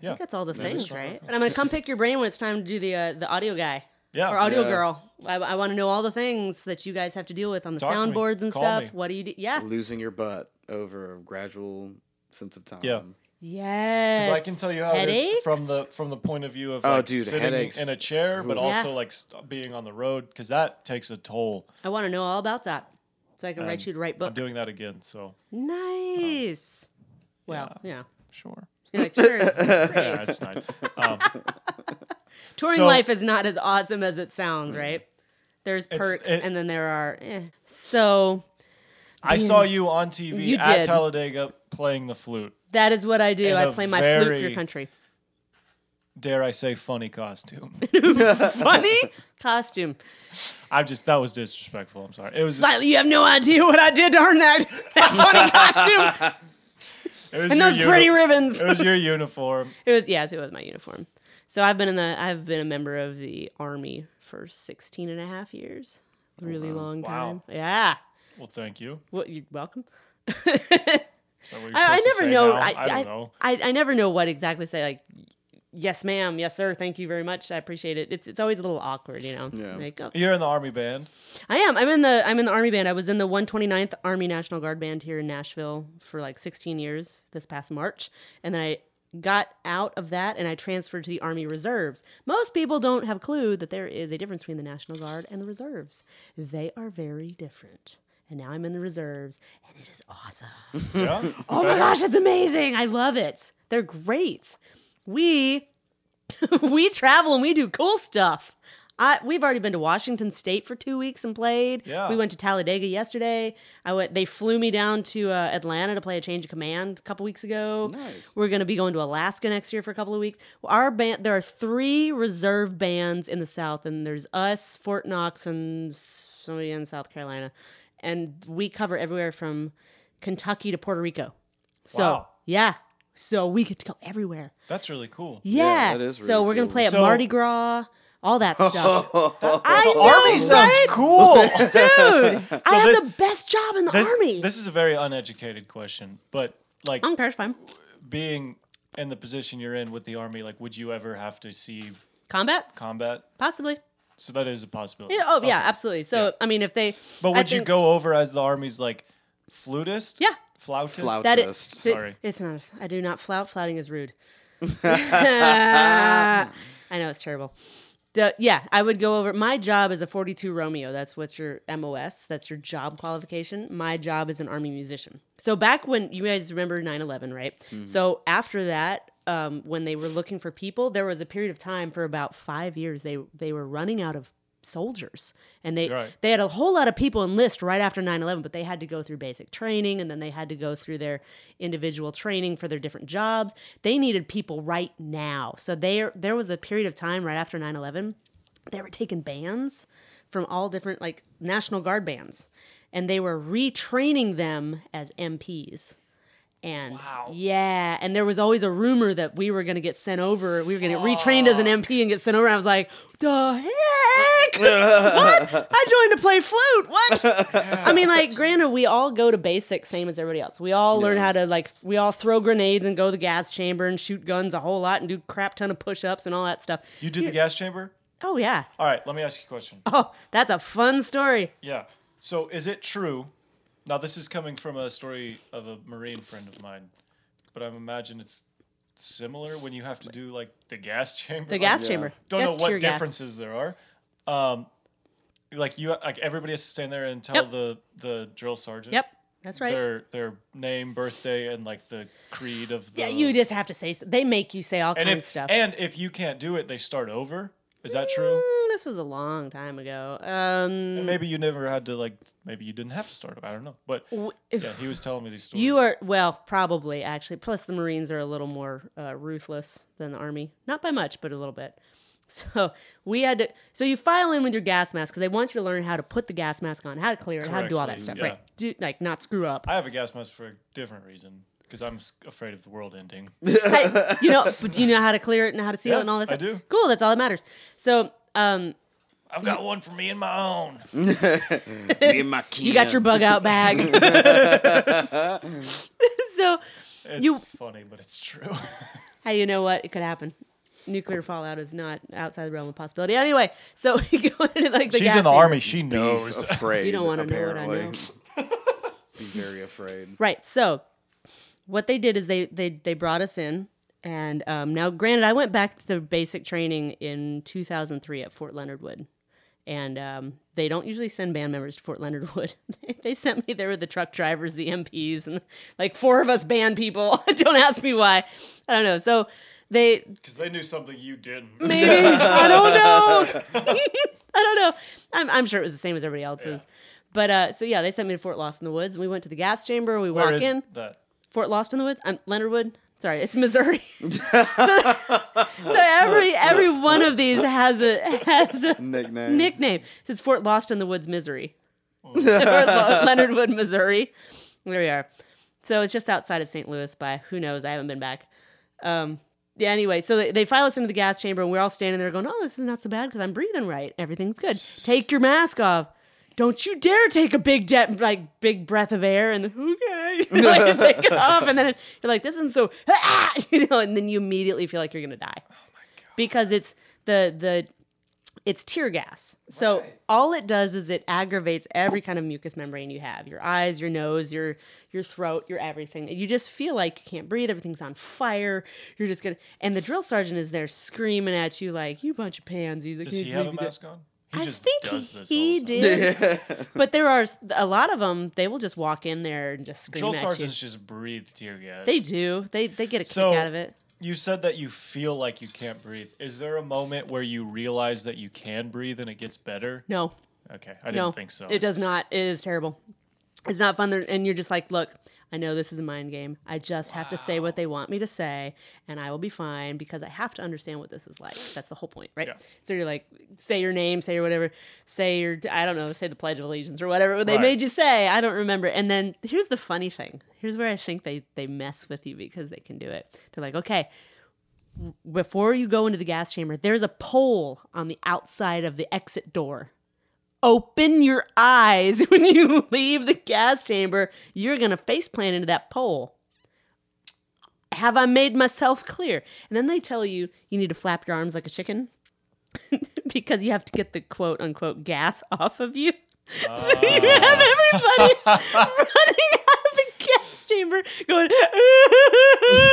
[SPEAKER 1] Yeah.
[SPEAKER 4] think that's all the things, right? And I'm gonna come pick your brain when it's time to do the uh, the audio guy
[SPEAKER 1] Yeah.
[SPEAKER 4] or audio
[SPEAKER 3] Yeah.
[SPEAKER 4] girl. I, I want to know all the things that you guys have to deal with on the
[SPEAKER 1] Talk to me.
[SPEAKER 4] soundboards and
[SPEAKER 1] Call
[SPEAKER 4] stuff.
[SPEAKER 1] me.
[SPEAKER 4] What do you do? Yeah.
[SPEAKER 3] Losing your butt over a gradual sense of time.
[SPEAKER 1] Yeah.
[SPEAKER 4] Yes.
[SPEAKER 1] Because I can tell you how it is from the from the point of view of
[SPEAKER 3] Oh,
[SPEAKER 1] like
[SPEAKER 3] dude,
[SPEAKER 1] sitting
[SPEAKER 3] headaches.
[SPEAKER 1] in a chair, but
[SPEAKER 4] Yeah.
[SPEAKER 1] also like st- being on the road because that takes a toll.
[SPEAKER 4] I want to know all about that, so I can write you the right
[SPEAKER 1] I'm
[SPEAKER 4] book.
[SPEAKER 1] doing that again, so
[SPEAKER 4] Nice. Well, yeah.
[SPEAKER 1] sure.
[SPEAKER 4] You're like, sure, it's
[SPEAKER 1] Yeah,
[SPEAKER 4] great.
[SPEAKER 1] that's nice. Um,
[SPEAKER 4] Touring
[SPEAKER 1] So-
[SPEAKER 4] life is not as awesome as it sounds, right? There's perks,
[SPEAKER 1] it-
[SPEAKER 4] and then there are. Eh. So
[SPEAKER 1] I saw you on TV
[SPEAKER 4] You
[SPEAKER 1] at
[SPEAKER 4] did.
[SPEAKER 1] Talladega playing the flute.
[SPEAKER 4] that is what I do.
[SPEAKER 1] In
[SPEAKER 4] I
[SPEAKER 1] a
[SPEAKER 4] play my flute for your
[SPEAKER 1] very-
[SPEAKER 4] country.
[SPEAKER 1] Dare I say, funny costume?
[SPEAKER 4] Funny costume.
[SPEAKER 1] I'm just that was disrespectful. I'm sorry. It was.
[SPEAKER 4] Slightly, you have no idea what I did to earn that, that funny costume
[SPEAKER 1] It was
[SPEAKER 4] and
[SPEAKER 1] your
[SPEAKER 4] those pretty
[SPEAKER 1] uni-
[SPEAKER 4] ribbons.
[SPEAKER 1] It was your uniform.
[SPEAKER 4] It was yes, it was my uniform. So I've been in the I've been a member of the army for 16 and a half years. Really long time.
[SPEAKER 1] Oh, Wow.
[SPEAKER 4] Yeah.
[SPEAKER 1] Well, thank you.
[SPEAKER 4] Well, you're welcome.
[SPEAKER 1] Is that what you're
[SPEAKER 4] I, I
[SPEAKER 1] supposed to
[SPEAKER 4] never
[SPEAKER 1] say
[SPEAKER 4] know.
[SPEAKER 1] now?
[SPEAKER 4] I,
[SPEAKER 1] I don't know.
[SPEAKER 4] I, I never know what exactly to say. Like, yes, ma'am. Yes, sir. Thank you very much. I appreciate it. It's it's always a little awkward, you know.
[SPEAKER 3] Yeah.
[SPEAKER 4] Like, oh.
[SPEAKER 1] You're in the army band.
[SPEAKER 4] I am. I'm in the I'm in the army band. I was in the 129th Army National Guard band here in Nashville for like 16 years. This past March, and then I got out of that and I transferred to the Army Reserves. Most people don't have clue that there is a difference between the National Guard and the Reserves. They are very different. And now I'm in the Reserves, and it is awesome.
[SPEAKER 1] Yeah.
[SPEAKER 4] Oh my gosh, it's amazing. I love it. They're great. We we travel and we do cool stuff. I, we've already been to Washington State for two weeks and played.
[SPEAKER 1] Yeah.
[SPEAKER 4] We went to Talladega yesterday. I went. They flew me down to uh, Atlanta to play a change of command a couple weeks ago.
[SPEAKER 3] Nice.
[SPEAKER 4] We're going to be going to Alaska next year for a couple of weeks. Our band. There are three reserve bands in the South, and there's us, Fort Knox, and somebody in South Carolina, and we cover everywhere from Kentucky to Puerto Rico. So
[SPEAKER 1] Wow.
[SPEAKER 4] yeah, so we get to go everywhere.
[SPEAKER 1] That's really cool.
[SPEAKER 4] Yeah,
[SPEAKER 3] that is
[SPEAKER 4] so
[SPEAKER 3] really
[SPEAKER 4] we're gonna
[SPEAKER 3] cool.
[SPEAKER 4] play at
[SPEAKER 1] So-
[SPEAKER 4] Mardi Gras, all that stuff. I know,
[SPEAKER 1] Army sounds
[SPEAKER 4] right?
[SPEAKER 1] cool.
[SPEAKER 4] dude. I have
[SPEAKER 1] this-
[SPEAKER 4] the best job in the
[SPEAKER 1] this,
[SPEAKER 4] army.
[SPEAKER 1] this is a very uneducated question, but like
[SPEAKER 4] I'm terrified.
[SPEAKER 1] being in the position you're in with the army, like would you ever have to see
[SPEAKER 4] Combat,
[SPEAKER 1] combat?
[SPEAKER 4] possibly.
[SPEAKER 1] So that is a possibility.
[SPEAKER 4] Yeah, oh yeah, absolutely. So I mean, if they,
[SPEAKER 1] But
[SPEAKER 4] I
[SPEAKER 1] would you
[SPEAKER 4] think
[SPEAKER 1] go over as the army's like flutist?
[SPEAKER 4] Yeah.
[SPEAKER 1] Flautist?
[SPEAKER 3] Flout-
[SPEAKER 4] That it-
[SPEAKER 3] Just-
[SPEAKER 4] it-
[SPEAKER 1] sorry.
[SPEAKER 4] it's not. I do not flout. Flouting is rude. I know it's terrible. The- yeah, I would go over. My job is a 42 Romeo. That's what your MOS. That's your job qualification. My job is an army musician. So back when you guys remember 9/11, right?
[SPEAKER 1] Mm-hmm.
[SPEAKER 4] So after that, um, when they were looking for people, there was a period of time for about five years they they were running out of soldiers, and they
[SPEAKER 1] Right.
[SPEAKER 4] they had a whole lot of people enlist right after 9-11 but they had to go through basic training and then they had to go through their individual training for their different jobs they needed people right now so there there was a period of time right after 9-11 they were taking bands from all different like national guard bands and they were retraining them as mps And yeah, and there was always a rumor that we were going to get sent over. We were going to get retrained as an MP and get sent over. I was like, the heck? what? I joined to play flute. What? I mean, like, granted, we all go to basics, same as everybody else. We all learn how to like, we all throw grenades and go to the gas chamber and shoot guns a whole lot and do crap ton of push ups and all that stuff.
[SPEAKER 1] You did the gas chamber?
[SPEAKER 4] Oh yeah.
[SPEAKER 1] All right, let me ask you a question.
[SPEAKER 4] Oh, that's a fun story.
[SPEAKER 1] Yeah. So is it true? Now this is coming from a story of a Marine friend of mine, but I imagine it's similar when you have to do like the gas chamber.
[SPEAKER 4] The
[SPEAKER 1] like,
[SPEAKER 4] gas chamber.
[SPEAKER 1] Oh, Don't
[SPEAKER 4] That's
[SPEAKER 1] know
[SPEAKER 4] tear
[SPEAKER 1] what
[SPEAKER 4] gas.
[SPEAKER 1] differences there are. Um, like you, like everybody has to stand there and tell
[SPEAKER 4] Yep.
[SPEAKER 1] the the drill sergeant.
[SPEAKER 4] Yep, that's right.
[SPEAKER 1] Their their name, birthday, and like the creed of the.
[SPEAKER 4] Yeah, you just have to say. s- They make you say all
[SPEAKER 1] and
[SPEAKER 4] kinds
[SPEAKER 1] if
[SPEAKER 4] of stuff.
[SPEAKER 1] and if you can't do it, they start over. Is that true?
[SPEAKER 4] Mm, this was a long time ago. Um,
[SPEAKER 1] Maybe you never had to like. Maybe you didn't have to start. over. I don't know, but
[SPEAKER 4] w-
[SPEAKER 1] yeah, he was telling me these stories.
[SPEAKER 4] you are well, probably actually. Plus, the Marines are a little more uh, ruthless than the Army. Not by much, but a little bit. So we had to. So you file in with your gas mask because they want you to learn how to put the gas mask on, how to clear it, how to do all that
[SPEAKER 1] Correctly,
[SPEAKER 4] stuff,
[SPEAKER 1] yeah.
[SPEAKER 4] right? Do, like not screw up.
[SPEAKER 1] I have a gas mask for a different reason because I'm s- afraid of the world ending.
[SPEAKER 4] I- you know, but do you know how to clear it and how to seal
[SPEAKER 1] Yeah,
[SPEAKER 4] it and all that
[SPEAKER 1] I
[SPEAKER 4] stuff?
[SPEAKER 1] do.
[SPEAKER 4] Cool. That's all that matters. So um,
[SPEAKER 1] I've got one for me and my own.
[SPEAKER 3] Me and my
[SPEAKER 4] you got
[SPEAKER 3] kin.
[SPEAKER 4] your bug out bag. so
[SPEAKER 1] It's
[SPEAKER 4] You-
[SPEAKER 1] funny, but it's true.
[SPEAKER 4] hey, you know what? It could happen. Nuclear fallout is not outside the realm of possibility. Anyway, so we go into like the
[SPEAKER 1] She's
[SPEAKER 4] gas
[SPEAKER 1] in the
[SPEAKER 4] chamber.
[SPEAKER 1] army. She
[SPEAKER 3] Be
[SPEAKER 1] knows.
[SPEAKER 3] afraid.
[SPEAKER 4] You don't wanna know what I
[SPEAKER 3] apparently.
[SPEAKER 4] know.
[SPEAKER 3] Be very afraid.
[SPEAKER 4] Right. So what they did is they they they brought us in. And um, now, granted, I went back to the basic training in 2003 at Fort Leonard Wood, and um, they don't usually send band members to Fort Leonard Wood. they sent me there with the truck drivers, the MPs, and like four of us band people. don't ask me why. I don't know. So they
[SPEAKER 1] Because they knew something you didn't.
[SPEAKER 4] Maybe. I don't know. I don't know. I'm, I'm sure it was the same as everybody else's. But uh, so yeah, they sent me to Fort Lost in the Woods. We went to the gas chamber. We
[SPEAKER 1] Where
[SPEAKER 4] walk
[SPEAKER 1] is
[SPEAKER 4] in.
[SPEAKER 1] that?
[SPEAKER 4] Fort Lost in the Woods. I'm Leonard Wood. Sorry, it's Missouri. so, so every every one of these has a has a
[SPEAKER 3] Nickname.
[SPEAKER 4] nickname. It's Fort Lost in the Woods, Missouri. Fort Lo- Leonard Wood, Missouri. There we are. So it's just outside of St. Louis by who knows. I haven't been back. Um, yeah, anyway, so they, they file us into the gas chamber and we're all standing there going, oh, this is not so bad because I'm breathing right. Everything's good. Take your mask off. Don't you dare take a big de- like big breath of air and okay, like, take it off, and then you're like, this isn't so, ah, you know, and then you immediately feel like you're gonna die
[SPEAKER 1] Oh
[SPEAKER 4] because it's the the it's tear gas. So all it does is it aggravates every kind of mucous membrane you have. Your eyes, your nose, your your throat, your everything. You just feel like you can't breathe, everything's on fire. You're just going to and the drill sergeant is there screaming at you like, "You bunch of pansies." I
[SPEAKER 1] Does
[SPEAKER 4] can't
[SPEAKER 1] he have a
[SPEAKER 4] believe you did-"
[SPEAKER 1] mask on? He
[SPEAKER 4] I
[SPEAKER 1] just
[SPEAKER 4] think
[SPEAKER 1] does this.
[SPEAKER 4] he, he
[SPEAKER 1] all the time.
[SPEAKER 4] did. but there are s- a lot of them, they will just walk in there and just scream
[SPEAKER 1] Drill
[SPEAKER 4] at
[SPEAKER 1] sergeants just breathe tear gas.
[SPEAKER 4] you. They do. They they get a
[SPEAKER 1] So-
[SPEAKER 4] kick out of it.
[SPEAKER 1] You said that you feel like you can't breathe. Is there a moment where you realize that you can breathe and it gets better?
[SPEAKER 4] No.
[SPEAKER 1] Okay, I didn't
[SPEAKER 4] No,
[SPEAKER 1] think so.
[SPEAKER 4] It does not. It is terrible. It's not fun. There- And you're just like, look, I know this is a mind game. I just have to say what they want me to say, and I will be fine because I have to understand what this is like. That's the whole point, right?
[SPEAKER 1] Yeah.
[SPEAKER 4] So you're like, say your name, say your whatever, say your, I don't know, say the Pledge of Allegiance or whatever they
[SPEAKER 1] Right.
[SPEAKER 4] made you say. I don't remember. And then here's the funny thing. Here's where I think they, they mess with you because they can do it. They're like, okay, before you go into the gas chamber, there's a pole on the outside of the exit door open your eyes when you leave the gas chamber. You're going to face plant into that pole. Have I made myself clear? And then they tell you you need to flap your arms like a chicken because you have to get the quote unquote gas off of you. So you have
[SPEAKER 1] Oh.
[SPEAKER 4] everybody running out of the gas chamber going,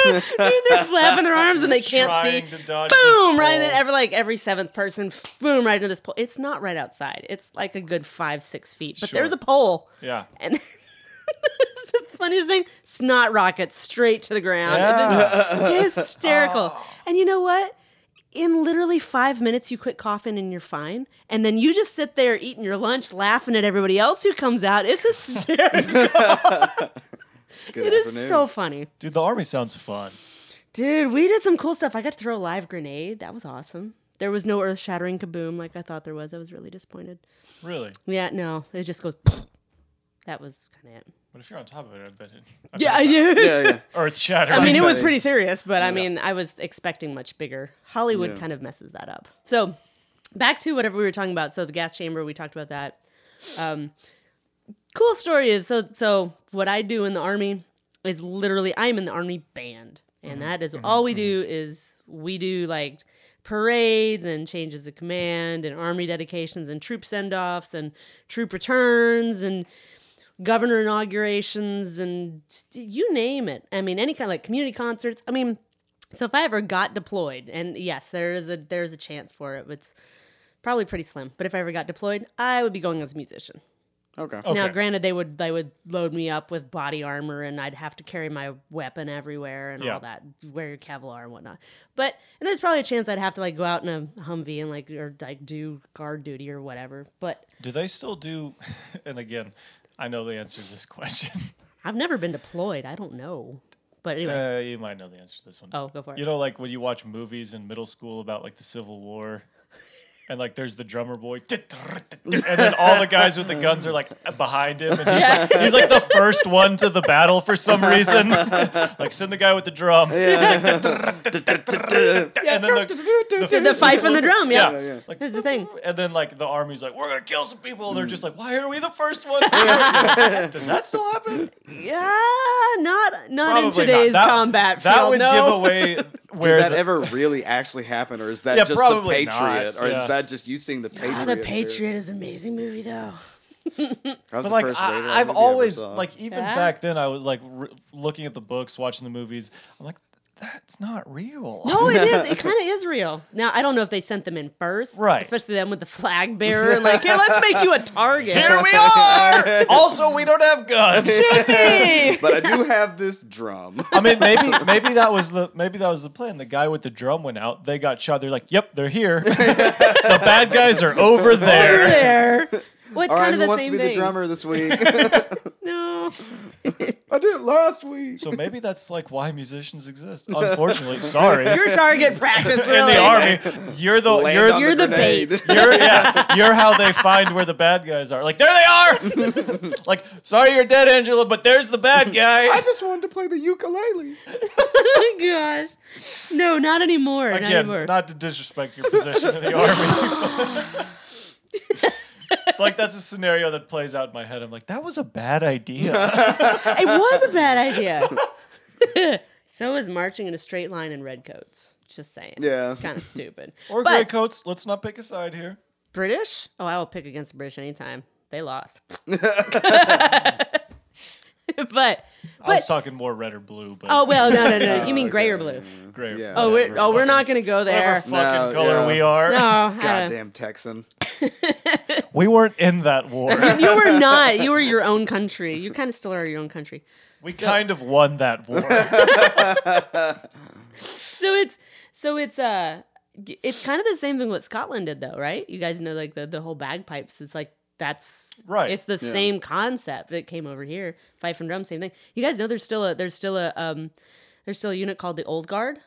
[SPEAKER 4] they're flapping their arms and they can't see
[SPEAKER 1] Trying to dodge
[SPEAKER 4] boom
[SPEAKER 1] this
[SPEAKER 4] right in
[SPEAKER 1] pole.
[SPEAKER 4] every like every seventh person f- boom right into this pole it's not right outside it's like a good five six feet but
[SPEAKER 1] Sure.
[SPEAKER 4] there's a pole
[SPEAKER 1] Yeah.
[SPEAKER 4] and it's the funniest thing snot rockets straight to the ground And it's hysterical and you know what in literally five minutes you quit coughing and you're fine and then you just sit there eating your lunch laughing at everybody else who comes out it's hysterical
[SPEAKER 3] It's good
[SPEAKER 4] it is
[SPEAKER 3] afternoon.
[SPEAKER 4] so funny
[SPEAKER 1] Dude, the army sounds fun.
[SPEAKER 4] Dude, we did some cool stuff. I got to throw a live grenade. That was awesome. There was no earth shattering kaboom like I thought there was. I was really disappointed.
[SPEAKER 1] Really?
[SPEAKER 4] Yeah, no, it just goes. That was kind of it.
[SPEAKER 1] But if you're on top of it, I bet it. I bet
[SPEAKER 4] Yeah,
[SPEAKER 1] it's
[SPEAKER 4] yeah.
[SPEAKER 3] Yeah, yeah.
[SPEAKER 1] Earth shattering.
[SPEAKER 4] I mean, it was
[SPEAKER 3] Right.
[SPEAKER 4] pretty serious, but I mean, I was expecting much bigger. Hollywood
[SPEAKER 3] Yeah.
[SPEAKER 4] kind of messes that up. So, back to whatever we were talking about. So, the gas chamber, we talked about that. Um, cool story is so. So, what I do in the army is literally I'm in the army band, and that is all we do is we do like parades and changes of command and army dedications and troop send offs and troop returns and governor inaugurations and st- you name it. I mean, any kind of like community concerts. I mean, so if I ever got deployed, and yes, there is a there is a chance for it. but It's probably pretty slim. But if I ever got deployed, I would be going as a musician.
[SPEAKER 3] Okay.
[SPEAKER 1] Okay.
[SPEAKER 4] Now, granted, they would they would load me up with body armor, and I'd have to carry my weapon everywhere and
[SPEAKER 1] Yeah.
[SPEAKER 4] all that, wear your Kevlar and whatnot. But and there's probably a chance I'd have to like go out in a Humvee and like or like do guard duty or whatever. But
[SPEAKER 1] Do they still do? And again, I know the answer to this question.
[SPEAKER 4] I've never been deployed. I don't know. But anyway,
[SPEAKER 1] Uh, you might know the answer to this one.
[SPEAKER 4] oh, go for it.
[SPEAKER 1] You know, like when you watch movies in middle school about like the Civil War, and like there's the drummer boy, and then all the guys with the guns are like behind him, and he's like, he's like the first one to the battle for some reason. like send the guy with the drum, and then the,
[SPEAKER 4] the fife and the drum. Yeah,
[SPEAKER 1] yeah, yeah. Like,
[SPEAKER 4] That's the thing.
[SPEAKER 1] and then like the army's like, we're gonna kill some people, and
[SPEAKER 3] Mm.
[SPEAKER 1] they're just like, why are we the first ones? here?" Does that still happen?
[SPEAKER 4] Yeah, not not in
[SPEAKER 1] Probably not.
[SPEAKER 4] today's
[SPEAKER 1] That-
[SPEAKER 4] combat.
[SPEAKER 1] That
[SPEAKER 4] field,
[SPEAKER 1] would
[SPEAKER 4] no.
[SPEAKER 1] give away where
[SPEAKER 3] Did that
[SPEAKER 1] the-
[SPEAKER 3] ever really actually happen, or is that
[SPEAKER 1] Yeah,
[SPEAKER 3] just the
[SPEAKER 1] probably not.
[SPEAKER 3] Patriot, or
[SPEAKER 1] Yeah.
[SPEAKER 3] is that just you seeing the Patriot?
[SPEAKER 4] Oh, the
[SPEAKER 3] dude?
[SPEAKER 4] Patriot is an amazing movie though.
[SPEAKER 3] That was
[SPEAKER 1] But
[SPEAKER 3] the
[SPEAKER 1] like
[SPEAKER 3] first rated
[SPEAKER 1] I, I've
[SPEAKER 3] R movie I ever
[SPEAKER 1] always
[SPEAKER 3] saw.
[SPEAKER 1] like even
[SPEAKER 4] Yeah.
[SPEAKER 1] back then I was like r looking at the books, watching the movies. I'm like, that's not real.
[SPEAKER 4] Oh, it is. It kind of is real. Now I don't know if they sent them in first,
[SPEAKER 1] Right.
[SPEAKER 4] Especially them with the flag bearer and like, hey, let's make you a target.
[SPEAKER 1] Here we are. also, we don't have guns.
[SPEAKER 4] Hey!
[SPEAKER 3] but I do have this drum.
[SPEAKER 1] I mean, maybe maybe that was the maybe that was the plan. The guy with the drum went out. They got shot. They're like, yep, they're here. the bad guys are over
[SPEAKER 4] Over
[SPEAKER 1] there.
[SPEAKER 4] there. Well,
[SPEAKER 3] All
[SPEAKER 4] it's
[SPEAKER 3] right,
[SPEAKER 4] kind of
[SPEAKER 3] who
[SPEAKER 4] the
[SPEAKER 3] wants
[SPEAKER 4] same
[SPEAKER 3] to be
[SPEAKER 4] thing.
[SPEAKER 3] the drummer this week?
[SPEAKER 4] No.
[SPEAKER 3] I did it last week.
[SPEAKER 1] So maybe that's like why musicians exist. Unfortunately, sorry.
[SPEAKER 4] Your target practice
[SPEAKER 1] in
[SPEAKER 4] really.
[SPEAKER 1] the army, you're the
[SPEAKER 3] Land
[SPEAKER 1] you're
[SPEAKER 3] on
[SPEAKER 4] You're the
[SPEAKER 3] grenade.
[SPEAKER 4] bait.
[SPEAKER 1] You're yeah, you're how they find where the bad guys are. Like there they are. like sorry you're dead, Angela, but there's the bad
[SPEAKER 3] I
[SPEAKER 1] guy.
[SPEAKER 3] just wanted to play the ukulele.
[SPEAKER 4] Oh my gosh. No, not anymore. not
[SPEAKER 1] Again,
[SPEAKER 4] anymore.
[SPEAKER 1] not to disrespect your position in the army. like that's a scenario that plays out in my head. I'm like, that was a bad idea.
[SPEAKER 4] it was a bad idea. so is marching in a straight line in red coats. Just saying.
[SPEAKER 3] Yeah.
[SPEAKER 4] Kind of stupid.
[SPEAKER 1] or
[SPEAKER 4] But-
[SPEAKER 1] gray coats. Let's not pick a side here.
[SPEAKER 4] British? Oh, I will pick against the British anytime. They lost. but
[SPEAKER 1] I was talking more red or blue, but
[SPEAKER 4] oh well, no, no, no. You mean gray or blue?
[SPEAKER 1] gray.
[SPEAKER 3] Yeah.
[SPEAKER 4] Oh, we're,
[SPEAKER 1] whatever
[SPEAKER 4] oh, we're
[SPEAKER 1] fucking-
[SPEAKER 4] not gonna go
[SPEAKER 1] Whatever
[SPEAKER 4] there.
[SPEAKER 1] fucking
[SPEAKER 3] No,
[SPEAKER 1] color
[SPEAKER 3] yeah.
[SPEAKER 1] we are.
[SPEAKER 4] No, I don't-
[SPEAKER 3] Goddamn Texan.
[SPEAKER 1] We weren't in that war.
[SPEAKER 4] you were not. You were your own country. You kind of still are your own country.
[SPEAKER 1] We kind of won that war.
[SPEAKER 4] So it's so it's uh it's kind of the same thing what Scotland did though, right? You guys know like the the whole bagpipes. It's like that's
[SPEAKER 1] Right.
[SPEAKER 4] It's the same concept that came over here. Fife and drum, same thing. You guys know there's still a there's still a um there's still a unit called the Old Guard.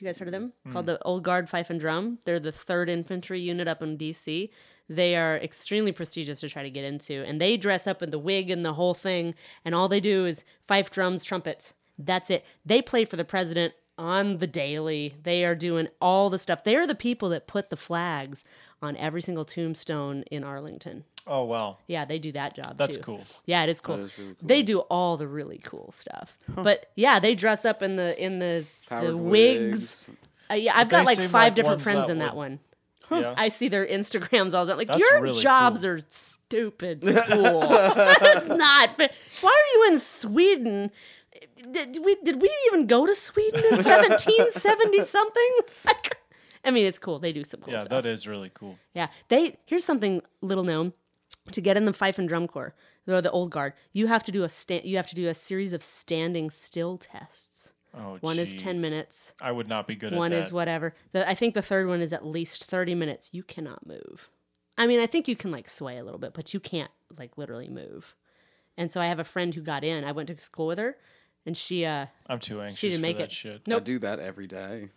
[SPEAKER 4] You guys heard of them?
[SPEAKER 1] Mm-hmm.
[SPEAKER 4] Called the Old Guard Fife and Drum. They're the third infantry unit up in DC. They are extremely prestigious to try to get into, and they dress up in the wig and the whole thing, and all they do is fife, drums, trumpet. That's it. They play for the president on the daily. They are doing all the stuff. They are the people that put the flags on every single tombstone in Arlington.
[SPEAKER 1] oh wow.
[SPEAKER 4] Yeah, they do that job.
[SPEAKER 1] That's
[SPEAKER 4] too.
[SPEAKER 1] cool.
[SPEAKER 4] Yeah, it is cool. They do all the really cool stuff. But yeah, they dress up in the in the, the
[SPEAKER 3] Powered
[SPEAKER 4] wigs. Uh, yeah, I've
[SPEAKER 1] But they
[SPEAKER 4] got like
[SPEAKER 1] seem
[SPEAKER 4] five
[SPEAKER 1] like
[SPEAKER 4] different
[SPEAKER 1] ones
[SPEAKER 4] friends
[SPEAKER 1] that
[SPEAKER 4] in that
[SPEAKER 1] would-
[SPEAKER 4] one.
[SPEAKER 1] Yeah.
[SPEAKER 4] I see their Instagrams all the time. Like
[SPEAKER 1] That's
[SPEAKER 4] your
[SPEAKER 1] really
[SPEAKER 4] jobs
[SPEAKER 1] cool.
[SPEAKER 4] are stupid cool. That's not. Fair. Why are you in Sweden? Did we did we even go to Sweden in 1770 something? Like, I mean, it's cool. They do some cool
[SPEAKER 1] yeah,
[SPEAKER 4] stuff.
[SPEAKER 1] that is really cool.
[SPEAKER 4] Yeah, they here's something little known. To get in the fife and drum corps, or the old guard, you have to do a sta- you have to do a series of standing still tests.
[SPEAKER 1] Oh,
[SPEAKER 4] One is ten
[SPEAKER 1] jeez.
[SPEAKER 4] minutes.
[SPEAKER 1] I would not be good
[SPEAKER 4] One
[SPEAKER 1] at that.
[SPEAKER 4] is whatever. The, I think the third one is at least thirty minutes. You cannot move. I mean, I think you can like sway a little bit, but you can't like literally move. And so I have a friend who got in. I went to school with her, and she uh
[SPEAKER 1] I'm too anxious
[SPEAKER 4] didn't
[SPEAKER 1] for
[SPEAKER 4] make
[SPEAKER 1] that
[SPEAKER 4] it.
[SPEAKER 1] shit.
[SPEAKER 4] Nope.
[SPEAKER 3] I do that every day.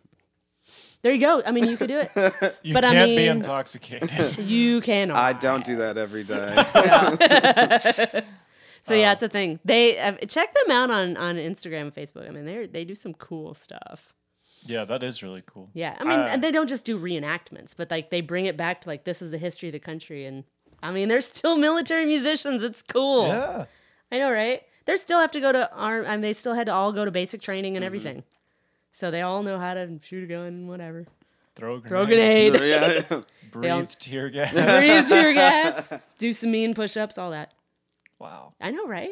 [SPEAKER 4] there you go. I mean, you could do it.
[SPEAKER 1] You
[SPEAKER 4] But I
[SPEAKER 1] can't be
[SPEAKER 4] mean-
[SPEAKER 1] intoxicated.
[SPEAKER 4] you cannot.
[SPEAKER 3] I don't do that every day.
[SPEAKER 4] So yeah, it's a thing. They uh, check them out on on Instagram, and Facebook. I mean, they they do some cool stuff.
[SPEAKER 1] Yeah, that is really cool.
[SPEAKER 4] Yeah, I mean,
[SPEAKER 3] Uh,
[SPEAKER 4] and they don't just do reenactments, but like they bring it back to like this is the history of the country, and I mean, they're still military musicians. It's cool.
[SPEAKER 1] Yeah.
[SPEAKER 4] I know, right? They still have to go to arm. I mean, they still had to all go to basic training and everything. So they all know how to shoot a gun and whatever.
[SPEAKER 1] Throw a grenade.
[SPEAKER 4] Throw a grenade.
[SPEAKER 3] yeah.
[SPEAKER 1] Breathe
[SPEAKER 4] They'll-
[SPEAKER 1] tear gas.
[SPEAKER 4] breathe tear gas, do some mean push-ups, all that.
[SPEAKER 1] wow.
[SPEAKER 4] I know, right?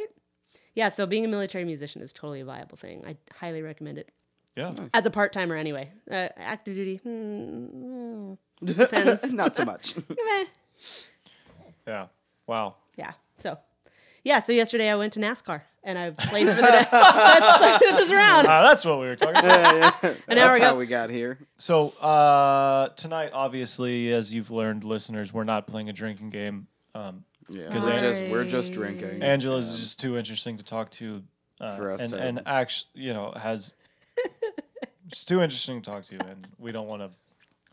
[SPEAKER 4] Yeah, so being a military musician is totally a viable thing. I highly recommend it
[SPEAKER 1] Yeah.
[SPEAKER 4] as a part timer, anyway. Uh, active duty, hmm,
[SPEAKER 3] Depends. Not so much.
[SPEAKER 4] meh.
[SPEAKER 1] Yeah. Wow.
[SPEAKER 4] yeah. So, yeah. So yesterday I went to NASCAR and I played for the day. That's this round.
[SPEAKER 1] Ah, that's what we were talking about.
[SPEAKER 4] An hour
[SPEAKER 3] That's how
[SPEAKER 4] ago.
[SPEAKER 3] we got here.
[SPEAKER 1] So uh, tonight, obviously, as you've learned, listeners, we're not playing a drinking game. Um,
[SPEAKER 3] Yeah,
[SPEAKER 1] 'Cause
[SPEAKER 3] we're
[SPEAKER 1] Ang-
[SPEAKER 3] just we're just drinking.
[SPEAKER 1] Angela's is just too interesting to talk to. Uh,
[SPEAKER 3] For us
[SPEAKER 1] and,
[SPEAKER 3] to-
[SPEAKER 1] and actually, you know, has it's too interesting to talk to, and we don't want to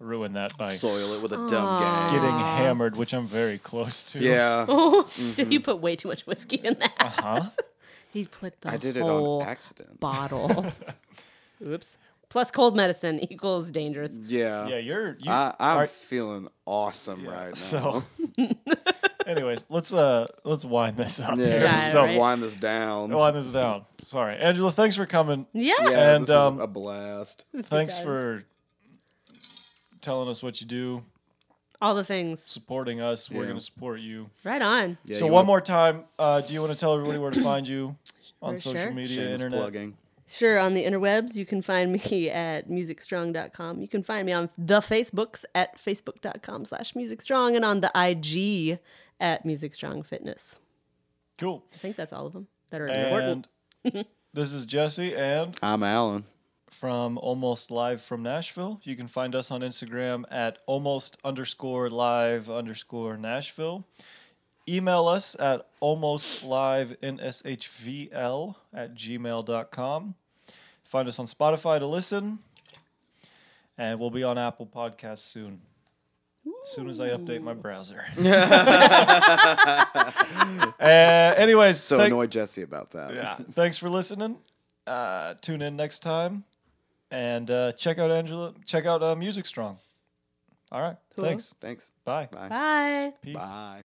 [SPEAKER 1] ruin that by
[SPEAKER 3] soil it with a dumb gang.
[SPEAKER 1] getting hammered, which I'm very close to.
[SPEAKER 3] Yeah,
[SPEAKER 4] Oh, you put way too much whiskey in that.
[SPEAKER 1] Huh?
[SPEAKER 4] He put the
[SPEAKER 3] I did it
[SPEAKER 4] whole
[SPEAKER 3] on accident.
[SPEAKER 4] bottle. Oops. Plus cold medicine equals dangerous.
[SPEAKER 3] Yeah.
[SPEAKER 1] Yeah, you're. You,
[SPEAKER 3] I, I'm
[SPEAKER 1] are-
[SPEAKER 3] feeling awesome right now.
[SPEAKER 1] So, anyways, let's uh let's wind this up
[SPEAKER 3] yeah,
[SPEAKER 1] here.
[SPEAKER 4] Right,
[SPEAKER 1] so
[SPEAKER 4] right.
[SPEAKER 3] wind this down.
[SPEAKER 1] wind this down. Sorry, Angela. Thanks for coming.
[SPEAKER 4] Yeah.
[SPEAKER 3] yeah,
[SPEAKER 1] and,
[SPEAKER 3] this was
[SPEAKER 1] um,
[SPEAKER 3] a blast.
[SPEAKER 1] Thanks
[SPEAKER 4] does.
[SPEAKER 1] for telling us what you do,
[SPEAKER 4] All the things.
[SPEAKER 1] supporting us. We're
[SPEAKER 3] Yeah.
[SPEAKER 1] gonna support you.
[SPEAKER 4] Right on.
[SPEAKER 3] Yeah,
[SPEAKER 1] so
[SPEAKER 3] you
[SPEAKER 1] one
[SPEAKER 3] wanna-
[SPEAKER 1] more time, uh, do you want to tell everybody where to find you on
[SPEAKER 4] For
[SPEAKER 1] social
[SPEAKER 4] sure.
[SPEAKER 1] media,
[SPEAKER 3] shameless
[SPEAKER 1] internet?
[SPEAKER 3] plugging.
[SPEAKER 4] Sure, on the interwebs, you can find me at musicstrong.com. You can find me on the Facebooks at facebook.com slash musicstrong and on the IG at musicstrongfitness.
[SPEAKER 1] Cool.
[SPEAKER 4] I think that's all of them that are important.
[SPEAKER 1] And this is Jesse, and
[SPEAKER 3] I'm Alan.
[SPEAKER 1] from Almost Live from Nashville. You can find us on Instagram at almost underscore live underscore Nashville. Email us at almost live nshvl at gmail.com. Find us on Spotify to listen. And we'll be on Apple Podcasts soon. As soon as I update my browser. uh, anyways,
[SPEAKER 3] So
[SPEAKER 1] thank-
[SPEAKER 3] annoy Jesse about that.
[SPEAKER 1] yeah. Thanks for listening. Uh, tune in next time and uh, check out Angela. Check out uh, Music Strong. All right. Thanks.
[SPEAKER 3] Thanks.
[SPEAKER 1] Bye.
[SPEAKER 3] Bye.
[SPEAKER 4] Bye.
[SPEAKER 1] Peace.
[SPEAKER 3] Bye.